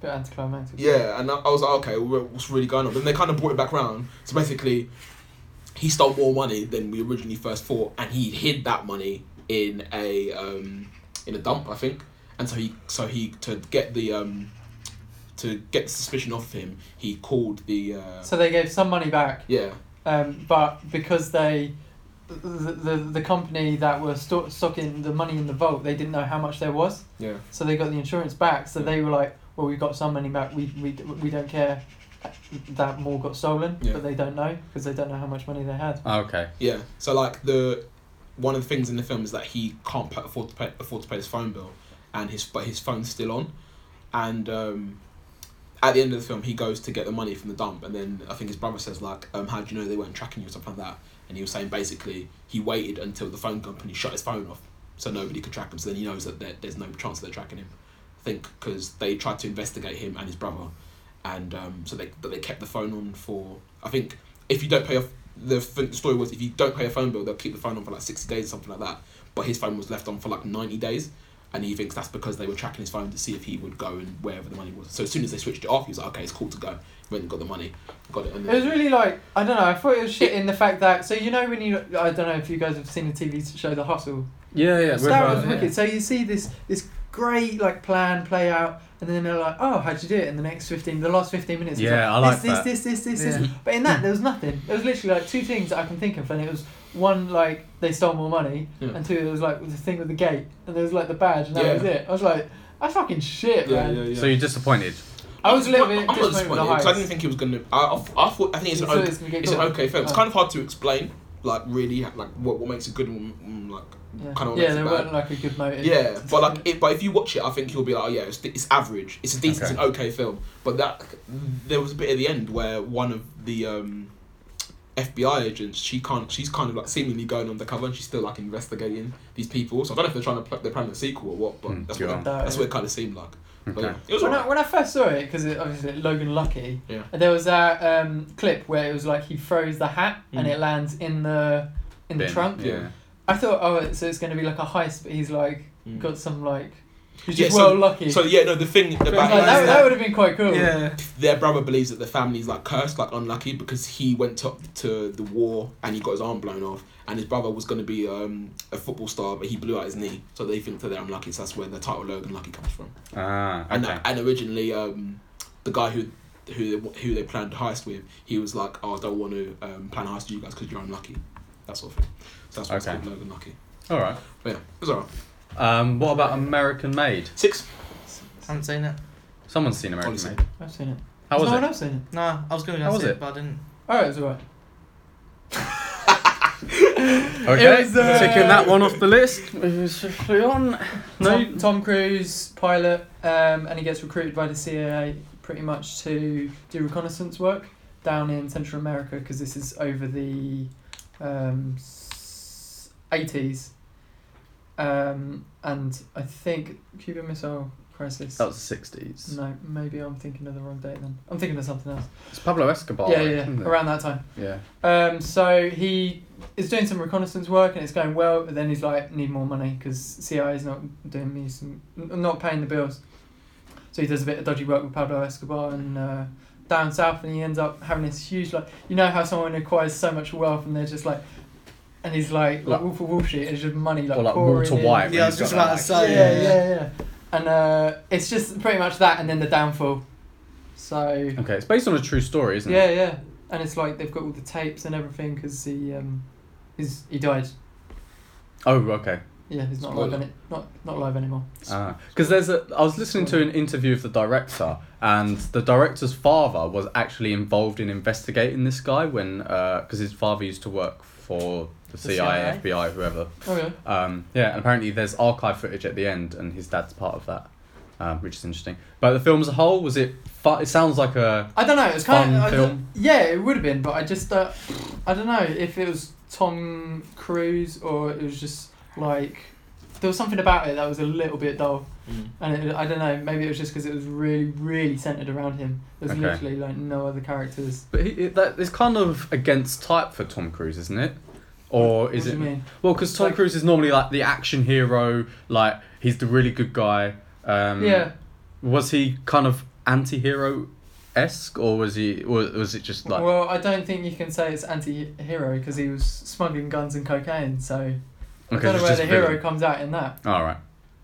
Speaker 2: Bit anticlimactic.
Speaker 3: yeah, and I I was like, okay, wha- what's really going on? But then they kind of brought it back round. So basically, he stole more money than we originally first thought, and he hid that money in a um, in a dump, I think. And so he so he to get the um, to get suspicion off him, he called the uh,
Speaker 2: So they gave some money back,
Speaker 3: yeah
Speaker 2: um, but because they, the, the, the company that were sto- stocking the money in the vault, they didn't know how much there was.
Speaker 3: yeah
Speaker 2: So they got the insurance back. So they were like, well, we got some money back. We we we don't care that more got stolen,
Speaker 3: Yeah.
Speaker 2: but they don't know because they don't know how much money they had.
Speaker 1: Ah, Okay.
Speaker 3: yeah. So like the one of the things in the film is that he can't pay, afford to pay afford to pay his phone bill, and his but his phone's still on, and um, at the end of the film he goes to get the money from the dump, and then I think his brother says like, um, how do you know they weren't tracking you or something like that, and he was saying basically he waited until the phone company shut his phone off, so nobody could track him. So then he knows that there, there's no chance they're tracking him. I think because they tried to investigate him and his brother, and um, so they but they kept the phone on for I think if you don't pay off the th- story was if you don't pay your phone bill, they'll keep the phone on for like sixty days, something like that. But his phone was left on for like ninety days, and he thinks that's because they were tracking his phone to see if he would go and wherever the money was. So as soon as they switched it off, he was like, okay, it's cool to go. Went and got the money, got it. And
Speaker 2: It was really like I don't know. I thought it was shit in the fact that so you know when you I don't know if you guys have seen the TV show The Hustle.
Speaker 1: Yeah, yeah.
Speaker 2: So that was wicked. So you see this this great like plan play out, and then they're like, oh, how'd you do it? In the next fifteen, the last fifteen minutes. it's
Speaker 1: Yeah, I like
Speaker 2: this,
Speaker 1: that. Hmm.
Speaker 2: This, this, this, this,
Speaker 4: Yeah.
Speaker 2: this. But in that, there was nothing. There was literally like two things that I can think of, and it was one like they stole more money,
Speaker 3: Yeah.
Speaker 2: and two it was like the thing with the gate, and there was like the badge, and that
Speaker 3: Yeah.
Speaker 2: was it. I was like, that's fucking shit,
Speaker 3: yeah,
Speaker 2: man.
Speaker 3: yeah, yeah.
Speaker 1: So you're disappointed?
Speaker 2: I was a little
Speaker 3: I'm
Speaker 2: bit
Speaker 3: not
Speaker 2: disappointed
Speaker 3: disappointed
Speaker 2: with the
Speaker 3: 'cause I didn't
Speaker 2: heist.
Speaker 3: think he was gonna. I, I, I thought I think it's
Speaker 2: You
Speaker 3: an
Speaker 2: thought
Speaker 3: okay,
Speaker 2: it's gonna get
Speaker 3: it's an
Speaker 2: good.
Speaker 3: okay film. It's
Speaker 2: Oh.
Speaker 3: kind of hard to explain, like really, like what, what makes it good and mm, like
Speaker 2: Yeah,
Speaker 3: kind of what
Speaker 2: yeah
Speaker 3: makes
Speaker 2: there
Speaker 3: it bad.
Speaker 2: weren't like a good motive.
Speaker 3: Yeah, but like, it, but if you watch it, I think you'll be like, oh yeah, it's, it's average. It's a decent, it's an okay film. But that there was a bit at the end where one of the um, FBI agents, she can't, she's kind of like seemingly going undercover, and she's still like investigating these people. So I don't know if they're trying to pl- they're planning a sequel or what, but
Speaker 1: Hmm,
Speaker 3: that's
Speaker 1: go
Speaker 3: what
Speaker 1: on.
Speaker 3: that, that's what it kind of seemed like. But yeah,
Speaker 1: Okay.
Speaker 3: it was
Speaker 2: when, I,
Speaker 3: alright.
Speaker 2: when I first saw it, because obviously Logan Lucky,
Speaker 3: Yeah.
Speaker 2: there was that um, clip where it was like he throws the hat and
Speaker 3: Mm.
Speaker 2: it lands in the in the
Speaker 1: Bin,
Speaker 2: trunk.
Speaker 1: Yeah.
Speaker 2: I thought, oh, so it's going to be like a heist, but he's like
Speaker 3: Hmm.
Speaker 2: got some like he's
Speaker 3: Mm. Yeah,
Speaker 2: just
Speaker 3: so-
Speaker 2: well lucky.
Speaker 3: So yeah, no, the thing about
Speaker 2: But I was
Speaker 3: it
Speaker 2: like,
Speaker 3: is
Speaker 2: that,
Speaker 3: that-
Speaker 2: that would have been quite cool.
Speaker 1: Yeah.
Speaker 3: their brother believes that the family's like cursed, like unlucky, because he went to, to the war and he got his arm blown off, and his brother was going to be um, a football star, but he blew out his knee. So they think that they're unlucky. So that's where the title Logan Lucky comes from.
Speaker 1: Ah.
Speaker 3: And
Speaker 1: Okay.
Speaker 3: and originally, um, the guy who who they, who they planned the heist with, he was like, "Oh, I don't want to um, plan a heist with you guys because you're unlucky." That sort of thing. So that's why it's
Speaker 1: Okay.
Speaker 3: called Logan Lucky.
Speaker 1: All right.
Speaker 3: But yeah, it was alright.
Speaker 1: Um, what about American Made?
Speaker 3: Six.
Speaker 4: haven't seen it.
Speaker 1: Someone's seen
Speaker 3: Only
Speaker 1: American
Speaker 3: six.
Speaker 1: Made.
Speaker 2: I've seen it.
Speaker 1: How
Speaker 2: Has
Speaker 1: was
Speaker 2: no
Speaker 1: it?
Speaker 2: one else seen it?
Speaker 4: No, I was going
Speaker 1: How
Speaker 4: to
Speaker 1: was
Speaker 4: see
Speaker 1: it?
Speaker 4: it, but I didn't.
Speaker 2: Oh, it was alright.
Speaker 1: Okay.
Speaker 2: It was, uh,
Speaker 1: Ticking that one off the list. on. No.
Speaker 2: Tom, Tom Cruise pilot, um, and he gets recruited by the CIA pretty much to do reconnaissance work down in Central America because this is over the um, eighties, um, and I think Cuban Missile Crisis.
Speaker 1: That was the 60s.
Speaker 2: No, maybe I'm thinking of the wrong date then. I'm thinking of something else.
Speaker 1: It's Pablo Escobar.
Speaker 2: yeah, yeah,
Speaker 1: isn't
Speaker 2: yeah.
Speaker 1: it?
Speaker 2: around that time.
Speaker 1: Yeah.
Speaker 2: Um, so he is doing some reconnaissance work and it's going well, but then he's like, need more money because CIA is not doing me some, n- not paying the bills. So he does a bit of dodgy work with Pablo Escobar and uh, down south, and he ends up having this huge like, you know how someone acquires so much wealth and they're just like, and he's
Speaker 1: Like-
Speaker 2: like, like Wolf of Wall Street, it's just money like,
Speaker 1: or like
Speaker 2: pouring
Speaker 1: Walter
Speaker 2: in.
Speaker 1: White.
Speaker 4: Yeah, I was just about
Speaker 2: Yeah,
Speaker 4: to say.
Speaker 2: yeah, yeah, And uh, it's just pretty much that, and then the downfall. So
Speaker 1: Okay, it's based on a true story, isn't
Speaker 2: yeah,
Speaker 1: it?
Speaker 2: yeah, and it's like they've got all the tapes and everything because he um, his he died.
Speaker 1: Oh, okay.
Speaker 2: Yeah, he's not
Speaker 3: Spoiler.
Speaker 2: live any, not not live anymore.
Speaker 1: Because there's a, I was listening to an interview of the director, and the director's father was actually involved in investigating this guy when, because his father used to work for the, CIA, FBI, whoever.
Speaker 2: Oh yeah.
Speaker 1: Um, yeah, and apparently there's archive footage at the end, and his dad's part of that, um, which is interesting. But the film as a whole, was it? Fu- it sounds like a.
Speaker 2: I don't know. It's kind
Speaker 1: Fun
Speaker 2: of I don't-
Speaker 1: film.
Speaker 2: yeah, it would have been, but I just uh, I don't know if it was Tom Cruise or it was just like there was something about it that was a little bit dull,
Speaker 3: Mm.
Speaker 2: and it, I don't know. Maybe it was just because it was really really centered around him. There's
Speaker 1: Okay.
Speaker 2: literally like no other characters.
Speaker 1: But he, it, that it's kind of against type for Tom Cruise, isn't it? Or is
Speaker 2: what
Speaker 1: it?
Speaker 2: Do you mean?
Speaker 1: Well, because Tom
Speaker 2: Like-
Speaker 1: Cruise is normally like the action hero, like he's the really good guy. Um,
Speaker 2: yeah.
Speaker 1: Was he kind of anti-hero esque, or was he? Or was it just like?
Speaker 2: well, I don't think you can say it's anti-hero because he was smuggling guns and cocaine. So I don't
Speaker 1: he's
Speaker 2: know where
Speaker 1: just
Speaker 2: the
Speaker 1: a
Speaker 2: hero
Speaker 1: villain.
Speaker 2: comes out in that.
Speaker 1: All right,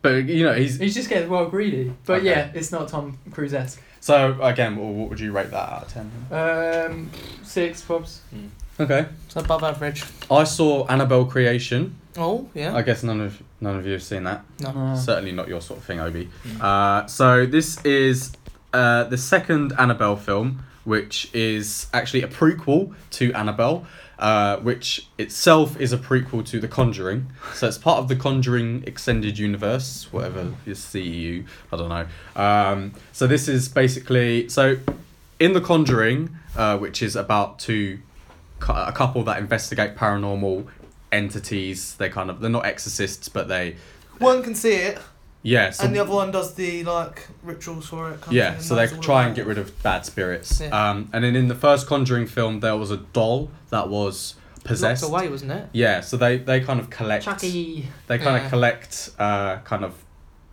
Speaker 1: but you know he's
Speaker 2: He just gets well greedy, but
Speaker 1: Okay.
Speaker 2: yeah, it's not Tom Cruise esque.
Speaker 1: so again. What, what would you rate that out of ten?
Speaker 2: Um, six pops.
Speaker 3: Mm.
Speaker 1: Okay,
Speaker 4: It's above average.
Speaker 1: I saw Annabelle Creation.
Speaker 4: Oh, yeah.
Speaker 1: I guess none of none of you have seen that.
Speaker 4: No.
Speaker 2: Uh,
Speaker 1: Certainly not your sort of thing, Obi.
Speaker 3: Mm.
Speaker 1: Uh, so this is uh, the second Annabelle film, which is actually a prequel to Annabelle, uh, which itself is a prequel to The Conjuring. So it's part of the Conjuring extended universe, whatever you see, I don't know. Um, so this is basically so in The Conjuring, uh, which is about two cou- a couple that investigate paranormal entities. They kind of they're not exorcists, but they
Speaker 4: One can see it,
Speaker 1: yeah. So
Speaker 4: and the other one does the like rituals for it. Kind
Speaker 1: yeah, so they try and get rid of bad spirits.
Speaker 4: Yeah.
Speaker 1: Um, and then in the first Conjuring film, there was a doll that was possessed.
Speaker 4: Locked away, wasn't it?
Speaker 1: Yeah, so they they kind of collect.
Speaker 2: Chucky.
Speaker 1: They kind
Speaker 4: Yeah.
Speaker 1: of collect uh, kind of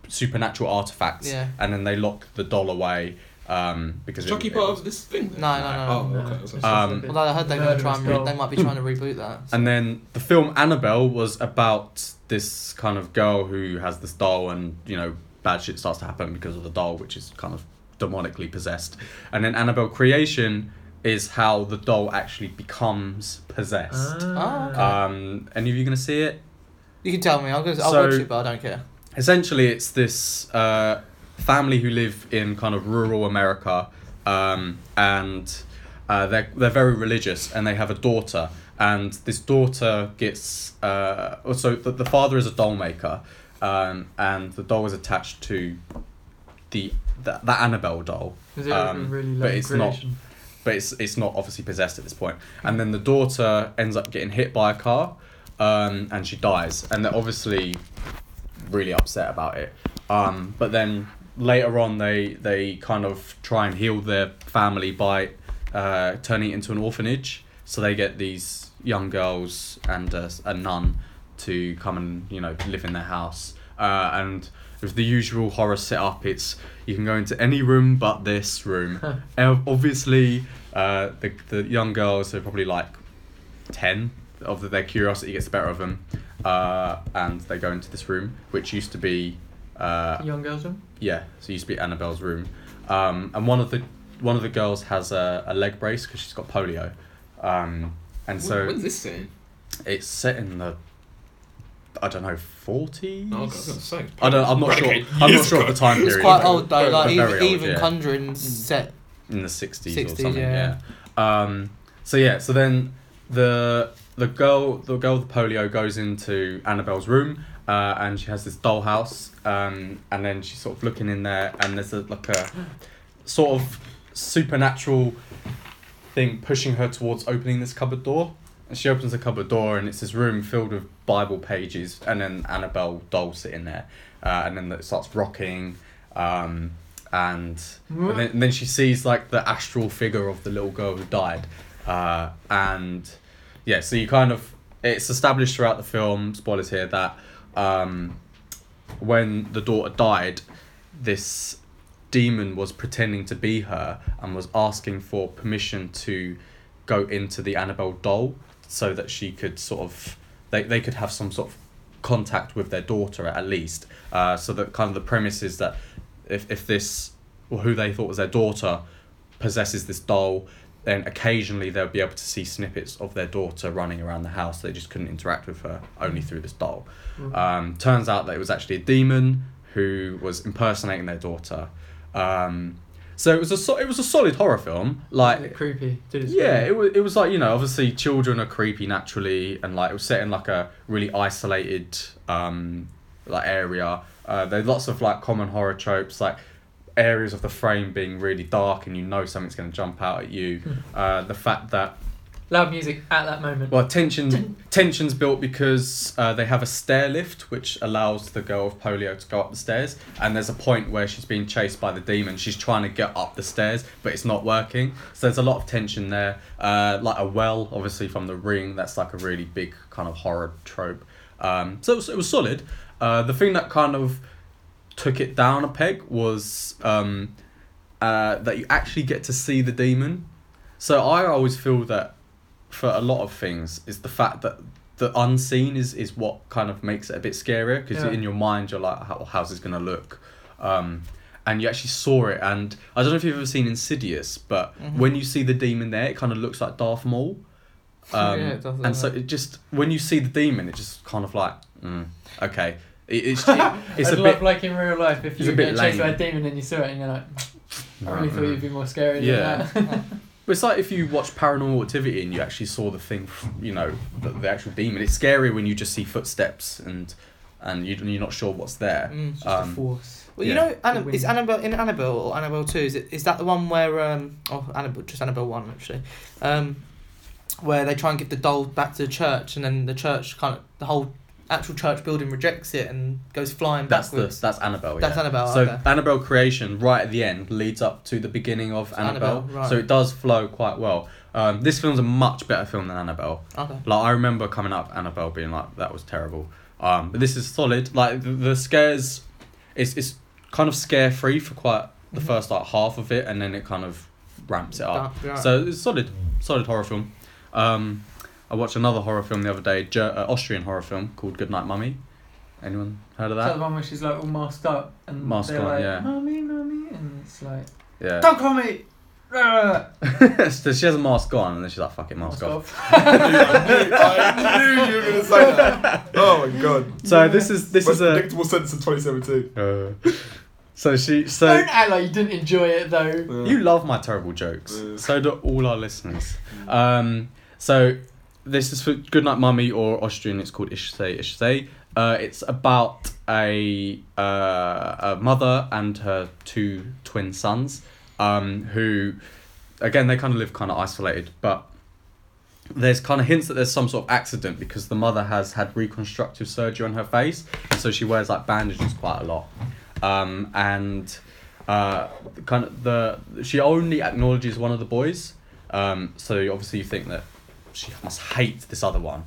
Speaker 1: supernatural artifacts,
Speaker 4: Yeah.
Speaker 1: and then they lock the doll away um, because.
Speaker 3: Is
Speaker 1: it-
Speaker 3: Chucky
Speaker 1: it
Speaker 3: part
Speaker 1: was-
Speaker 3: of this thing? then?
Speaker 4: No, no, no.
Speaker 3: Oh,
Speaker 2: no.
Speaker 4: no.
Speaker 3: okay. that's what I
Speaker 1: Uh,
Speaker 3: said.
Speaker 1: Um,
Speaker 4: Although I heard they were
Speaker 2: Murderous
Speaker 4: trying to
Speaker 2: doll.
Speaker 4: re- they might be trying to reboot that.
Speaker 1: And then the film Annabelle was about this kind of girl who has this doll, and you know, bad shit starts to happen because of the doll, which is kind of demonically possessed. And then Annabelle Creation is how the doll actually becomes possessed.
Speaker 4: Ah, okay.
Speaker 1: Um, any of you gonna see it?
Speaker 4: you can tell me. I'll, go, I'll
Speaker 1: So-
Speaker 4: watch it, but I don't care.
Speaker 1: essentially it's this uh, family who live in kind of rural America, um, and uh, they're they're very religious, and they have a daughter, and this daughter gets uh, also the, the father is a doll maker, um, and the doll is attached to the that, that Annabelle doll,
Speaker 2: Is it
Speaker 1: Um,
Speaker 2: really low
Speaker 1: but it's not-
Speaker 2: creation?
Speaker 1: but it's it's not obviously possessed at this point. And then the daughter ends up getting hit by a car, um, and she dies, and they're obviously really upset about it. Um, but then later on, they they kind of try and heal their family by uh, turning it into an orphanage. So they get these young girls and uh, a nun to come and you know live in their house. Uh, and with the usual horror setup, it's you can go into any room but this room. And Obviously, uh, the the young girls are probably like ten. Of their curiosity gets the better of them, uh, and they go into this room, which used to be, uh,
Speaker 2: Young girls room.
Speaker 1: yeah, so it used to be Annabelle's room, um, and one of the one of the girls has a, a leg brace because she's got polio, um, and
Speaker 3: What-
Speaker 1: so
Speaker 3: what is this saying?
Speaker 1: it's set in the I don't know forties.
Speaker 3: Oh, okay, I was gonna say.
Speaker 1: I don't. I'm not sure.
Speaker 3: Decade
Speaker 1: I'm not
Speaker 3: years
Speaker 1: sure of
Speaker 3: ago.
Speaker 1: the time period.
Speaker 4: It's quite
Speaker 1: but
Speaker 4: old though.
Speaker 3: Very
Speaker 4: Like
Speaker 1: old,
Speaker 4: even,
Speaker 1: yeah.
Speaker 4: even Conjuring's set.
Speaker 1: in the sixties or
Speaker 4: 60s,
Speaker 1: something.
Speaker 4: yeah.
Speaker 1: Yeah. Um, so yeah. So then the the girl the girl with polio goes into Annabelle's room. Uh, and she has this dollhouse, um, and then she's sort of looking in there, and there's a, like a sort of supernatural thing pushing her towards opening this cupboard door. And she opens the cupboard door, and it's this room filled with Bible pages, and then Annabelle doll sitting there, uh, and then it starts rocking, um, and, and, then, and then she sees like the astral figure of the little girl who died, uh, and yeah, so you kind of it's established throughout the film. Spoilers here that um, when the daughter died, this demon was pretending to be her and was asking for permission to go into the Annabelle doll so that she could sort of they, they could have some sort of contact with their daughter at least. Uh, so that kind of the premise is that if if this or who they thought was their daughter possesses this doll, then occasionally they'll be able to see snippets of their daughter running around the house. They just couldn't interact with her only through this doll. Um, turns out that it was actually a demon who was impersonating their daughter. Um, so it was a so- it was a solid horror film. Like
Speaker 2: creepy. Dude, it's
Speaker 1: yeah,
Speaker 2: creepy.
Speaker 1: it was, it was like, you know, obviously children are creepy naturally, and like it was set in like a really isolated um, like area. Uh, there are lots of like common horror tropes, like areas of the frame being really dark and you know something's going to jump out at you. Uh, the fact that
Speaker 2: loud music at that moment.
Speaker 1: well, tension tensions built because uh, they have a stair lift which allows the girl of polio to go up the stairs, and there's a point where she's being chased by the demon. She's trying to get up the stairs, but it's not working. So there's a lot of tension there. Uh, like a well, obviously from the ring, that's like a really big kind of horror trope. Um, so it was, it was solid. Uh, the thing that kind of took it down a peg was um, uh, that you actually get to see the demon. So I always feel that for a lot of things is the fact that the unseen is, is what kind of makes it a bit scarier because
Speaker 2: Yeah.
Speaker 1: in your mind you're like, How, how's this gonna look? Um, and you actually saw it, and I don't know if you've ever seen Insidious, but
Speaker 2: Mm-hmm.
Speaker 1: when you see the demon there, it kind of looks like Darth Maul. Um,
Speaker 4: Yeah, it does look
Speaker 1: and so
Speaker 4: like-
Speaker 1: it just when you see the demon, it just kind of like, mm, okay, it, it's it's a
Speaker 2: I'd
Speaker 1: bit
Speaker 2: love, like in real life if
Speaker 1: it's
Speaker 2: you
Speaker 1: a
Speaker 2: were
Speaker 1: bit
Speaker 2: get chased by
Speaker 1: lame.
Speaker 2: a demon and you saw it and you're like, I really
Speaker 1: Mm,
Speaker 2: thought
Speaker 1: mm.
Speaker 2: you'd be more scary
Speaker 1: Yeah.
Speaker 2: than that.
Speaker 1: But it's like if you watch Paranormal Activity and you actually saw the thing, you know, the, the actual demon. It's scary when you just see footsteps and and you, you're not sure what's there.
Speaker 4: Mm, just
Speaker 1: Um,
Speaker 2: force.
Speaker 4: Well, you
Speaker 1: Yeah.
Speaker 4: know, Anna,
Speaker 2: The
Speaker 4: is
Speaker 2: wind.
Speaker 4: Annabelle in Annabelle or Annabelle Two? Is it is that the one where um oh Annabelle just Annabelle One actually, um, where they try and give the doll back to the church and then the church kind of the whole actual church building rejects it and goes flying
Speaker 1: That's the
Speaker 4: backwards.
Speaker 1: that's Annabelle.
Speaker 4: That's
Speaker 1: yeah.
Speaker 4: Annabelle,
Speaker 1: So
Speaker 4: okay.
Speaker 1: Annabelle creation right at the end leads up to the beginning of Annabelle.
Speaker 4: Annabelle, right.
Speaker 1: So it does flow quite well. Um, this film's a much better film than Annabelle.
Speaker 4: okay.
Speaker 1: Like I remember coming up Annabelle being like that was terrible. Um, but this is solid. Like the, the scares, it's it's kind of scare free for quite the
Speaker 4: Mhm.
Speaker 1: first like half of it, and then it kind of ramps it up.
Speaker 4: That- yeah.
Speaker 1: So it's solid, solid horror film. Um, I watched another horror film the other day, Ger- uh, Austrian horror film called Goodnight Mummy. Anyone heard of
Speaker 2: Is that the
Speaker 1: that?
Speaker 2: one where she's like all masked up and
Speaker 1: Masked
Speaker 2: they're
Speaker 1: on,
Speaker 2: like,
Speaker 1: yeah.
Speaker 2: Mummy, mummy, and it's like,
Speaker 1: Yeah.
Speaker 2: don't call me. Mask,
Speaker 1: so she has a mask on, and then she's like, "Fuck it, mask, off."
Speaker 2: off.
Speaker 3: I knew you were gonna say that. Oh my god.
Speaker 1: So this is this
Speaker 3: Most
Speaker 1: is a.
Speaker 3: predictable sentence of 2017.
Speaker 1: Uh, so she so
Speaker 2: Don't act like you didn't enjoy it though.
Speaker 3: Yeah.
Speaker 1: you love my terrible jokes.
Speaker 3: Yeah.
Speaker 1: So do all our listeners. Um, so this is for Goodnight Mummy or Austrian. It's called Ich Say Ich Say. Uh, it's about a uh, a mother and her two twin sons, um, who, again, they kind of live kind of isolated, but there's kind of hints that there's some sort of accident because the mother has had reconstructive surgery on her face, so she wears like bandages quite a lot, um, and uh, kind of the she only acknowledges one of the boys, um, so obviously you think that she must hate this other one.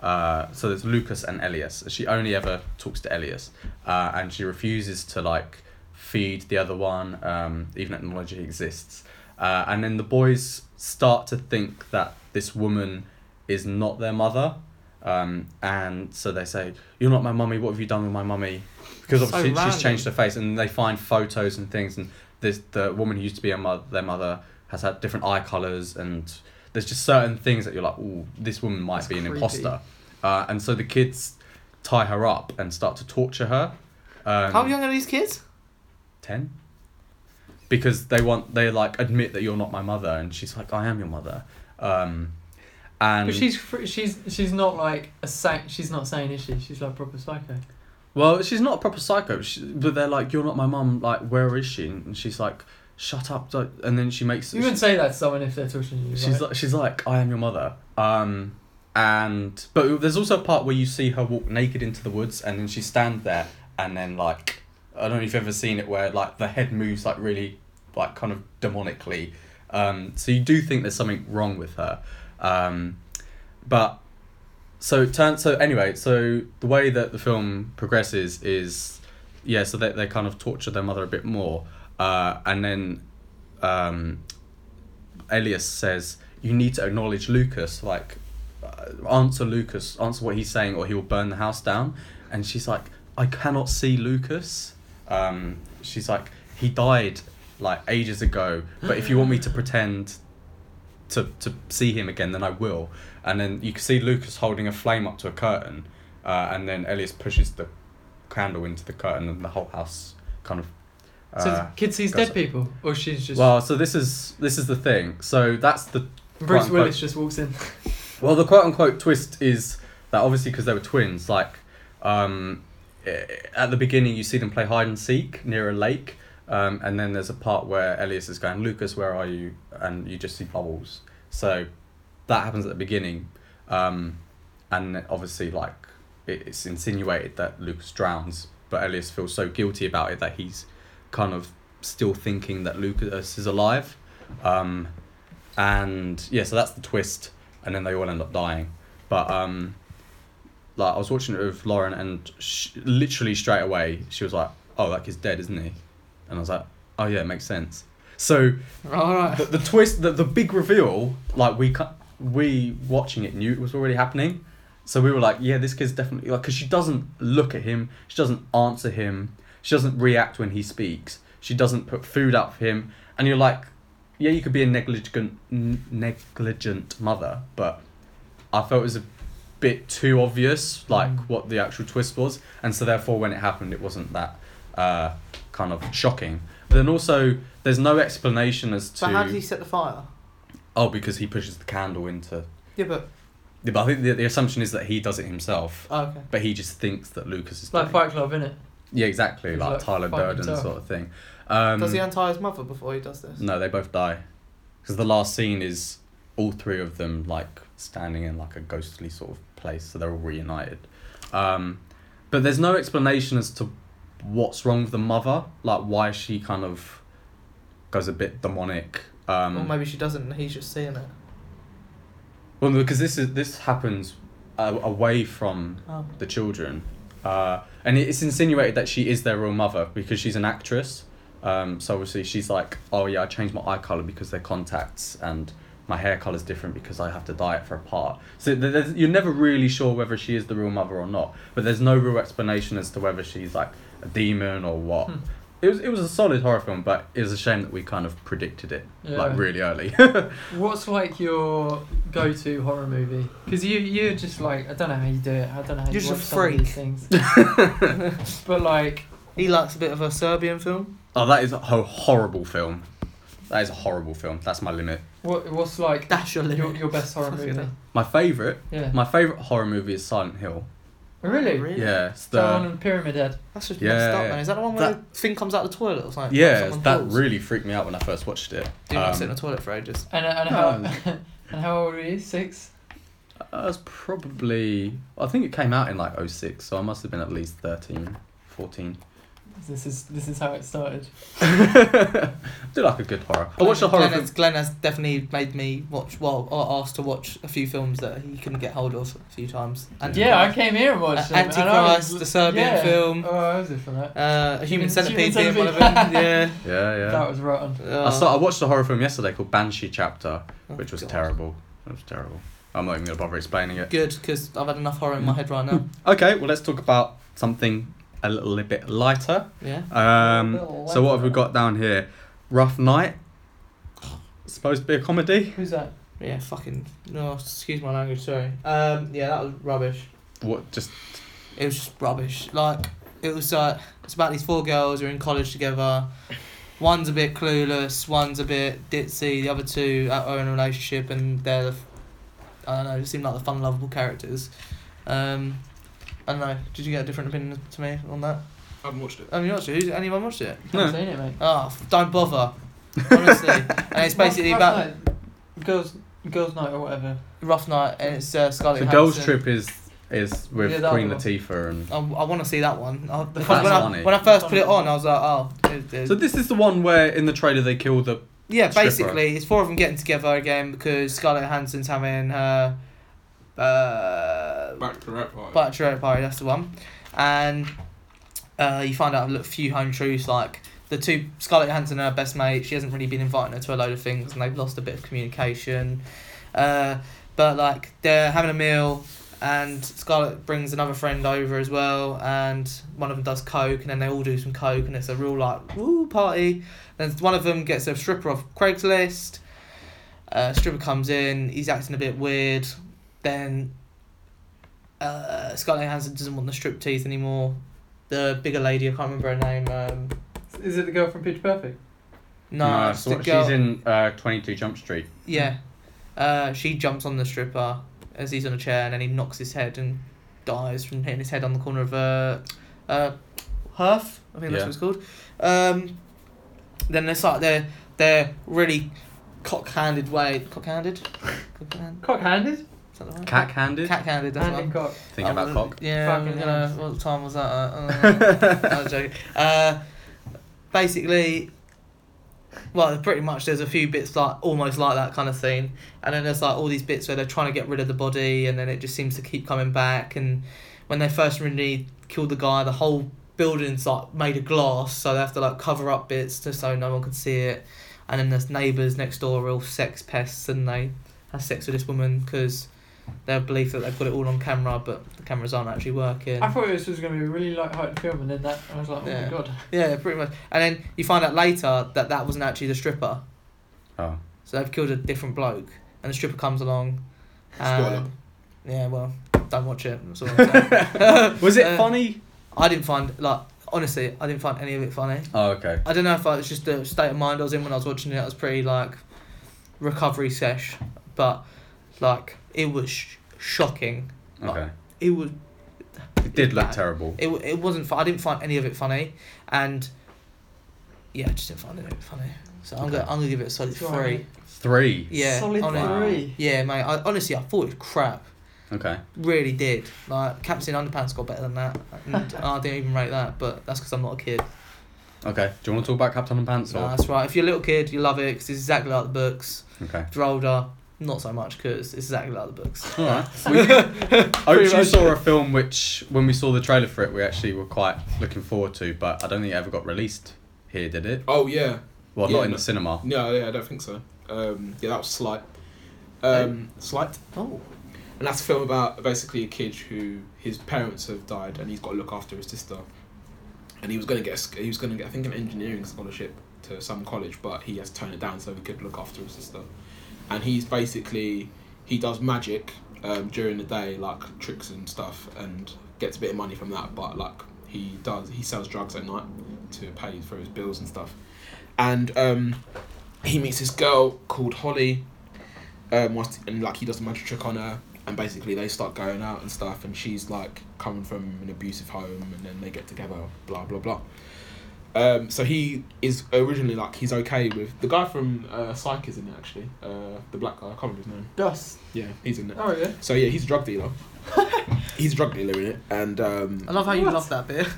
Speaker 1: Uh, so there's Lucas and Elias. She only ever talks to Elias, uh, and she refuses to like feed the other one, um, even acknowledge he exists. Uh, and then the boys start to think that this woman is not their mother, um, and so they say, "You're not my mummy. What have you done with my mummy?" Because
Speaker 4: So
Speaker 1: obviously she's
Speaker 4: random.
Speaker 1: changed her face, and they find photos and things, and this the woman who used to be a mother, their mother has had different eye colors and there's just certain things that you're like, oh, this woman might
Speaker 2: That's
Speaker 1: be an
Speaker 2: creepy.
Speaker 1: imposter. Uh, and so the kids tie her up and start to torture her. Um,
Speaker 4: How young are these kids?
Speaker 1: 10 because they want they like admit that you're not my mother and she's like i am your mother um and
Speaker 2: But she's fr- she's she's not like a saint. She's not sane, is she? She's like proper psycho.
Speaker 1: well she's not a proper psycho she, but they're like you're not my mum like where is she and she's like shut up don't-" and then she makes
Speaker 2: You wouldn't say that to someone if they're torturing you.
Speaker 1: She's
Speaker 2: right?
Speaker 1: like, she's like, I am your mother. Um, and but there's also a part where you see her walk naked into the woods, and then she stand there, and then like, I don't know if you've ever seen it where like the head moves like really, like kind of demonically. Um, so you do think there's something wrong with her, um, but so it turns so anyway. So the way that the film progresses is, yeah. So they they kind of torture their mother a bit more, uh, and then. Um, Elias says, "You need to acknowledge Lucas. Like, uh, answer Lucas. Answer what he's saying, or he will burn the house down." And she's like, "I cannot see Lucas." Um, she's like, "He died like ages ago. But if you want me to pretend to, to see him again, then I will. And then you can see Lucas holding a flame up to a curtain, uh, and then Elias pushes the candle into the curtain, and the whole house kind of. Uh,
Speaker 2: so the kid sees
Speaker 1: goes-
Speaker 2: dead people, or she's just
Speaker 1: well, so this is this is the thing. So that's the
Speaker 2: Bruce
Speaker 1: quote,
Speaker 2: Willis just walks in.
Speaker 1: well, the quote unquote twist is that obviously because they were twins, like um, eh, at the beginning you see them play hide and seek near a lake, um, and then there's a part where Elias is going, Lucas, where are you? And you just see bubbles. So that happens at the beginning, um, and obviously like it, it's insinuated that Lucas drowns, but Elias feels so guilty about it that he's kind of still thinking that Lucas is alive. Um, and yeah, so that's the twist and then they all end up dying. But um, like I was watching it with Lauren, and sh literally straight away she was like, "Oh, that kid's dead, isn't he?" And I was like, "Oh yeah, it makes sense." So
Speaker 2: All right.
Speaker 1: the, the twist, the, the big reveal, like we cu- we watching it knew it was already happening, so we were like, "Yeah, this kid's definitely like," because she doesn't look at him, she doesn't answer him, she doesn't react when he speaks, she doesn't put food out for him, and you're like, "Yeah, you could be a negligent n- negligent mother," but I felt it was a bit too obvious, like
Speaker 2: Mm.
Speaker 1: what the actual twist was, and so therefore when it happened, it wasn't that uh, kind of shocking. Then also, there's no explanation as to
Speaker 4: So how did he set the fire?
Speaker 1: oh because he pushes the candle into.
Speaker 4: Yeah, but
Speaker 1: Yeah, but I think the, the assumption is that he does it himself,
Speaker 4: oh, okay.
Speaker 1: but he just thinks that Lucas is.
Speaker 2: It's like
Speaker 1: doing it.
Speaker 2: Fight Club, innit?
Speaker 1: Yeah, exactly,
Speaker 2: He's
Speaker 1: like,
Speaker 2: like,
Speaker 1: Tyler
Speaker 2: fuck
Speaker 1: Durden
Speaker 2: himself.
Speaker 1: sort of thing. Um,
Speaker 4: does he untie his mother before he does this?
Speaker 1: No, they both die, because the last scene is all three of them like standing in like a ghostly sort of place, so they're all reunited. Um, but there's no explanation as to what's wrong with the mother, like why she kind of goes a bit demonic. Um,
Speaker 4: or maybe she doesn't. and He's just seeing it.
Speaker 1: Well, because this is this happens uh, away from
Speaker 4: Oh.
Speaker 1: the children, uh, and it's insinuated that she is their real mother because she's an actress. Um, so obviously she's like, oh yeah, I changed my eye color because they're contacts, and my hair color's different because I have to dye it for a part. So th- there's, you're never really sure whether she is the real mother or not. But there's no real explanation as to whether she's like a demon or what.
Speaker 2: Hmm.
Speaker 1: It was it was a solid horror film, but it was a shame that we kind of predicted it
Speaker 2: Yeah.
Speaker 1: like really early.
Speaker 2: What's like your go-to horror movie? Because you you're just like I don't know how you do it. I don't know how
Speaker 4: You're
Speaker 2: you
Speaker 4: just a
Speaker 2: watch some of
Speaker 4: freak.
Speaker 2: these things. but like,
Speaker 4: He likes a bit of a Serbian film.
Speaker 1: Oh, that is a ho- horrible film. That is a horrible film. That's my limit.
Speaker 2: what what's like
Speaker 4: That's your limit.
Speaker 2: your, your best horror
Speaker 4: Fucking
Speaker 2: movie?
Speaker 4: hell.
Speaker 1: My favorite,
Speaker 2: Yeah.
Speaker 1: my favorite horror movie is Silent Hill.
Speaker 2: Really?
Speaker 4: Really?
Speaker 1: Yeah, it's
Speaker 2: The one
Speaker 1: the
Speaker 2: in Pyramid Head.
Speaker 4: That's just
Speaker 1: Yeah,
Speaker 4: messed up,
Speaker 1: yeah.
Speaker 4: man. Is that the one where
Speaker 1: That-
Speaker 4: the thing comes out the toilet or something?
Speaker 1: yeah
Speaker 4: Someone
Speaker 1: that
Speaker 4: falls?
Speaker 1: really freaked me out when I first watched it.
Speaker 4: Dude, I
Speaker 1: Um,
Speaker 4: sit in the toilet for ages.
Speaker 2: And and how and how old were you? Six.
Speaker 1: I Uh, was probably I think it came out in like 06, so I must have been at least 13, 14.
Speaker 2: This is this is how it started.
Speaker 1: I do like a good horror. I watched a horror
Speaker 4: Glenn
Speaker 1: film.
Speaker 4: has, Glenn has definitely made me watch, well, or asked to watch a few films that he couldn't get hold of a few times.
Speaker 2: Yeah, I came here and watched
Speaker 4: Uh,
Speaker 2: them, and I was-
Speaker 4: Antichrist, the Serbian
Speaker 2: yeah.
Speaker 4: film.
Speaker 2: Oh, I was it for that.
Speaker 4: Uh, a human
Speaker 2: Human-
Speaker 4: centipede
Speaker 2: Human
Speaker 4: being one of them.
Speaker 2: Centipede.
Speaker 4: Yeah. Uh,
Speaker 1: Yeah, yeah.
Speaker 2: That was rotten.
Speaker 1: I saw. I watched a horror film yesterday called Banshee Chapter,
Speaker 4: Oh,
Speaker 1: which was
Speaker 4: God.
Speaker 1: terrible. It was terrible. I'm not even gonna bother explaining it.
Speaker 4: Good, because I've had enough horror in my head right now.
Speaker 1: Okay, well let's talk about something a little bit lighter.
Speaker 4: Yeah.
Speaker 1: Um,
Speaker 2: Little
Speaker 1: so what have
Speaker 2: letter.
Speaker 1: we got down here? Rough night. Supposed to be a comedy.
Speaker 2: Who's that?
Speaker 4: Yeah, fucking. No, excuse my language, sorry. Um, yeah, that was rubbish.
Speaker 1: What? Just
Speaker 4: It was just rubbish. Like it was like it's about these four girls who are in college together. One's a bit clueless, one's a bit ditzy. The other two are in a relationship, and they're the, f- I don't know. They seem like the fun, lovable characters. Um, I don't know. Did you get a different opinion to me on that?
Speaker 3: I haven't watched it.
Speaker 4: I mean, watched it. Who's anyone watched it?
Speaker 2: Haven't seen it, mate.
Speaker 4: Oh, f- don't bother. Honestly, and it's basically
Speaker 2: Rough-
Speaker 4: about
Speaker 2: Rough Night- girls girls night or whatever.
Speaker 4: rough night, and it's uh, Scarlett.
Speaker 1: the girls'
Speaker 4: Johansson.
Speaker 1: trip is is with
Speaker 2: Yeah, that
Speaker 1: Queen
Speaker 2: one.
Speaker 1: Latifah and.
Speaker 4: I, I want to see that one. I,
Speaker 2: The
Speaker 4: because when, I,
Speaker 1: funny.
Speaker 4: when I first put it on, I was like, oh. it- it-
Speaker 1: So this is the one where in the trailer they kill the.
Speaker 4: Yeah,
Speaker 1: Stripper.
Speaker 4: basically, it's four of them getting together again because Scarlett Johansson's having her uh,
Speaker 3: Back to rap. Right.
Speaker 4: bachelorette party. That's the one, and uh, you find out a little few home truths like the two Scarlett Johansson and her best mate. She hasn't really been inviting her to a load of things, and they've lost a bit of communication. Uh, but like they're having a meal, and Scarlett brings another friend over as well, and one of them does coke, and then they all do some coke, and it's a real like woo party. Then one of them gets a stripper off Craigslist. Uh, stripper comes in, he's acting a bit weird. Then uh, Scarlett Johansson doesn't want the strip teeth anymore. The bigger lady, I can't remember her name. Um,
Speaker 2: Is it the girl from Pitch Perfect?
Speaker 4: no, it's
Speaker 1: so
Speaker 4: the
Speaker 1: what-
Speaker 4: girl.
Speaker 1: she's in uh, 22 Jump Street.
Speaker 4: Yeah. Uh, she jumps on the stripper as he's on a chair and then he knocks his head and dies from hitting his head on the corner of a, a hearth, I think that's
Speaker 1: Yeah.
Speaker 4: what it's called. Um, then they start their, their really cock handed way. Cock handed? Cock handed?
Speaker 2: Cock handed?
Speaker 4: Is that the right?
Speaker 1: Cack handed?
Speaker 4: Cack handed, that's
Speaker 2: Handed
Speaker 4: one.
Speaker 2: cock.
Speaker 1: Thinking about cock.
Speaker 4: Yeah,
Speaker 2: Fucking
Speaker 4: we're gonna,
Speaker 2: hell.
Speaker 4: what time was that? Uh, uh, no, joke. Uh, basically, well, pretty much there's a few bits like almost like that kind of thing, and then there's like all these bits where they're trying to get rid of the body, and then it just seems to keep coming back. And when they first really killed the guy, the whole building's like made of glass, so they have to like cover up bits just so no one could see it. And then there's neighbors next door are all sex pests, and they have sex with this woman because their belief that they've got it all on camera, but the cameras aren't actually working.
Speaker 2: I thought this was going to be a really light-hearted film, and then that I was like, oh
Speaker 4: Yeah.
Speaker 2: my god.
Speaker 4: Yeah, pretty much. And then you find out later that that wasn't actually the stripper.
Speaker 1: Oh.
Speaker 4: So they've killed a different bloke, and the stripper comes along.
Speaker 3: Spoiler.
Speaker 4: Um, yeah, well, don't watch it. That's all I'm saying.
Speaker 1: Oh. Was it
Speaker 4: Uh,
Speaker 1: funny?
Speaker 4: I didn't find like honestly, I didn't find any of it funny.
Speaker 1: Oh, okay.
Speaker 4: I don't know if I, it's just the state of mind I was in when I was watching it. I was pretty like recovery sesh, but like it was sh- shocking. Like,
Speaker 1: Okay.
Speaker 4: It was
Speaker 1: It did look
Speaker 4: bad.
Speaker 1: terrible.
Speaker 4: it, it wasn't fun. I didn't find any of it funny, and yeah, I just didn't find any of it funny. So I'm
Speaker 1: Okay.
Speaker 4: gonna I'm gonna give it a solid
Speaker 2: Sure.
Speaker 4: three.
Speaker 1: Three.
Speaker 4: Yeah,
Speaker 2: Solid
Speaker 4: honest-
Speaker 1: Wow.
Speaker 2: three.
Speaker 4: Yeah, mate. I, honestly, I thought it was crap.
Speaker 1: Okay.
Speaker 4: Really did. Like Captain Underpants got better than that, and I didn't even rate that. But that's because I'm not a kid.
Speaker 1: Okay. Do you want to talk about Captain and Pants? Or?
Speaker 4: No, that's right. If you're a little kid, you love it because it's exactly like the books.
Speaker 1: Okay.
Speaker 4: If you're older, not so much because it's exactly like the books.
Speaker 1: All right. I actually saw a film which, when we saw the trailer for it, we actually were quite looking forward to, but I don't think it ever got released here, did it?
Speaker 3: Oh yeah,
Speaker 1: Well,
Speaker 3: Yeah,
Speaker 1: not in
Speaker 3: no.
Speaker 1: the cinema.
Speaker 3: no, yeah, I don't think so. Um, yeah, that was slight. Um, slight,
Speaker 4: Oh,
Speaker 3: and that's a film about basically a kid who his parents have died and he's got to look after his sister, and he was gonna get a, sc- he was gonna get I think an engineering scholarship to some college, but he has to turn it down so he could look after his sister, and he's basically he does magic um, during the day like tricks and stuff and gets a bit of money from that, but like he does he sells drugs at night to pay for his bills and stuff, and um, he meets this girl called Holly, um, whilst- and like he does a magic trick on her, and basically they start going out and stuff, and she's like coming from an abusive home, and then they get together, blah blah blah. Um, so he is originally like he's okay with the guy from uh, Psych is in it actually, uh, the black guy I can't remember his name.
Speaker 2: Dust.
Speaker 3: Yeah, he's in it.
Speaker 2: Oh yeah.
Speaker 3: So yeah, he's a drug dealer. he's a drug dealer in it, and um,
Speaker 4: I love how you love that bit.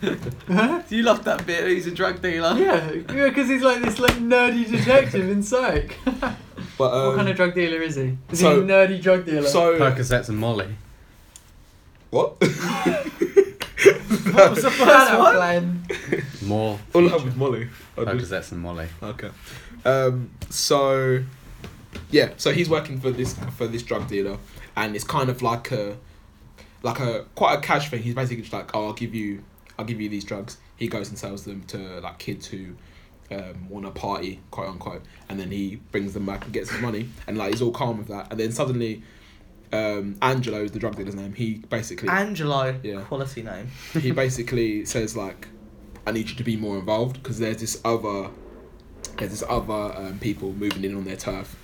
Speaker 4: you love that bit. He's a drug dealer.
Speaker 2: Yeah, because he's like this like nerdy detective in psych.
Speaker 3: but um,
Speaker 2: what kind of drug dealer is he? Is
Speaker 3: so-
Speaker 2: he a nerdy drug dealer?
Speaker 3: so
Speaker 1: Percocets and Molly.
Speaker 3: what?
Speaker 4: What was the
Speaker 2: Shout
Speaker 4: first
Speaker 2: out,
Speaker 4: one?
Speaker 2: Glenn.
Speaker 1: More.
Speaker 3: All I have with Molly. I do-
Speaker 1: Percocets and Molly.
Speaker 3: Okay. Um, so, yeah. So he's working for this for this drug dealer, and it's kind of like a, like a quite a cash thing. He's basically just like, oh, I'll give you, I'll give you these drugs. He goes and sells them to like kids who, um, want a party, quote unquote, and then he brings them back and gets his money, and like he's all calm with that, and then suddenly, um, Angelo is the drug dealer's name. He basically
Speaker 4: Angelo,
Speaker 3: Yeah.
Speaker 4: quality name.
Speaker 3: he basically says like i need you to be more involved because there's this other there's this other um, people moving in on their turf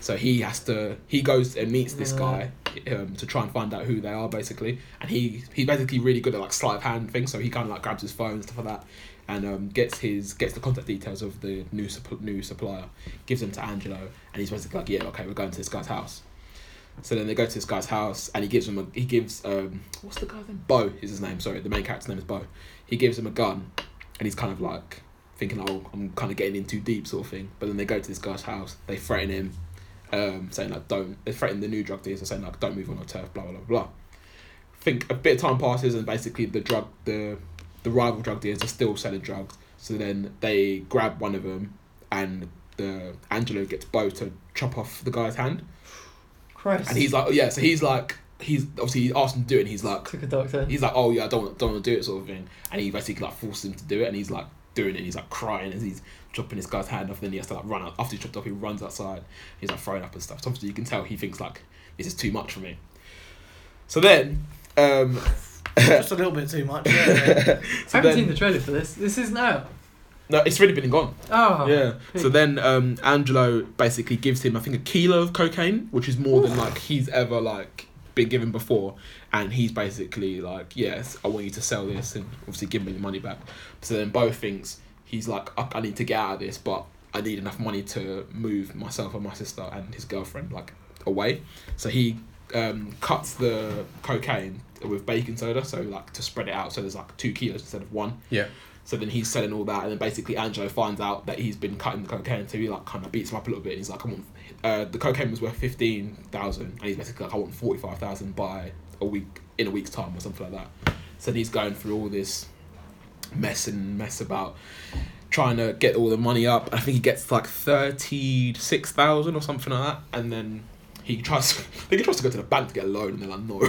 Speaker 3: so he has to he goes and meets this guy um, to try and find out who they are basically and he he's basically really good at like sleight of hand things so he kind of like grabs his phone and stuff like that and um, gets his gets the contact details of the new supp- new supplier gives them to angelo and he's basically like yeah okay we're going to this guy's house so then they go to this guy's house, and he gives him a he gives um what's the guy's name? Bo is his name. Sorry, the main character's name is Bo. He gives him a gun, and he's kind of like thinking, oh, I'm kind of getting in too deep, sort of thing. But then they go to this guy's house. They threaten him, um, saying like, don't. They threaten the new drug dealers, and saying like, don't move on our turf, blah blah blah blah. Think a bit of time passes, and basically the drug the the rival drug dealers are still selling drugs. So then they grab one of them, and the Angelo gets Bo to chop off the guy's hand.
Speaker 2: Christ.
Speaker 3: And he's like, oh, yeah, so he's like, he's obviously he asked him to do it, and he's like,
Speaker 2: took a doctor.
Speaker 3: he's like, oh yeah, I don't don't want to do it, sort of thing. And he basically like forced him to do it, and he's like, doing it. And he's like crying as he's chopping this guy's hand off. And then he has to like run out after he chopped off. He runs outside. He's like throwing up and stuff. So obviously you can tell he thinks like this is too much for me. So then, um,
Speaker 4: Just a little bit too much. Yeah,
Speaker 3: so
Speaker 2: I haven't seen
Speaker 3: then
Speaker 2: the trailer for this. This isn't out.
Speaker 3: no, it's already been and gone.
Speaker 2: Oh.
Speaker 3: Yeah.
Speaker 2: Pig.
Speaker 3: So then um, Angelo basically gives him, I think, a kilo of cocaine, which is more than like he's ever like been given before, and he's basically like, yes, I want you to sell this and obviously give me the money back. So then both things, he's like, I, I need to get out of this, but I need enough money to move myself and my sister and his girlfriend like away. So he um, cuts the cocaine with baking soda, so like to spread it out, so there's like two kilos instead of one.
Speaker 1: Yeah.
Speaker 3: So then he's selling all that, and then basically Angelo finds out that he's been cutting the cocaine, so he like kind of beats him up a little bit. And he's like, "I want uh, the cocaine was worth fifteen thousand, and he's basically like, I want forty five thousand by a week in a week's time or something like that." So then he's going through all this mess and mess about trying to get all the money up. I think he gets like thirty six thousand or something like that, and then. He tries. I think he tries to go to the bank to get a loan, and they're like, "No."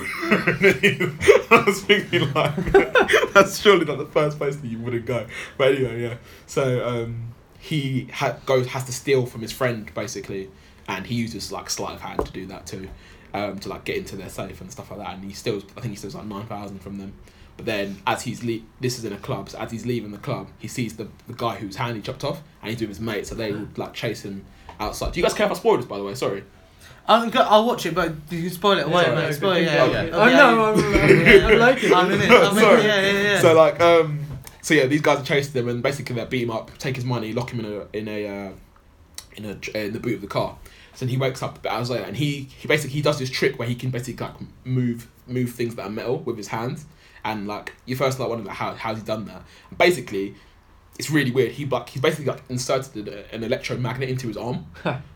Speaker 3: I was thinking like, that's surely not the first place that you wouldn't go. But anyway, yeah. So um, he ha- goes has to steal from his friend basically, and he uses like sleight of hand to do that too, um, to like get into their safe and stuff like that. And he steals. I think he steals like nine thousand from them. But then, as he's le- this is in a club. So as he's leaving the club, he sees the, the guy whose hand he chopped off, and he's with his mate. So they all, like chase him outside. Do you guys care about spoilers, by the way? Sorry.
Speaker 4: I'm go- I'll watch it, but you can spoil it away,
Speaker 3: Sorry,
Speaker 4: mate.
Speaker 3: okay,
Speaker 4: Spoil it,
Speaker 2: keep
Speaker 4: yeah.
Speaker 2: going.
Speaker 4: yeah.
Speaker 2: Oh, no, I'm- I'm- I'm liking it.
Speaker 4: I'm in it. I'm in
Speaker 3: Sorry.
Speaker 4: it. Yeah, yeah, yeah.
Speaker 3: So like, um, so yeah, these guys are chasing them, and basically they beat him up, take his money, lock him in a in a uh, in a in the boot of the car. So then he wakes up a bit hours later, and he he basically he does this trick where he can basically like move move things that are metal with his hands, and like you first like wondering like, how how's he done that? basically, it's really weird. He like he's basically like inserted an- an electromagnet into his arm.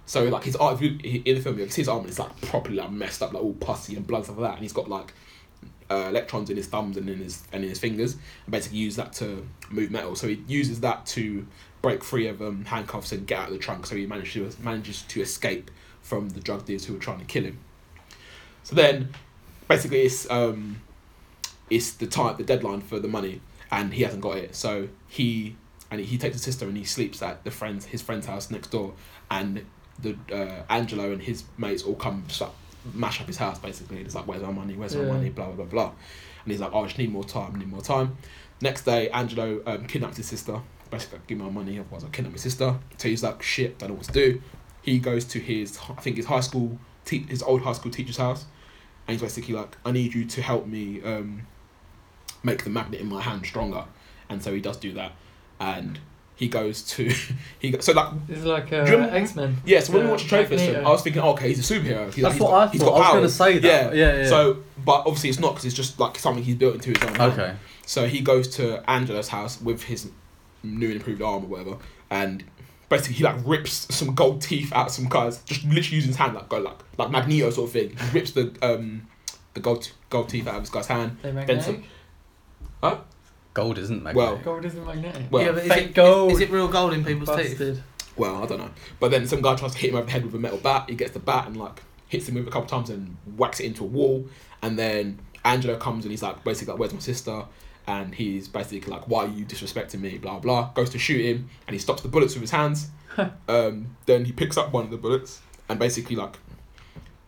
Speaker 3: So like his arm, if you, in the film you can see his arm is like properly like messed up, like all pussy and blood and stuff like that, and he's got like uh, electrons in his thumbs and in his and in his fingers, and basically use that to move metal. So he uses that to break free of um, handcuffs and get out of the trunk. So he manages to manages to escape from the drug dealers who were trying to kill him. So then, basically, it's um, it's the time the deadline for the money, and he hasn't got it. So he and he takes his sister and he sleeps at the friend's his friend's house next door, and the uh, Angelo and his mates all come just, like, mash up his house basically. And it's like, where's our money? Where's our
Speaker 2: Yeah.
Speaker 3: money? Blah blah blah blah. And he's like, oh, I just need more time. Need more time. Next day, Angelo um, kidnaps his sister. Basically, like, give me my money, otherwise I'll kidnap my sister. So he's like, shit, don't know what to do. He goes to his, I think his high school, te- his old high school teacher's house, and he's basically like, I need you to help me um, make the magnet in my hand stronger. And so he does do that, and he goes to he go- so like
Speaker 2: It's like uh,
Speaker 3: Do you remember-
Speaker 2: X Men.
Speaker 3: yeah, so when we
Speaker 2: Yeah,
Speaker 3: watched the trailer for this film,
Speaker 2: Magneto.
Speaker 3: I was thinking, oh, okay, he's a superhero. He's,
Speaker 1: That's
Speaker 3: he's
Speaker 1: what
Speaker 3: got-
Speaker 1: I thought. I was going to say that.
Speaker 3: Yeah.
Speaker 1: Yeah, yeah.
Speaker 3: So, but obviously it's not because it's just like something he's built into his own. hand.
Speaker 1: okay.
Speaker 3: So he goes to Angela's house with his new and improved arm or whatever, and basically he like rips some gold teeth out some guys, just literally using his hand like go like like Magneto sort of thing. He rips the um the gold gold teeth out of this guy's hand.
Speaker 2: They
Speaker 3: Then some-
Speaker 2: magnetic.
Speaker 1: Gold isn't magnetic.
Speaker 3: Well-
Speaker 2: Gold isn't magnetic.
Speaker 3: Well-
Speaker 4: yeah, but is
Speaker 2: Fake
Speaker 4: it,
Speaker 2: gold.
Speaker 4: Is, is it real gold in people's teeth?
Speaker 2: Busted.
Speaker 3: Well, I don't know. But then some guy tries to hit him over the head with a metal bat. He gets the bat and like hits him with it a couple times and whacks it into a wall. And then Angelo comes and he's like basically like, "Where's my sister?" And he's basically like, "Why are you disrespecting me?" Blah blah. Goes to shoot him and he stops the bullets with his hands. um, then he picks up one of the bullets and basically like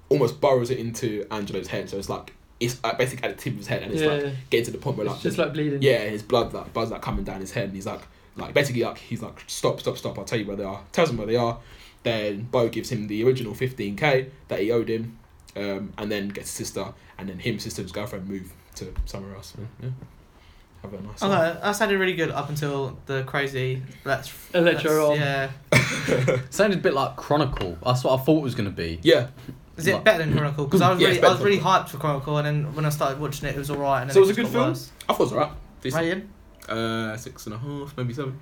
Speaker 3: almost burrows it into Angelo's head. So it's like it's uh, basically at the tip of his head and it's
Speaker 2: yeah,
Speaker 3: like
Speaker 2: yeah.
Speaker 3: getting to the point where like
Speaker 2: it's just like bleeding.
Speaker 3: yeah, his blood like blood's like coming down his head, and he's like, like basically like he's like, stop, stop, stop. I'll tell you where they are. Tells him where they are. Then Bo gives him the original fifteen k that he owed him, um, and then gets his sister, and then him, sister, and his girlfriend move to somewhere else. and, yeah, have a nice.
Speaker 4: Oh,
Speaker 3: time.
Speaker 4: no, that sounded really good up until the crazy. That's
Speaker 2: Electro
Speaker 4: that's-
Speaker 2: arm.
Speaker 4: Yeah.
Speaker 1: sounded a bit like Chronicle. That's what I thought it was going to be.
Speaker 3: Yeah,
Speaker 4: Is it
Speaker 1: Like-
Speaker 4: better than Chronicle? Because I was
Speaker 3: Yeah, it's
Speaker 4: really, I was
Speaker 3: better
Speaker 4: really
Speaker 3: than
Speaker 4: hyped for Chronicle, and then when I started watching it, it was alright.
Speaker 3: So it was a good film? I thought it was alright. Decent.
Speaker 4: Rated?
Speaker 3: Uh, six and a half, maybe seven.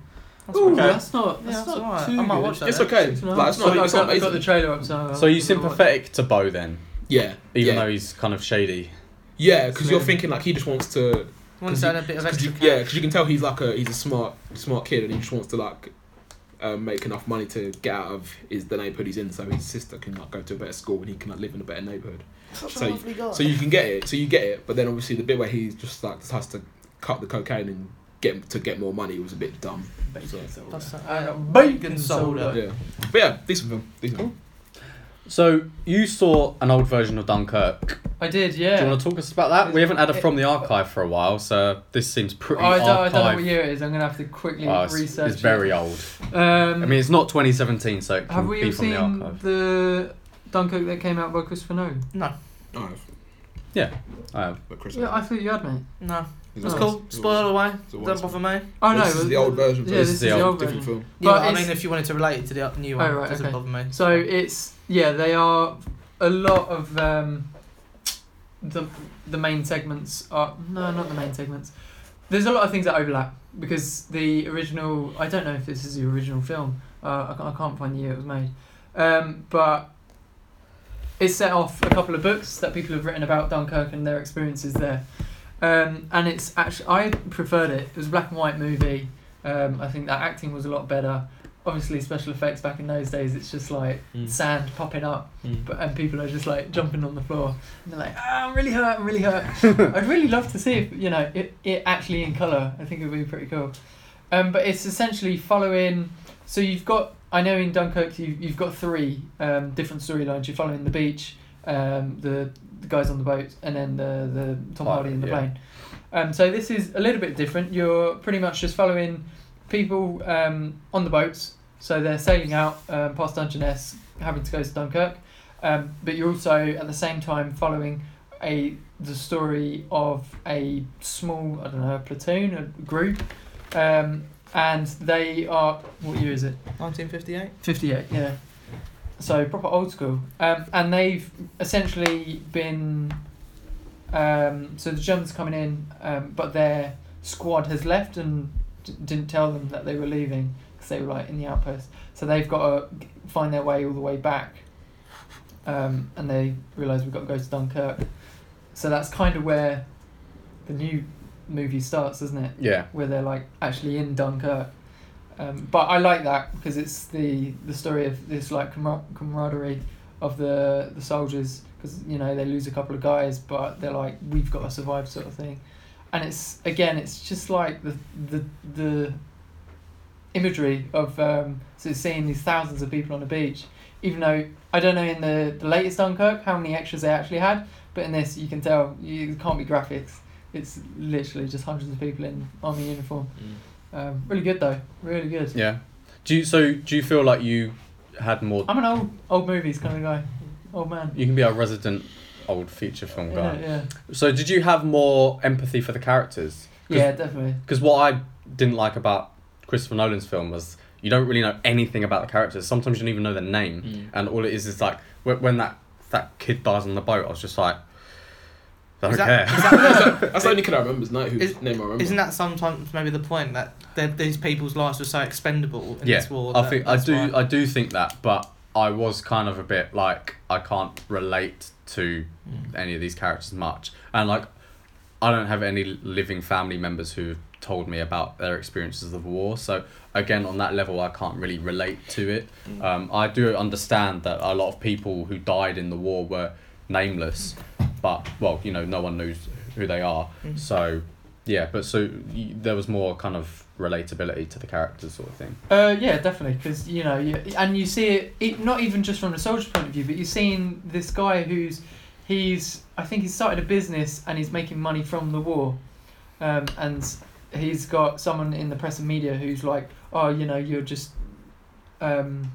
Speaker 4: That's
Speaker 2: Ooh,
Speaker 4: okay.
Speaker 2: that's not.
Speaker 4: Yeah,
Speaker 2: That's,
Speaker 4: that's
Speaker 2: not
Speaker 4: alright.
Speaker 2: too
Speaker 4: I might
Speaker 2: good.
Speaker 4: watch that.
Speaker 3: It's okay.
Speaker 2: Uh, Six and a
Speaker 3: Like,
Speaker 2: half.
Speaker 3: it's not.
Speaker 2: Sorry,
Speaker 3: It's
Speaker 2: I
Speaker 3: not
Speaker 2: got, I got the
Speaker 3: amazing.
Speaker 2: trailer up, so I'll
Speaker 1: So you're
Speaker 2: give it a watch.
Speaker 1: sympathetic to Bo then,
Speaker 3: Yeah.
Speaker 1: even
Speaker 3: yeah.
Speaker 1: though he's kind of shady.
Speaker 3: yeah, because you're
Speaker 4: Slim.
Speaker 3: thinking like he just wants to
Speaker 4: Want
Speaker 3: Cause
Speaker 4: to
Speaker 3: you-
Speaker 4: earn a bit of
Speaker 3: Cause
Speaker 4: extra
Speaker 3: you,
Speaker 4: cash?
Speaker 3: yeah, because you can tell he's like a he's a smart smart kid, and he just wants to like um, make enough money to get out of his the neighborhood he's in, so his sister can like go to a better school and he can like live in a better neighborhood.
Speaker 4: Such
Speaker 3: so-
Speaker 4: a lovely guy.
Speaker 3: So you can get it, so you get it, but then obviously the bit where he just like just has to cut the cocaine and get to get more money was a bit dumb.
Speaker 2: Bacon soda.
Speaker 4: That's a-
Speaker 2: I got bacon
Speaker 4: Bacon
Speaker 2: soda.
Speaker 4: soda.
Speaker 3: Yeah, but yeah, decent film. Decent film.
Speaker 1: So you saw an old version of Dunkirk.
Speaker 2: I did,
Speaker 1: Do you
Speaker 2: yeah.
Speaker 1: want to talk us about that? We haven't had a
Speaker 2: It-
Speaker 1: from the archive for a while, so this seems pretty
Speaker 2: Oh, I, don't, I
Speaker 1: archive.
Speaker 2: don't know what year it is. I'm gonna have to quickly
Speaker 1: Oh, it's, it's
Speaker 2: research.
Speaker 1: very old.
Speaker 2: It. Um,
Speaker 1: I mean, it's not 2017, so it can
Speaker 2: have we
Speaker 1: be
Speaker 2: all
Speaker 1: from the
Speaker 2: seen
Speaker 1: archive.
Speaker 2: the, Dunkirk that came out by Christopher Nolan?
Speaker 4: No,
Speaker 3: Oh,
Speaker 1: I have.
Speaker 3: but Chris,
Speaker 2: Yeah, I thought you had me.
Speaker 4: no.
Speaker 3: He's
Speaker 4: It's
Speaker 3: always-
Speaker 4: cool.
Speaker 3: he's always-
Speaker 4: Spoil away.
Speaker 3: it's always-
Speaker 4: Don't bother me.
Speaker 2: Oh
Speaker 3: Well,
Speaker 2: no,
Speaker 3: this is
Speaker 2: but-
Speaker 3: the old version,
Speaker 2: Yeah,
Speaker 3: so
Speaker 2: this is the old
Speaker 3: different
Speaker 2: version.
Speaker 3: film.
Speaker 4: Yeah,
Speaker 2: But
Speaker 4: but I
Speaker 2: it's-
Speaker 4: mean, if you wanted to relate it to the new
Speaker 2: Oh,
Speaker 4: one,
Speaker 2: right,
Speaker 4: doesn't
Speaker 2: okay.
Speaker 4: bother me.
Speaker 2: So it's yeah, they are a lot of um, the the main segments are no, not the main segments. There's a lot of things that overlap because the original. I don't know if this is the original film. Uh, I, can't, I can't find the year it was made, um, but it's set off a couple of books that people have written about Dunkirk and their experiences there. Um, and it's actually I preferred it. It was a black and white movie. Um, I think that acting was a lot better. Obviously, special effects back in those days, it's just like sand popping up, but, and people are just like jumping on the floor, and they're like, ah, "I'm really hurt, I'm really hurt." I'd really love to see if you know it, it actually in color. I think it would be pretty cool. Um, but it's essentially following. So you've got I know in Dunkirk you you've got three um, different storylines. You're following the beach, um, the the guys on the boat, and then the the Tom
Speaker 1: Pilot,
Speaker 2: Hardy in the
Speaker 1: yeah.
Speaker 2: plane. Um, so this is a little bit different. You're pretty much just following people um, on the boats. So they're sailing out um, past Dungeness, having to go to Dunkirk. Um, but you're also at the same time following a the story of a small I don't know platoon a group, um, and they are what year is it?
Speaker 4: 1958.
Speaker 2: Fifty eight. Yeah. So proper old school, um, and they've essentially been. Um, so the Germans are coming in, um, but their squad has left and d- didn't tell them that they were leaving because they were like in the outpost. So they've got to find their way all the way back, um, and they realise we've got to go to Dunkirk. So that's kind of where the new movie starts, isn't it?
Speaker 1: Yeah.
Speaker 2: where they're like actually in Dunkirk. Um, but I like that because it's the the story of this like camar- camaraderie of the the soldiers because you know they lose a couple of guys but they're like we've got to survive sort of thing, and it's again it's just like the the the imagery of um, so seeing these thousands of people on the beach, even though I don't know in the, the latest Dunkirk how many extras they actually had, but in this you can tell you it can't be graphics. It's literally just hundreds of people in army uniform. Um, really good though, really good.
Speaker 1: Yeah. Do you so do you feel like you had more
Speaker 2: I'm an old old movies kind of guy, old man.
Speaker 1: you can be our resident old feature film
Speaker 2: Yeah,
Speaker 1: guy.
Speaker 2: yeah,
Speaker 1: So did you have more empathy for the characters?
Speaker 2: yeah, definitely.
Speaker 1: Because what I didn't like about Christopher Nolan's film was you don't really know anything about the characters. Sometimes you don't even know their name,
Speaker 2: Mm.
Speaker 1: and all it is is like wh- when that that kid dies on the boat, I was just like, I don't
Speaker 4: Is that-
Speaker 1: care.
Speaker 4: is that-
Speaker 3: That's the only kid I remember. Is night whose
Speaker 4: Is-
Speaker 3: name I remember.
Speaker 4: Isn't that sometimes maybe the point that they're- these people's lives were so expendable in
Speaker 1: yeah,
Speaker 4: this war?
Speaker 1: I
Speaker 4: that
Speaker 1: think I
Speaker 4: that's
Speaker 1: do.
Speaker 4: why-
Speaker 1: I do think that, but I was kind of a bit like I can't relate to
Speaker 4: Hmm.
Speaker 1: any of these characters much, and like I don't have any living family members who have told me about their experiences of war. So again, on that level, I can't really relate to it.
Speaker 4: Hmm.
Speaker 1: Um, I do understand that a lot of people who died in the war were nameless, but well, you know, no one knows who they are.
Speaker 4: Mm.
Speaker 1: So yeah, but so y- there was more kind of relatability to the characters, sort of thing.
Speaker 2: Uh, yeah, definitely, because you know, you, and you see it, it not even just from a soldier's point of view, but you're seeing this guy who's he's I think he started a business and he's making money from the war, um, and he's got someone in the press and media who's like, oh, you know, you're just, um,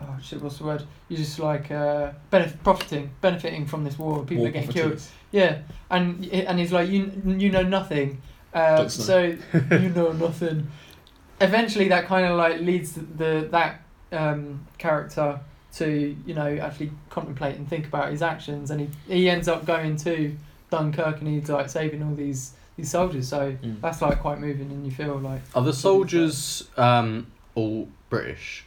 Speaker 2: oh shit, what's the word? You're just like uh, benef- profiting, benefiting from this war. People
Speaker 3: War
Speaker 2: are getting
Speaker 3: profiteers.
Speaker 2: killed. Yeah, and and he's like, you you know nothing, uh,
Speaker 3: Don't
Speaker 2: so you know nothing. Eventually, that kind of like leads the that um, character to you know actually contemplate and think about his actions, and he, he ends up going to Dunkirk and he's like saving all these these soldiers. So
Speaker 3: Mm.
Speaker 2: that's like quite moving, and you feel like
Speaker 1: Are the soldiers um, all British?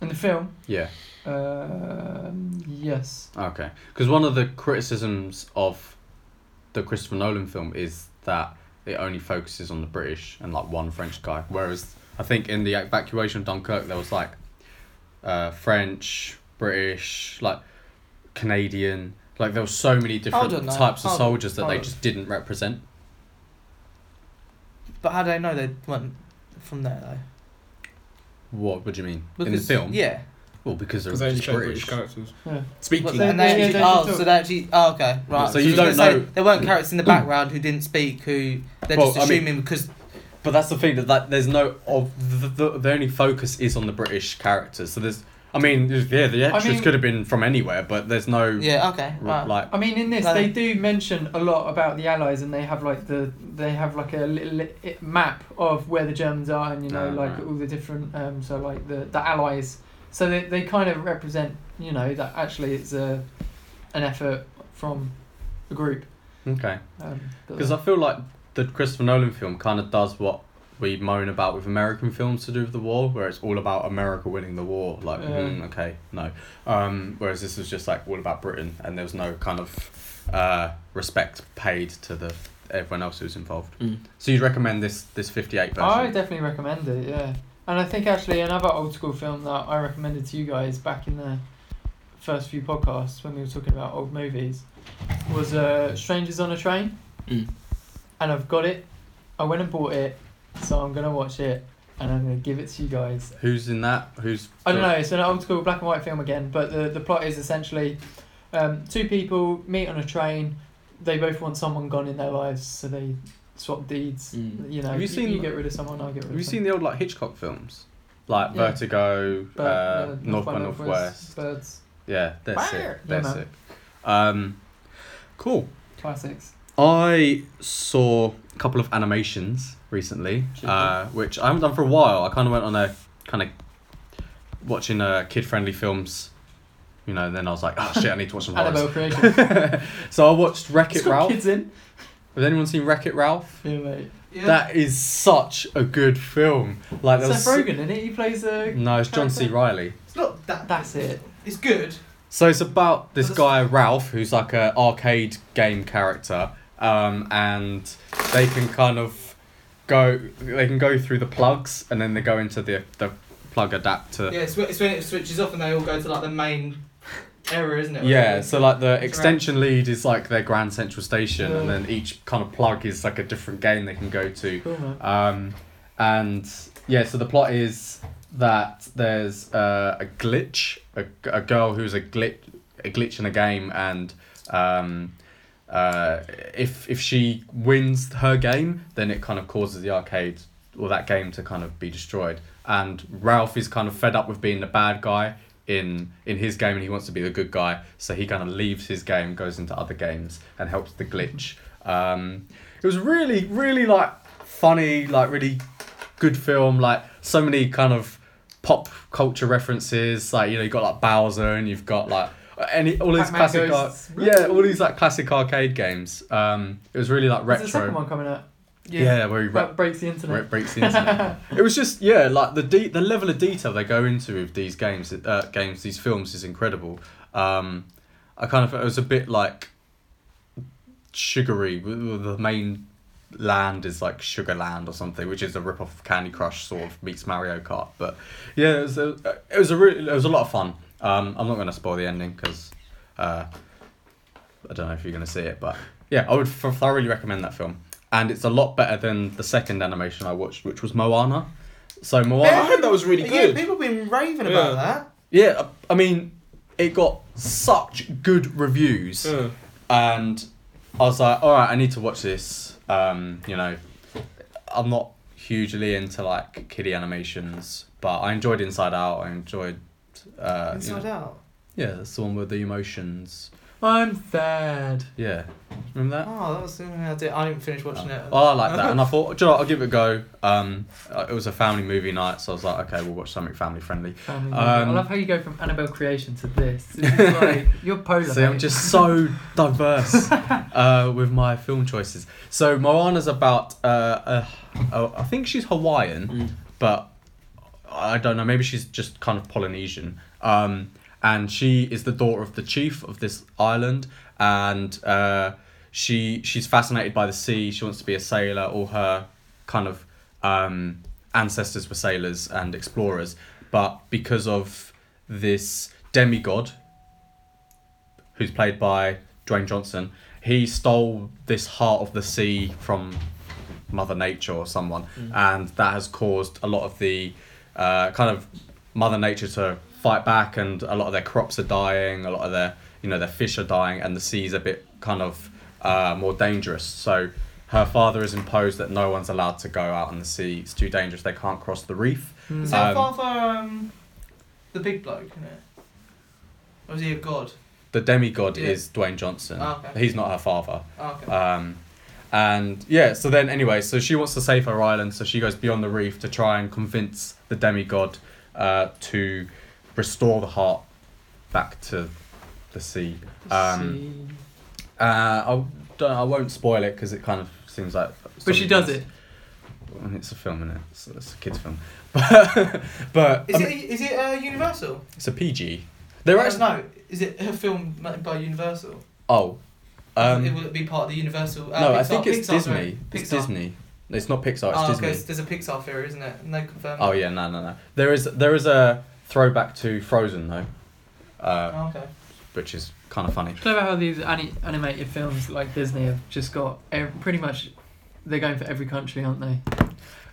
Speaker 2: in the film,
Speaker 1: Yeah.
Speaker 2: um, yes,
Speaker 1: Okay. Because one of the criticisms of the Christopher Nolan film is that it only focuses on the British and like one French guy. Whereas I think in the evacuation of Dunkirk, there was like uh, French, British, like Canadian. Like there were so many different
Speaker 4: don't know.
Speaker 1: types of
Speaker 4: Hold on.
Speaker 1: soldiers that they
Speaker 4: Hold on.
Speaker 1: just didn't represent.
Speaker 4: But how do they know they weren't from there though?
Speaker 1: What? What do you mean? In the
Speaker 4: Because-
Speaker 1: film?
Speaker 4: Yeah.
Speaker 1: Well, because they're
Speaker 3: Because they only
Speaker 1: just
Speaker 3: show British
Speaker 1: British.
Speaker 3: characters.
Speaker 2: Yeah.
Speaker 3: Speaking.
Speaker 4: What,
Speaker 2: they-
Speaker 4: and they
Speaker 2: yeah,
Speaker 4: actually,
Speaker 2: they
Speaker 4: oh,
Speaker 2: talk.
Speaker 4: so they actually, oh, okay, right.
Speaker 1: So you
Speaker 4: I was
Speaker 1: don't
Speaker 4: gonna say,
Speaker 1: know-
Speaker 4: there weren't characters in the background who didn't speak, who they're
Speaker 1: Well,
Speaker 4: just
Speaker 1: I mean-
Speaker 4: assuming because
Speaker 1: But that's the thing that, that there's no of the, the, the only focus is on the British characters. So there's, I mean, there's- yeah, the extras
Speaker 2: mean- Uh,
Speaker 1: could have been from anywhere, but there's no
Speaker 4: yeah, okay,
Speaker 1: r-
Speaker 4: right.
Speaker 1: like
Speaker 2: I mean, in this,
Speaker 4: No,
Speaker 2: they
Speaker 4: no.
Speaker 2: do mention a lot about the Allies, and they have like the they have like a little i- map of where the Germans are, and you know,
Speaker 1: Ah,
Speaker 2: like
Speaker 1: right.
Speaker 2: all the different um, so like the the Allies. So they they kind of represent, you know, that actually it's a an effort from a group.
Speaker 1: okay.
Speaker 2: Um, but-
Speaker 1: Because I feel like the Christopher Nolan film kind of does what we moan about with American films to do with the war, where it's all about America winning the war. Like,
Speaker 2: Yeah.
Speaker 1: mm, okay, no. Um, whereas this was just like all about Britain, and there was no kind of uh, respect paid to the everyone else who was involved.
Speaker 3: Mm.
Speaker 1: So you'd recommend this this fifty eight version?
Speaker 2: I definitely recommend it, yeah. And I think actually another old school film that I recommended to you guys back in the first few podcasts when we were talking about old movies was uh, Strangers on a Train.
Speaker 3: Mm.
Speaker 2: And I've got it. I went and bought it, so I'm gonna watch it and I'm gonna give it to you guys.
Speaker 1: Who's in that? Who's
Speaker 2: I don't know. It's an old school black and white film again, but the the plot is essentially um, two people meet on a train. They both want someone gone in their lives, so they swap deeds.
Speaker 3: Mm.
Speaker 2: You know,
Speaker 1: Have you
Speaker 2: you,
Speaker 1: seen-
Speaker 2: you get rid of someone, I get rid
Speaker 1: Have you
Speaker 2: of.
Speaker 1: seen the old like Hitchcock films, like
Speaker 2: Yeah.
Speaker 1: Vertigo,
Speaker 2: But,
Speaker 1: uh,
Speaker 2: uh,
Speaker 1: North by
Speaker 2: Northwest,
Speaker 1: Northwest?
Speaker 2: Birds,
Speaker 1: Yeah, they're
Speaker 2: Yeah,
Speaker 1: sick. They're
Speaker 2: man.
Speaker 1: sick. Um, cool.
Speaker 2: classics.
Speaker 1: I saw a couple of animations recently,
Speaker 2: Cheap
Speaker 1: uh, which I haven't done for a while. I kind of went on a kind of watching uh, kid friendly films, you know, and then I was like, oh shit, I need to watch some horrors.
Speaker 2: Annabelle creation.
Speaker 1: so I watched Wreck
Speaker 2: it's
Speaker 1: It
Speaker 2: got
Speaker 1: Ralph.
Speaker 2: kids in.
Speaker 1: Has anyone seen Wreck It Ralph?
Speaker 2: Yeah, mate.
Speaker 1: That is such a good film. Like Uh, there
Speaker 2: Seth
Speaker 1: was
Speaker 2: Rogen in it. He plays a.
Speaker 1: No, it's John C.
Speaker 2: character?
Speaker 1: Riley.
Speaker 4: it's not that
Speaker 2: That's it.
Speaker 4: It's good.
Speaker 1: So it's about this
Speaker 4: That's-
Speaker 1: guy Ralph, who's like a arcade game character, um, and they can kind of go. They can go through the plugs, and then they go into the the plug adapter.
Speaker 4: Yeah, it's, wh- it's when it switches off and they all go to like the main area, isn't it?
Speaker 1: Yeah,
Speaker 4: Like,
Speaker 1: so like the extension lead is like their Grand Central Station, and
Speaker 2: Yeah.
Speaker 1: then each kind of plug is like a different game they can go to.
Speaker 2: Cool man.
Speaker 1: Um, and yeah, so the plot is that there's uh, a glitch, a, a girl who's a glitch, a glitch in a game, and um, uh, if if she wins her game, then it kind of causes the arcade or that game to kind of be destroyed. And Ralph is kind of fed up with being the bad guy in in his game, and he wants to be the good guy. So he kind of leaves his game, goes into other games, and helps the glitch. Um, it was really, really like funny, like really good film. Like so many kind of pop culture references. Like you know, you got like Bowser, and you've got like any all these
Speaker 2: Pac-Man
Speaker 1: classic ar-
Speaker 2: Ghosts.
Speaker 1: yeah, all these like classic arcade games. Um, it was really like
Speaker 2: There's a second
Speaker 1: retro.
Speaker 2: one coming out.
Speaker 1: Yeah, where he ra-
Speaker 2: That breaks the
Speaker 1: where
Speaker 2: internet.
Speaker 1: it breaks the internet. it was just yeah, like the de- the level of detail they go into with these games, uh, games, these films is incredible. Um, I kind of it was a bit like sugary. w- w- The main land is like Sugar Land or something, which is a rip off of Candy Crush sort of meets Mario Kart. But yeah, it was a, it was a really, it was a lot of fun. Um, I'm not gonna spoil the ending because. Uh, I don't know if you're going to see it, but yeah, I would f- thoroughly recommend that film. And it's a lot better than the second animation I watched, which was Moana. So
Speaker 3: I
Speaker 1: Moana,
Speaker 3: heard that was really
Speaker 4: Yeah,
Speaker 3: good.
Speaker 4: people have been raving
Speaker 3: Yeah.
Speaker 4: about that.
Speaker 1: yeah, I I mean, it got such good reviews,
Speaker 3: Yeah.
Speaker 1: and I was like, all right, I need to watch this. Um, you know, I'm not hugely into like kiddie animations, but I enjoyed Inside Out. I enjoyed. Uh, you
Speaker 4: Inside
Speaker 1: know-
Speaker 4: Out.
Speaker 1: Yeah, that's the one with the emotions.
Speaker 2: I'm sad.
Speaker 1: Yeah, remember that?
Speaker 4: Oh, that was the only thing I did. I didn't finish watching it.
Speaker 1: Oh, I like that, and I thought, do you know, what, I'll give it a go. Um, uh, it was a family movie night, so I was like, okay, we'll watch something family friendly.
Speaker 2: Family movie. I
Speaker 1: Um,
Speaker 2: love how you go from Annabelle creation to this. It's just like, you're polar.
Speaker 1: See, I'm
Speaker 2: mate.
Speaker 1: just so diverse uh, with my film choices. So Moana's about, uh, uh, oh, I think she's Hawaiian,
Speaker 3: Mm.
Speaker 1: but I don't know. Maybe she's just kind of Polynesian. Um, and she is the daughter of the chief of this island, and uh, she she's fascinated by the sea. She wants to be a sailor. All her kind of um, ancestors were sailors and explorers, but because of this demigod, who's played by Dwayne Johnson, he stole this heart of the sea from Mother Nature or someone, and that has caused a lot of the uh, kind of Mother Nature to fight back, and a lot of their crops are dying, a lot of their you know their fish are dying, and the sea's a bit kind of uh, more dangerous. So her father has imposed that no one's allowed to go out on the sea; it's too dangerous. They can't cross the reef.
Speaker 4: Is
Speaker 1: Um,
Speaker 2: Mm.
Speaker 4: that father um, the big bloke in it? Or is he a god?
Speaker 1: The demigod
Speaker 4: Yeah.
Speaker 1: is Dwayne Johnson.
Speaker 4: Oh, okay.
Speaker 1: He's not her father.
Speaker 4: Oh, okay.
Speaker 1: Um, and yeah, so then anyway, so she wants to save her island, so she goes beyond the reef to try and convince the demigod uh, to restore the heart back to the sea. Um, uh, I don't. I won't spoil it because it kind of seems like.
Speaker 4: but she does it.
Speaker 1: And it's a film, is it? It's, it's a kids' film. But, but
Speaker 4: Is
Speaker 1: I
Speaker 4: it?
Speaker 1: mean,
Speaker 4: Is it uh, Universal?
Speaker 1: it's a PG. There are
Speaker 4: Uh,
Speaker 1: actually
Speaker 4: no. Is it a film made by Universal?
Speaker 1: oh. Um,
Speaker 4: it will be part of the Universal. Uh,
Speaker 1: no,
Speaker 4: Pixar,
Speaker 1: I think it's
Speaker 4: Pixar,
Speaker 1: Disney.
Speaker 4: sorry,
Speaker 1: It's
Speaker 4: Pixar.
Speaker 1: Disney. It's not Pixar. It's
Speaker 4: oh,
Speaker 1: Disney.
Speaker 4: okay. so There's a Pixar theory, isn't it? No confirmed.
Speaker 1: Oh yeah, no, no, no. There is there is a throwback to Frozen though, uh,
Speaker 4: Oh, okay.
Speaker 1: which is kind of funny.
Speaker 2: It's clever how these ani- animated films like Disney have just got ev- pretty much. They're going for every country, aren't they?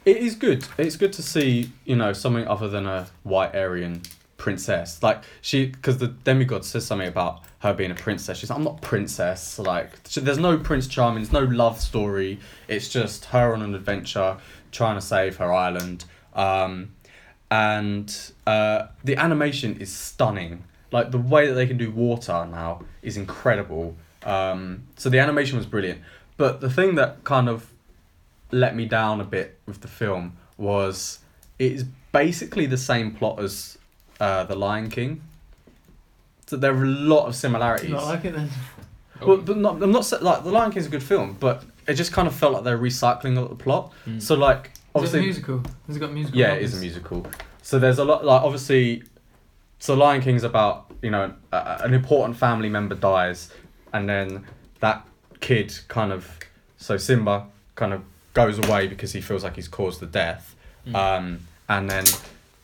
Speaker 1: It is good. It's good to see you know something other than a white Aryan princess. Like she, because the demigod says something about her being a princess. She's like, I'm not princess. Like she, there's no Prince Charming. There's no love story. It's just her on an adventure trying to save her island. Um, and uh, the animation is stunning. Like the way that they can do water now is incredible. Um, so the animation was brilliant. But the thing that kind of let me down a bit with the film was it is basically the same plot as uh, The Lion King. So there are a lot of similarities.
Speaker 2: Not like it then. Oh.
Speaker 1: Well,
Speaker 3: Mm.
Speaker 1: but not, I'm not sa- like The Lion King is a good film, but it just kind of felt like they're recycling a lot of the plot.
Speaker 3: Mm.
Speaker 1: So like
Speaker 2: Is it a
Speaker 1: obviously
Speaker 2: musical? Has it got musical?
Speaker 1: yeah, it is a
Speaker 2: numbers?
Speaker 1: musical. So there's a lot like obviously, so Lion King's about you know a- a, an important family member dies, and then that kid kind of so Simba kind of goes away because he feels like he's caused the death,
Speaker 3: Mm.
Speaker 1: um, and then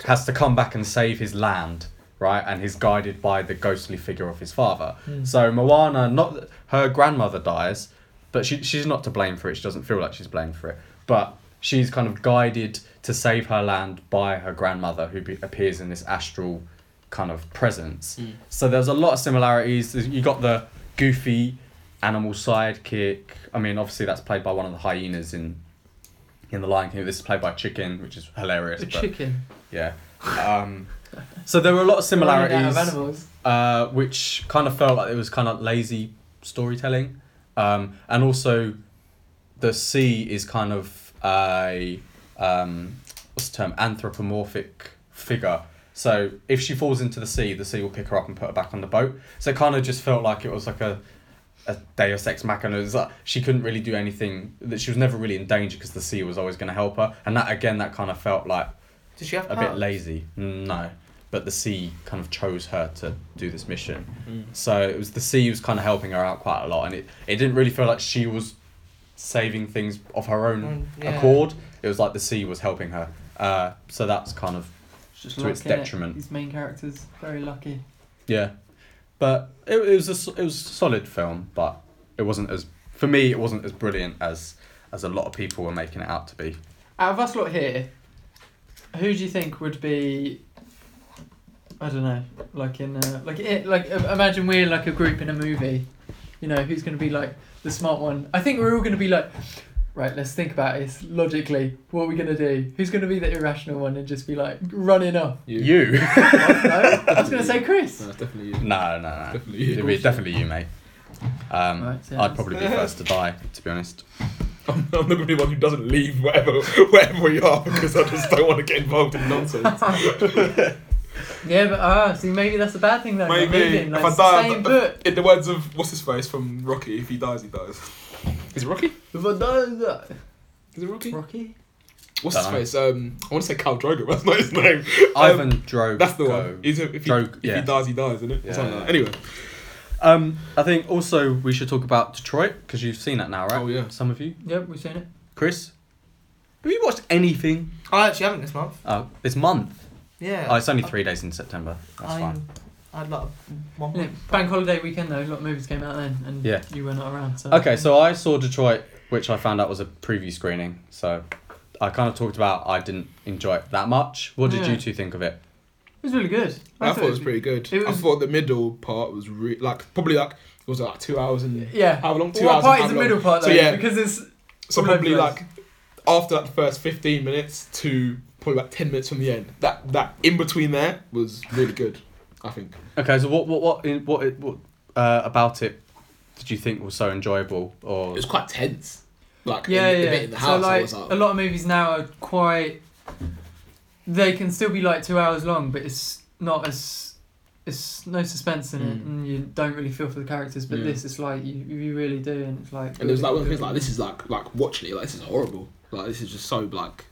Speaker 1: has to come back and save his land, right? And he's guided by the ghostly figure of his father. So Moana, not her grandmother dies, but she she's not to blame for it. She doesn't feel like she's blamed for it, but she's kind of guided to save her land by her grandmother, who be, appears in this astral kind of presence.
Speaker 3: Mm.
Speaker 1: So there's a lot of similarities. There's- You got the goofy animal sidekick. I mean, obviously that's played by one of the hyenas in in the Lion King. This is played by Chicken, which is hilarious.
Speaker 2: A
Speaker 1: but-
Speaker 2: chicken.
Speaker 1: yeah. Um, so there were a lot of similarities
Speaker 2: Running out of animals.
Speaker 1: uh, which kind of felt like it was kind of lazy storytelling, um, and also the sea is kind of a um, what's the term anthropomorphic figure. So if she falls into the sea, the sea will pick her up and put her back on the boat. So it kind of just felt like it was like a a Deus Ex Machina. It was like she couldn't really do anything. That she was never really in danger because the sea was always going to help her. And that again, that kind of felt like
Speaker 4: Does she have
Speaker 1: a
Speaker 4: powers?
Speaker 1: bit lazy. Mm, No, but the sea kind of chose her to do this mission.
Speaker 3: Mm.
Speaker 1: So it was the sea was kind of helping her out quite a lot, and it it didn't really feel like she was saving things of her own
Speaker 4: Mm, yeah.
Speaker 1: accord. It was like the sea was helping her. Uh, so that's kind of
Speaker 2: It's just
Speaker 1: to
Speaker 2: luck,
Speaker 1: its
Speaker 2: innit?
Speaker 1: detriment.
Speaker 2: These main characters very lucky.
Speaker 1: yeah, but it, it was a s- it was a solid film, but it wasn't as for me it wasn't as brilliant as as a lot of people were making it out to be.
Speaker 2: Out of us lot here, who do you think would be? I don't know, like in uh, like it, like uh, imagine we're like a group in a movie, you know, who's going to be like the smart one? I think we're all going to be like, right, let's think about this logically. What are we going to do? Who's going to be the irrational one and just be like running off?
Speaker 1: You?
Speaker 2: no, I was going to say Chris.
Speaker 3: No, it's definitely you.
Speaker 1: no, no, no.
Speaker 3: Definitely you.
Speaker 1: It'd be definitely you, mate. Um,
Speaker 2: Right, so
Speaker 1: I'd probably be first to die, to be honest.
Speaker 3: I'm, I'm not gonna be one who doesn't leave wherever wherever we are because I just don't want to get involved in nonsense.
Speaker 2: Yeah, but ah, see, maybe that's a bad thing though. not
Speaker 3: Maybe
Speaker 2: moving, like,
Speaker 3: if I die,
Speaker 2: same
Speaker 3: I'm,
Speaker 2: book.
Speaker 3: in the words of what's his face from Rocky, if he dies, he dies. Is it Rocky?
Speaker 2: If I die,
Speaker 3: Is it Rocky?
Speaker 2: Rocky.
Speaker 3: What's his
Speaker 1: Dunno.
Speaker 3: face? Um, I want to say Cal Drogo. but That's not his name.
Speaker 1: Ivan Drogo.
Speaker 3: Um, That's the one. He's a, if, he,
Speaker 1: Drogo,
Speaker 3: if
Speaker 1: yeah.
Speaker 3: he dies, he dies, isn't it? Or
Speaker 1: Yeah,
Speaker 3: something like
Speaker 1: yeah.
Speaker 3: that. Anyway,
Speaker 1: Um, I think also we should talk about Detroit because you've seen that now, right?
Speaker 3: Oh, yeah.
Speaker 1: Some of you,
Speaker 2: Yep, we've seen it.
Speaker 1: Chris. Have you watched anything?
Speaker 4: I actually haven't this month.
Speaker 1: Oh, this month.
Speaker 4: Yeah.
Speaker 1: Oh, it's only three days in September. That's
Speaker 4: I,
Speaker 1: fine.
Speaker 4: I had like one
Speaker 2: Yeah,
Speaker 4: week.
Speaker 2: bank holiday weekend though, a lot of movies came out then, and
Speaker 1: Yeah.
Speaker 2: you were not around. So
Speaker 1: Okay, so I saw Detroit which I found out was a preview screening. So I kind of talked about I didn't enjoy it that much. What did
Speaker 2: Yeah.
Speaker 1: you two think of it?
Speaker 2: was really good.
Speaker 3: I, thought it was pretty good.
Speaker 2: it
Speaker 3: I
Speaker 2: was-
Speaker 3: thought the middle part was re- like probably like it was like two hours and
Speaker 2: Yeah.
Speaker 3: how long? Two
Speaker 2: What
Speaker 3: hours.
Speaker 2: part
Speaker 3: and
Speaker 2: is
Speaker 3: how
Speaker 2: the
Speaker 3: long.
Speaker 2: middle part though?
Speaker 3: So yeah,
Speaker 2: Because it's
Speaker 3: so
Speaker 2: all over
Speaker 3: probably
Speaker 2: the
Speaker 3: like
Speaker 2: place.
Speaker 3: after like the first fifteen minutes to probably about ten minutes from the end. That that in between there was really good. I think.
Speaker 1: Okay, so what what what in, what, it- what uh, about it did you think was so enjoyable or
Speaker 3: It was quite tense. Like
Speaker 2: yeah,
Speaker 3: in,
Speaker 2: yeah.
Speaker 3: the- the bit in the house,
Speaker 2: so
Speaker 3: I
Speaker 2: like
Speaker 3: was like,
Speaker 2: a lot of movies now are quite. They can still be like two hours long, but it's not as it's no suspense in it,
Speaker 3: Mm.
Speaker 2: and you don't really feel for the characters. But
Speaker 3: Yeah.
Speaker 2: this, it's like you you really do, and it's like
Speaker 3: and it was like one of the things like this is like like watching it like this is horrible. Like this is just so like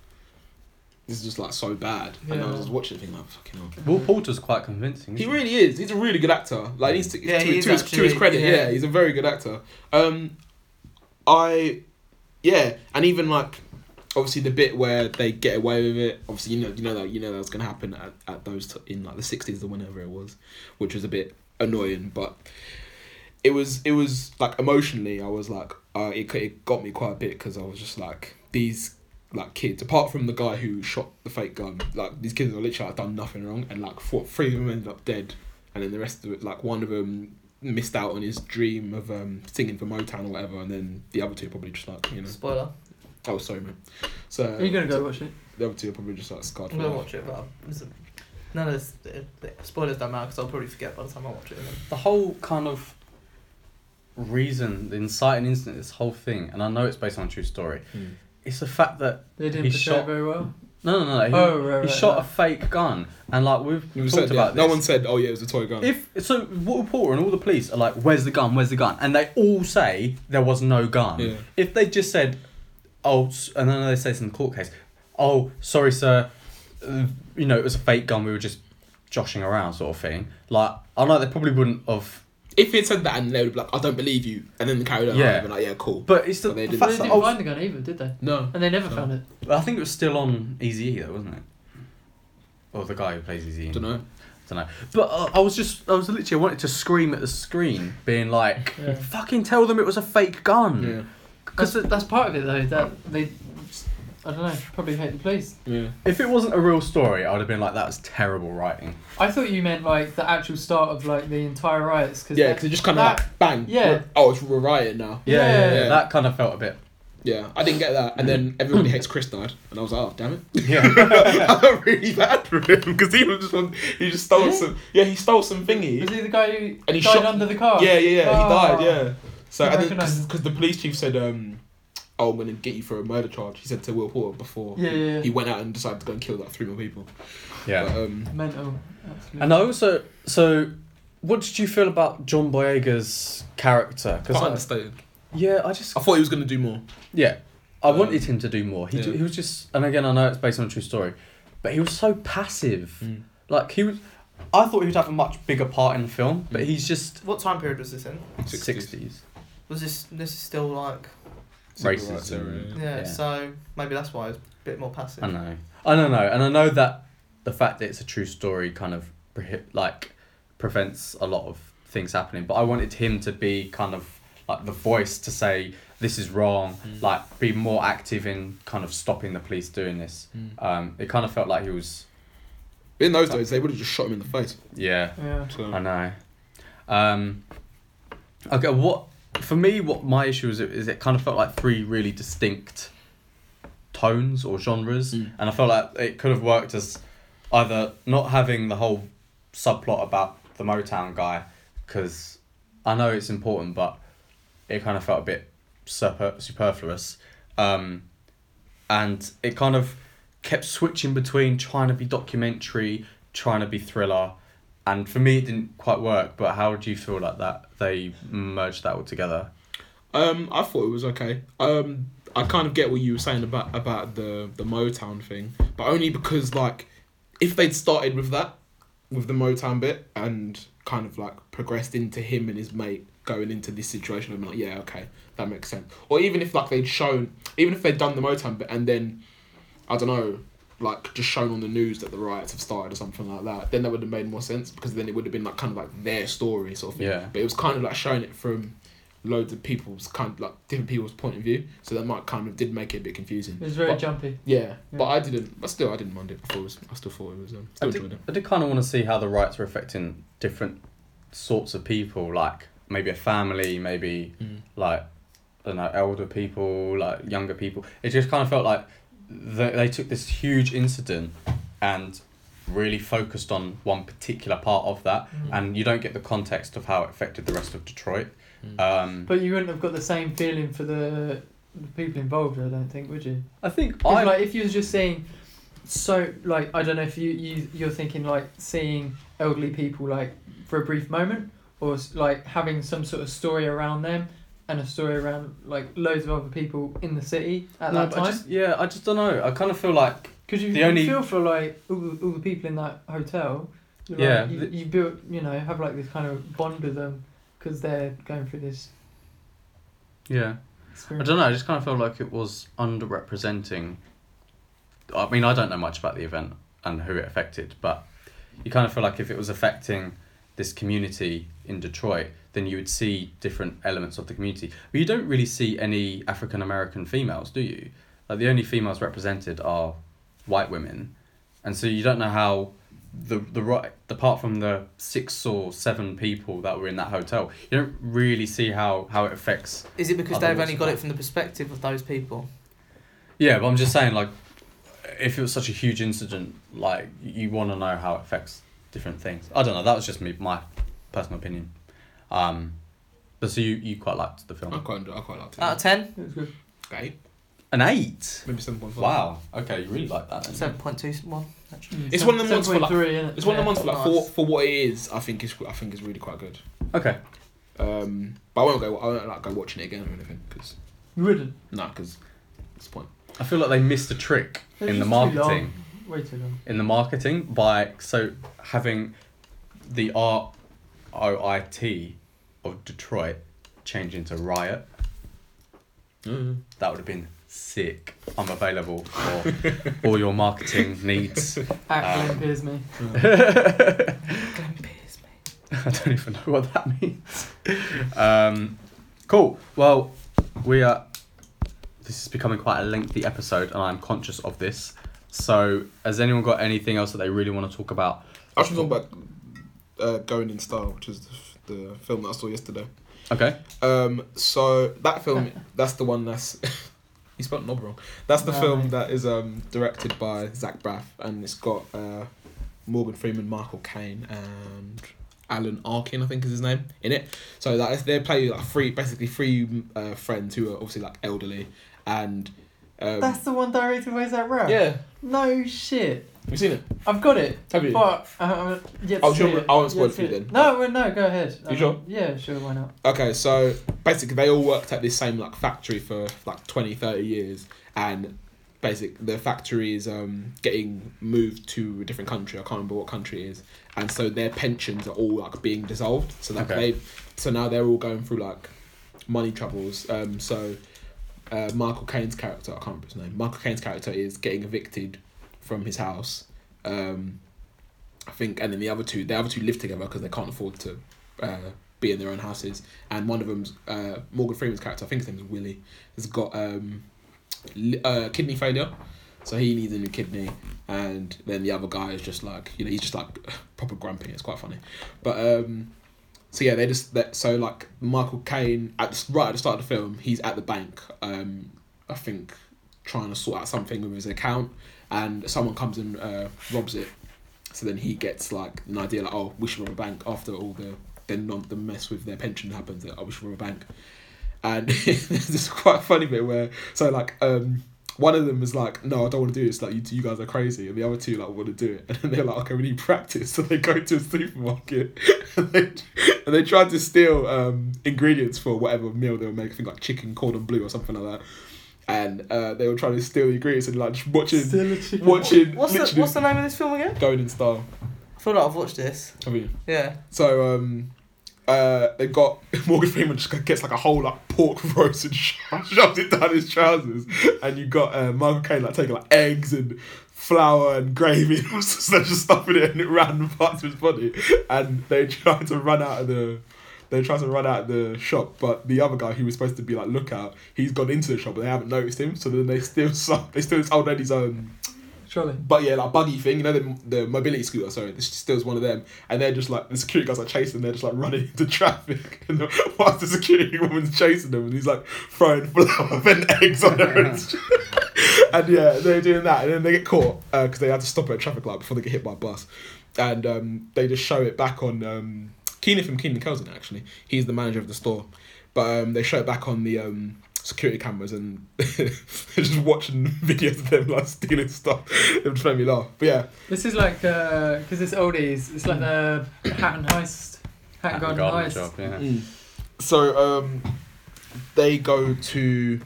Speaker 3: this is just like so bad. And I
Speaker 2: Yeah.
Speaker 3: was just watching it thinking like fucking hell.
Speaker 1: Will Porter's quite convincing.
Speaker 3: He
Speaker 1: isn't
Speaker 3: really is. He's a really good actor. Like he's to,
Speaker 4: Yeah,
Speaker 3: to,
Speaker 4: he
Speaker 3: to
Speaker 4: is
Speaker 3: his, to his
Speaker 4: actually,
Speaker 3: credit, yeah.
Speaker 4: yeah.
Speaker 3: he's a very good actor. Um, I, yeah, and even like, obviously the bit where they get away with it. Obviously, you know, you know that you know that was gonna happen at, at those t- in like the sixties or whenever it was, which was a bit annoying. But it was it was like emotionally, I was like, uh, it c- it got me quite a bit because I was just like these. Like kids, apart from the guy who shot the fake gun, like these kids are literally like, done nothing wrong, and like four, three of them ended up dead and then the rest of it, like one of them missed out on his dream of um, singing for Motown or whatever, and then the other two probably just like
Speaker 1: Mm.
Speaker 3: you know.
Speaker 4: Spoiler.
Speaker 3: Oh, sorry, man. So
Speaker 2: Are you gonna go watch it?
Speaker 3: the other two are probably just like scarred.
Speaker 4: I'm
Speaker 3: for
Speaker 4: gonna
Speaker 3: life.
Speaker 4: watch it, but I'll- listen, none of this the, the spoilers don't matter because I'll probably forget by the time I watch it.
Speaker 1: he? The whole kind of reason, the inciting incident, this whole thing, and I know it's based on a true story.
Speaker 3: Mm.
Speaker 1: It's the fact that
Speaker 2: They didn't
Speaker 1: He
Speaker 2: portray
Speaker 1: shot-
Speaker 2: it very well.
Speaker 1: no no no he,
Speaker 2: Oh, right,
Speaker 1: he
Speaker 2: right,
Speaker 1: shot a
Speaker 2: right.
Speaker 1: fake gun and like we've
Speaker 3: You
Speaker 1: talked
Speaker 3: said, yeah,
Speaker 1: about this.
Speaker 3: No one said, "Oh yeah, it was a toy gun."
Speaker 1: If so, Will Porter and all the police are like, "Where's the gun? Where's the gun?" and they all say there was no gun.
Speaker 3: Yeah.
Speaker 1: If they just said, "Oh," s- and then they say it's in the court case, "Oh, sorry, sir, uh, you know it was a fake gun. We were just joshing around, sort of thing." Like I know they probably wouldn't have,
Speaker 3: if he had said that, and they would be like, "I don't believe you," and then carried on,
Speaker 1: Yeah.
Speaker 3: yeah, like, "Yeah, cool."
Speaker 1: but it's the,
Speaker 3: But they
Speaker 1: the
Speaker 3: didn't
Speaker 2: But
Speaker 1: fact
Speaker 2: they
Speaker 1: that
Speaker 2: didn't
Speaker 1: I, was-
Speaker 2: find the gun either, did they?
Speaker 3: no,
Speaker 2: And they never
Speaker 3: No.
Speaker 2: found it.
Speaker 1: I think it was still on Easy though, wasn't it? Or the guy who plays E Easy.
Speaker 3: don't know.
Speaker 1: don't know. But uh, I was just, I was literally, I wanted to scream at the screen, being like,
Speaker 2: Yeah.
Speaker 1: "Fucking tell them it was a fake gun."
Speaker 3: Yeah,
Speaker 2: Because that's part of it though. That they, I don't know, probably hate the police.
Speaker 3: yeah.
Speaker 1: If it wasn't a real story, I would have been like, "That's terrible writing."
Speaker 2: I thought you meant like the actual start of like the entire riots. Cause
Speaker 3: Yeah,
Speaker 2: that-
Speaker 3: because it just kind of
Speaker 2: that-
Speaker 3: like, bang.
Speaker 2: yeah.
Speaker 3: Oh, it's we're riot now.
Speaker 2: Yeah, yeah,
Speaker 3: yeah.
Speaker 1: That kind of felt a bit.
Speaker 3: Yeah, I didn't get that, and then everybody hates Chris died, and I was like, oh damn it.
Speaker 1: Yeah.
Speaker 3: I felt really bad for him because he was just on, he just stole
Speaker 2: Really?
Speaker 3: some yeah he stole some
Speaker 2: Was
Speaker 3: thingy
Speaker 2: he the guy who
Speaker 3: And he
Speaker 2: died
Speaker 3: shot-
Speaker 2: under the car?
Speaker 3: yeah yeah yeah
Speaker 2: Oh.
Speaker 3: he died yeah so
Speaker 2: You
Speaker 3: and then
Speaker 2: recognise him.
Speaker 3: because the police chief said um oh I'm gonna get you for a murder charge he said to Will Porter before
Speaker 2: Yeah, yeah, yeah.
Speaker 3: he went out and decided to go and kill like three more people
Speaker 1: yeah.
Speaker 3: but, um
Speaker 2: Mental. Absolutely.
Speaker 1: And I also, so, what did you feel about John Boyega's character?
Speaker 3: I
Speaker 2: uh,
Speaker 1: Because
Speaker 3: understand
Speaker 1: yeah, I just
Speaker 3: I thought he was gonna do more
Speaker 1: yeah, I
Speaker 3: Um,
Speaker 1: wanted him to do more. He, ju-
Speaker 3: yeah.
Speaker 1: he was just, and again, I know it's based on a true story, but he was so passive.
Speaker 3: Mm. Hmm.
Speaker 1: Like he was, I thought he'd have a much bigger part in the film, but he's just
Speaker 4: What time period was this in?
Speaker 1: sixties.
Speaker 4: Was this this is still like
Speaker 3: Civil
Speaker 1: Racism.
Speaker 3: rights era, yeah.
Speaker 4: yeah, So maybe that's why it's a bit more passive.
Speaker 1: I know. I don't know. And I know that the fact that it's a true story kind of prohi- like prevents a lot of things happening. But I wanted him to be kind of like the voice to say this is wrong.
Speaker 3: Mm.
Speaker 1: Like be more active in kind of stopping the police doing this. Um, it kind of felt like he was.
Speaker 3: in those days they would have just shot him in the face
Speaker 1: Yeah,
Speaker 2: yeah.
Speaker 3: so
Speaker 1: I know. Um, okay, what for me? What my issue is? Is it kind of felt like three really distinct tones or genres.
Speaker 3: Mm.
Speaker 1: and I felt like it could have worked as either not having the whole subplot about the Motown guy because I know it's important, but it kind of felt a bit super, superfluous, um, and it kind of kept switching between trying to be documentary, trying to be thriller, and for me it didn't quite work. But how do you feel like that they merged that all together?
Speaker 3: Um, I thought it was okay. Um, I kind of get what you were saying about about the the Motown thing, but only because like if they'd started with that, with the Motown bit, and kind of like progressed into him and his mate going into this situation, I'm like, yeah, okay, that makes sense. Or even if like they'd shown, even if they'd done the Motown bit and then, I don't know. Like just shown on the news that the riots have started or something like that, then that would have made more sense because then it would have been like kind of like their story sort of thing.
Speaker 1: Yeah.
Speaker 3: But it was kind of like showing it from loads of people's kind like different people's point of view, so that might kind of did make it a bit confusing.
Speaker 2: It was very
Speaker 3: But-
Speaker 2: jumpy.
Speaker 3: Yeah, but
Speaker 2: Yeah.
Speaker 3: I didn't. But still, I didn't mind it before. It was, I still thought it was. Um,
Speaker 1: I
Speaker 3: still enjoyed
Speaker 1: did,
Speaker 3: it.
Speaker 1: I did kind of want to see how the rights were affecting different sorts of people, like maybe a family, maybe like I don't know, elder people, like younger people. It just kind of felt like they, they took this huge incident and really focused on one particular part of that,
Speaker 2: Mm.
Speaker 1: and you don't get the context of how it affected the rest of Detroit.
Speaker 3: Uh,
Speaker 1: Um,
Speaker 2: Mm. But you wouldn't have got the same feeling for the, the people involved, I don't think, would you?
Speaker 1: I think
Speaker 2: 'Cause,
Speaker 1: I
Speaker 2: like if you was just seeing, so like I don't know if you you you're thinking like seeing elderly people like for a brief moment, or s- like having some sort of story around them, and a story around like loads of other people in the city at
Speaker 1: No,
Speaker 2: that
Speaker 1: but I
Speaker 2: time.
Speaker 1: just, yeah, I just don't know. I kind of feel like
Speaker 2: Because you,
Speaker 1: The
Speaker 2: you
Speaker 1: only-
Speaker 2: feel for like all the, all the people in that hotel. You're
Speaker 1: Yeah,
Speaker 2: Like, you,
Speaker 1: th-
Speaker 2: you build, you know, have like this kind of bond with them because they're going through this
Speaker 1: yeah. I
Speaker 2: experience.
Speaker 1: don't know. I just kind of felt like it was underrepresenting. I mean, I don't know much about the event and who it affected, but you kind of feel like if it was affecting this community in Detroit, then you would see different elements of the community. But you don't really see any African American females, do you? Like the only females represented are white women, and so you don't know how the the right apart from the six or seven people that were in that hotel, you don't really see how how it affects
Speaker 4: Is it because
Speaker 1: Other
Speaker 4: they've only
Speaker 1: ways
Speaker 4: got
Speaker 1: of-
Speaker 4: it from the perspective of those people?
Speaker 1: Yeah, but I'm just saying, like, if it was such a huge incident, like, you want to know how it affects different things. I don't know. That was just me, my personal opinion. Um, but so you, you quite liked the
Speaker 3: I
Speaker 1: film.
Speaker 3: quite, enjoy, I quite liked it.
Speaker 4: Out of 10?
Speaker 2: It was good.
Speaker 3: okay,
Speaker 1: An eight.
Speaker 3: maybe seven point five.
Speaker 1: Wow. Okay, you really like that. Then.
Speaker 4: 7.21, actually.
Speaker 2: Mm,
Speaker 3: It's
Speaker 2: seven-
Speaker 3: one of the ones for, like-
Speaker 2: 7.3, innit?
Speaker 3: It's one
Speaker 2: Yeah.
Speaker 3: of the ones for like
Speaker 4: Nice.
Speaker 3: for, for what it is. I think it's I think it's really quite good.
Speaker 1: Okay.
Speaker 3: Um, but I won't go. I won't like go watching it again or anything because
Speaker 2: You wouldn't.
Speaker 3: nah, because what's the point?
Speaker 1: I feel like they missed a trick
Speaker 2: It's
Speaker 1: in the
Speaker 2: just too
Speaker 1: marketing.
Speaker 2: long. Way too long.
Speaker 1: in the marketing by so having the R O I T of Detroit change into riot. That would have been sick. I'm available for all your marketing needs.
Speaker 2: Actually,
Speaker 1: Um,
Speaker 2: appears me.
Speaker 4: Glenn Pierce, mate.
Speaker 1: I don't even know what that means. Um, cool. Well, we are. This is becoming quite a lengthy episode, and I'm conscious of this. So, has anyone got anything else that they really want to talk about?
Speaker 3: I was talking about uh, Going in Style, which is the, f- the film that I saw yesterday.
Speaker 1: Okay.
Speaker 3: Um, so that film, that's the one that's. you spelled knob wrong. That's the
Speaker 2: No,
Speaker 3: film
Speaker 2: mate.
Speaker 3: that is um, directed by Zach Braff, and it's got uh, Morgan Freeman, Michael Caine, and Alan Arkin, I think is his name, in it. So that is they play like three, basically three uh, friends who are obviously like elderly, and um,
Speaker 2: That's the one directed by Zach Braff.
Speaker 3: yeah.
Speaker 2: No shit.
Speaker 3: Have you seen it?
Speaker 2: I've got it.
Speaker 3: Have you?
Speaker 2: But I haven't yet to
Speaker 3: Oh,
Speaker 2: see
Speaker 3: sure,
Speaker 2: it.
Speaker 3: I won't spoil
Speaker 2: Yet
Speaker 3: it
Speaker 2: to
Speaker 3: for you
Speaker 2: see
Speaker 3: then.
Speaker 2: No, well, no, go ahead. Um,
Speaker 3: You sure?
Speaker 2: Yeah, sure, why not?
Speaker 3: Okay, so basically they all worked at this same like factory for like 20, 30 years and basic the factory is um getting moved to a different country. I can't remember what country it is. And so their pensions are all like being dissolved. So that
Speaker 1: Okay.
Speaker 3: they so now they're all going through like money troubles. Um so uh, Michael Caine's character, I can't remember his name. Michael Caine's character is getting evicted from his house. Um, I think, and then the other two, the other two live together because they can't afford to uh, be in their own houses. And one of them's uh, Morgan Freeman's character, I think his name is Willie, has got um, li- uh, kidney failure, so he needs a new kidney. And then the other guy is just like, you know, he's just like proper grumpy. It's quite funny, but um, so yeah, they just that. So like Michael Caine at the, right at the start of the film, he's at the bank. Um, I think trying to sort out something with his account, and someone comes and uh, robs it. So then he gets like an idea like, oh, we should rob a bank after all the then non the mess with their pension happens. That oh, we should rob a bank, and there's this quite funny bit where so like um. One of them was like, "No, I don't want to do this. Like, you, you guys are crazy." And the other two like want to do it, and then they're like, "Okay, we need practice." So they go to a supermarket, and they and they tried to steal um, ingredients for whatever meal they were making, I think like chicken cordon bleu or something like that. And uh, they were trying to steal the ingredients and like just watching,
Speaker 2: Still a chicken.
Speaker 3: watching,
Speaker 4: What's the,
Speaker 3: literally
Speaker 4: what's the name of this film again?
Speaker 3: going in style.
Speaker 4: I feel like I've watched this.
Speaker 3: I mean,
Speaker 4: Yeah.
Speaker 3: so um, uh, they got Morgan Freeman just gets like a whole like pork roast and sho- shoves it down his trousers, and you got uh, Michael Caine like taking like eggs and flour and gravy and all sorts of stuff in it, and it ran parts of his body, and they tried to run out of the. They try to run out the shop, but the other guy who was supposed to be like lookout, he's gone into the shop, but they haven't noticed him. So then they still they still this old lady's um
Speaker 2: Surely.
Speaker 3: but yeah, like buggy thing, you know, the, the mobility scooter, sorry, this still is one of them. And they're just like, the security guys are chasing, they're just like running into traffic. And the, whilst the security woman's chasing them, and he's like throwing flour and eggs on her. and, and yeah, they're doing that. And then they get caught because they had to stop at a traffic light before they get hit by a bus. And um, they just show it back on um, Keenan from Keenan Cousin, actually. He's the manager of the store. But um, they show it back on the. Um, security cameras and they're just watching videos of them like stealing stuff. It would just made me laugh. But yeah,
Speaker 2: This is like, because it's oldies, it's like the Hat and Heist. Hat and Garden,
Speaker 1: Garden
Speaker 2: Heist.
Speaker 1: job, yeah.
Speaker 3: so um, they go to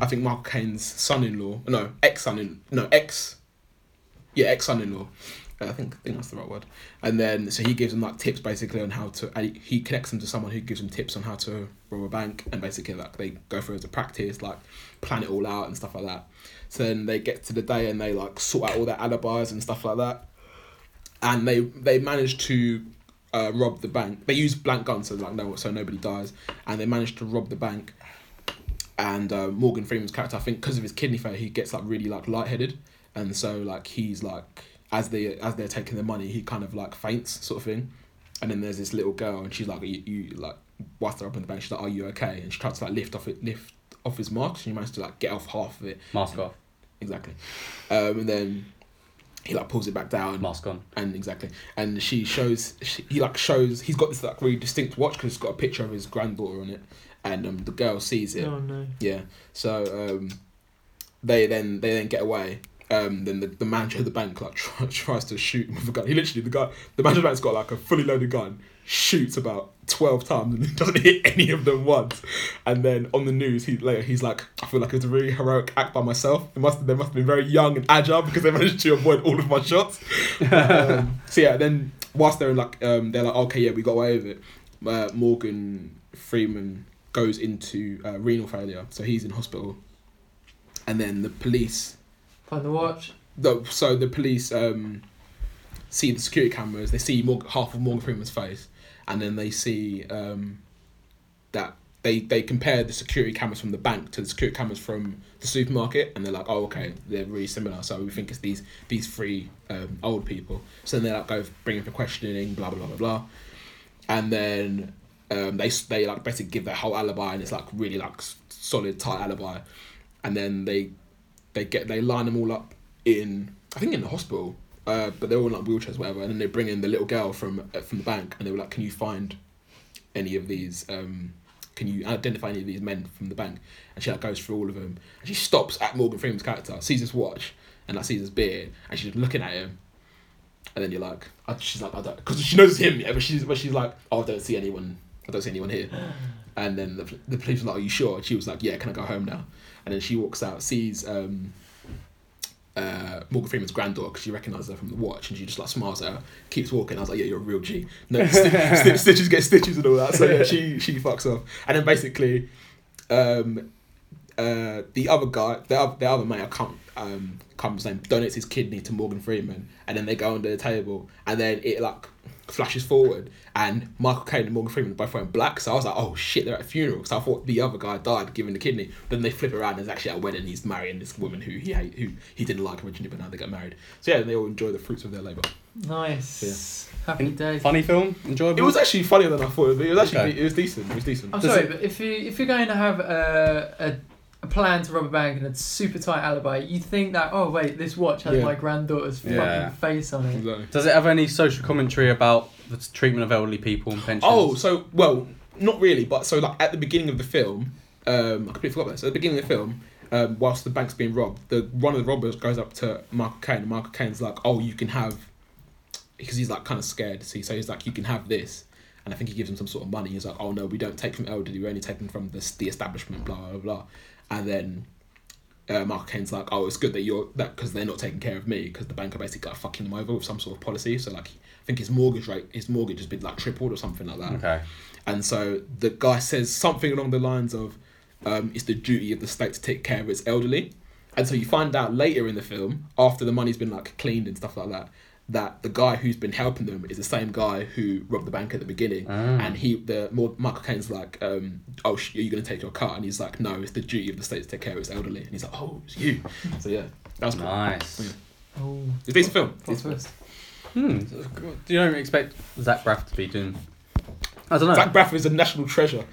Speaker 3: I think Michael Caine's son-in-law. No, ex-son-in. No, ex. Yeah, ex-son-in-law. Uh, I think I think that's the right word. And then so he gives them like tips basically on how to. And he connects them to someone who gives them tips on how to rob a bank and basically like they go through as a practice like plan it all out and stuff like that. So then they get to the day and they like sort out all their alibis and stuff like that. And they they manage to uh, rob the bank. They use blank guns so like no so nobody dies. And they manage to rob the bank. And uh, Morgan Freeman's character, I think, because of his kidney failure, he gets like really like lightheaded, and so like he's like as they as they're taking the money, he kind of like faints sort of thing. And then there's this little girl, and she's like, "You, you like whilst they're up in the bank, she's like, are you okay?" And she tries to like lift off it, lift off his mask, and he manages to like get off half of it
Speaker 1: Mask off,
Speaker 3: exactly. Um, and then he like pulls it back down
Speaker 1: mask on.
Speaker 3: and exactly and she shows she, he like shows he's got this like really distinct watch because it's got a picture of his granddaughter on it and um, the girl sees it
Speaker 2: Oh no.
Speaker 3: yeah so um, they then they then get away um, then the, the manager of the bank like try, tries to shoot with a gun he literally the guy the manager of the bank's got like a fully loaded gun shoots about 12 times and doesn't hit any of them once and then on the news he later he's like I feel like it was a really heroic act by myself it must they must have been very young and agile because they managed to avoid all of my shots um, so yeah, then whilst they're in like um, they're like okay yeah we got away with it. Uh, Morgan Freeman goes into uh, renal failure, so he's in hospital, and then the police.
Speaker 2: Find the watch.
Speaker 3: The, so the police um, see the security cameras. They see Morgan, half of Morgan Freeman's face, and then they see um, that they they compare the security cameras from the bank to the security cameras from the supermarket, and they're like, oh okay, they're really similar. So we think it's these these three um, old people. So then they like go bring him for questioning, blah blah blah blah blah, and then um, they s- they like basically give their whole alibi, and it's like really like s- solid tight alibi, and then they they get they line them all up in I think in the hospital. Uh, but they're all in like wheelchairs, whatever, and then they bring in the little girl from uh, from the bank, and they were like, "Can you find any of these um can you identify any of these men from the bank and she like goes through all of them and she stops at morgan freeman's character sees his watch and like sees his beard and she's looking at him and then you're like I, she's like i don't because she knows it's him yeah but she's but she's like oh i don't see anyone i don't see anyone here and then the, the police were like are you sure and she was like yeah can i go home now and then she walks out sees um uh, Morgan Freeman's granddaughter because she recognises her from the watch and she just like smiles at her, keeps walking. I was like, yeah, you're a real G. No, st- st- stitches get stitches and all that. So yeah, she she fucks off, and then basically, um, uh, the other guy, the other, the other mate, I can't um, can't remember his name, donates his kidney to Morgan Freeman, and then they go under the table, and then it like flashes forward, and Michael Caine and Morgan Freeman are both wearing black. So I was like, oh shit, they're at a funeral. So I thought the other guy died giving the kidney. Then they flip around, and it's actually at a wedding. He's marrying this woman who he hate, who he didn't like originally, but now they get married. So yeah, they all enjoy the fruits of their labour.
Speaker 2: Nice. Happy day.
Speaker 1: Funny film, enjoyable.
Speaker 3: It was actually funnier than I thought. It would be. It was actually
Speaker 1: Okay.
Speaker 3: it was decent. It was decent.
Speaker 2: I'm
Speaker 1: Does
Speaker 2: Oh, sorry,
Speaker 1: it-
Speaker 2: but if you if you're going to have a, a a plan to rob a bank and a super tight alibi, you think that oh wait, this watch has
Speaker 3: Yeah.
Speaker 2: my granddaughter's
Speaker 1: Yeah.
Speaker 2: fucking face on it.
Speaker 3: Exactly.
Speaker 1: Does it have any social commentary about the treatment of elderly people and pensions?
Speaker 3: Oh, so well, not really, but so like at the beginning of the film, um, I completely forgot that. So at the beginning of the film, um, whilst the bank's being robbed, the one of the robbers goes up to Michael Caine, and Michael Caine's like, "Oh, you can have," because he's like kind of scared. See, so he's like, "You can have this," and I think he gives him some sort of money. He's like, "Oh no, we don't take from elderly. We only take them from the the establishment." Blah blah blah, and then. Uh, Michael Caine's like, oh, it's good that you're that because they're not taking care of me because the bank are basically like fucking them over with some sort of policy. So like, I think his mortgage rate, his mortgage has been like tripled or something like that.
Speaker 1: Okay.
Speaker 3: And so the guy says something along the lines of, um, "It's the duty of the state to take care of its elderly." And so you find out later in the film, after the money's been like cleaned and stuff like that, that the guy who's been helping them is the same guy who robbed the bank at the beginning.
Speaker 1: Ah.
Speaker 3: And he, the more Michael Caine's like, um, "Oh, sh- are you going to take your car?" And he's like, "No, it's the duty of the state to take care of its elderly." And he's like, "Oh, it's you." So yeah, that was cool.
Speaker 1: Nice.
Speaker 4: Oh,
Speaker 3: It's a decent film.
Speaker 2: Plot twist.
Speaker 1: Hmm. You don't expect Zach Braff to be doing. I don't know.
Speaker 3: Zach Braff is a national treasure.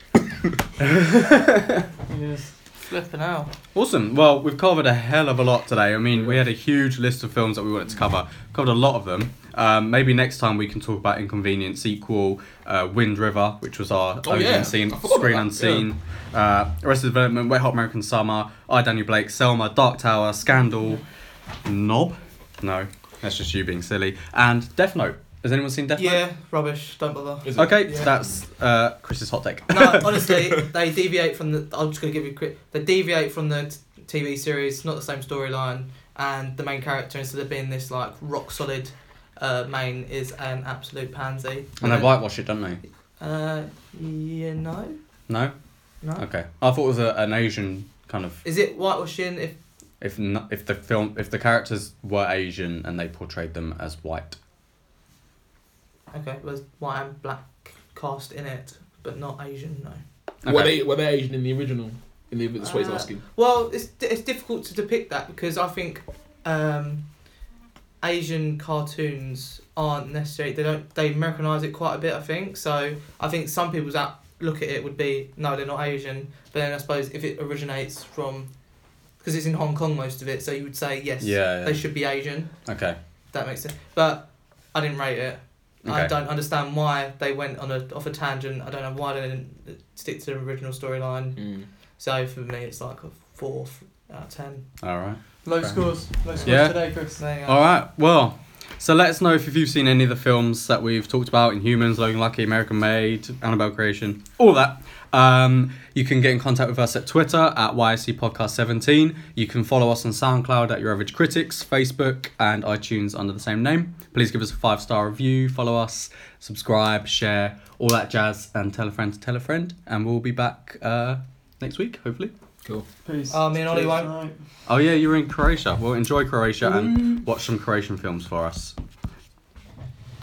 Speaker 2: Yes.
Speaker 4: flipping out.
Speaker 1: Awesome. Well, we've covered a hell of a lot today. I mean, we had a huge list of films that we wanted to cover. Covered a lot of them. Um, maybe next time we can talk about Inconvenient Sequel, uh, Wind River, which was our
Speaker 3: Oh,
Speaker 1: own
Speaker 3: yeah.
Speaker 1: unseen,
Speaker 3: I forgot about
Speaker 1: screen
Speaker 3: that,
Speaker 1: unseen. Uh, Arrested Development, Wet Hot American Summer, I Daniel Blake, Selma, Dark Tower, Scandal, Knob. No, that's just you being silly. And Death Note. Has anyone seen Death Note?
Speaker 4: Yeah, rubbish. Don't bother.
Speaker 3: Is it?
Speaker 1: Okay,
Speaker 4: Yeah.
Speaker 1: that's uh, Chris's hot take.
Speaker 4: no, honestly, they deviate from the. I'm just gonna give you a quick. They deviate from the t- TV series. Not the same storyline, and the main character instead of being this like rock solid uh, main is an absolute pansy.
Speaker 1: and they whitewash it, don't they?
Speaker 4: Uh, you know,
Speaker 1: No?
Speaker 4: no.
Speaker 1: Okay. I thought it was a, an Asian kind of
Speaker 4: Is it whitewashing? If
Speaker 1: If not, if the film if the characters were Asian and they portrayed them as white.
Speaker 4: okay, was white and black cast in it, but not Asian. No.
Speaker 3: Were
Speaker 1: Okay.
Speaker 3: they were they Asian in the original? In
Speaker 2: Ah.
Speaker 3: the that's what he's
Speaker 4: Uh,
Speaker 3: asking.
Speaker 4: Well, it's it's difficult to depict that because I think um, Asian cartoons aren't necessarily they don't they Americanize it quite a bit. I think so. I think some people's out look at it would be no, they're not Asian. But then I suppose if it originates from because it's in Hong Kong most of it, so you would say yes,
Speaker 1: Yeah, yeah.
Speaker 4: they should be Asian.
Speaker 1: Okay.
Speaker 4: That makes sense. But I didn't rate it. I
Speaker 1: Okay.
Speaker 4: don't understand why they went on a off a tangent. I don't know why they didn't stick to the original storyline.
Speaker 3: Hmm.
Speaker 4: So for me, it's like a four f- out of ten.
Speaker 1: All right.
Speaker 2: Low
Speaker 1: Fair
Speaker 2: scores. Low scores
Speaker 1: Yeah.
Speaker 2: today, Chris.
Speaker 4: There you go.
Speaker 1: All right. Well, so let us know if you've seen any of the films that we've talked about: Inhumans, Logan Lucky, American Made, Annabelle Creation, all that. Um, you can get in contact with us at Twitter at YSC Podcast 17. You can follow us on SoundCloud at Your Average Critics, Facebook, and iTunes under the same name. Please give us a five star review, follow us, subscribe, share, all that jazz, and tell a friend to tell a friend. And we'll be back uh, next week, hopefully.
Speaker 3: Cool.
Speaker 2: Peace.
Speaker 4: Oh, me and Ollie
Speaker 2: Cheers
Speaker 4: won't.
Speaker 2: tonight.
Speaker 1: Oh, yeah, you're in Croatia. Well, enjoy Croatia and watch some Croatian films for us.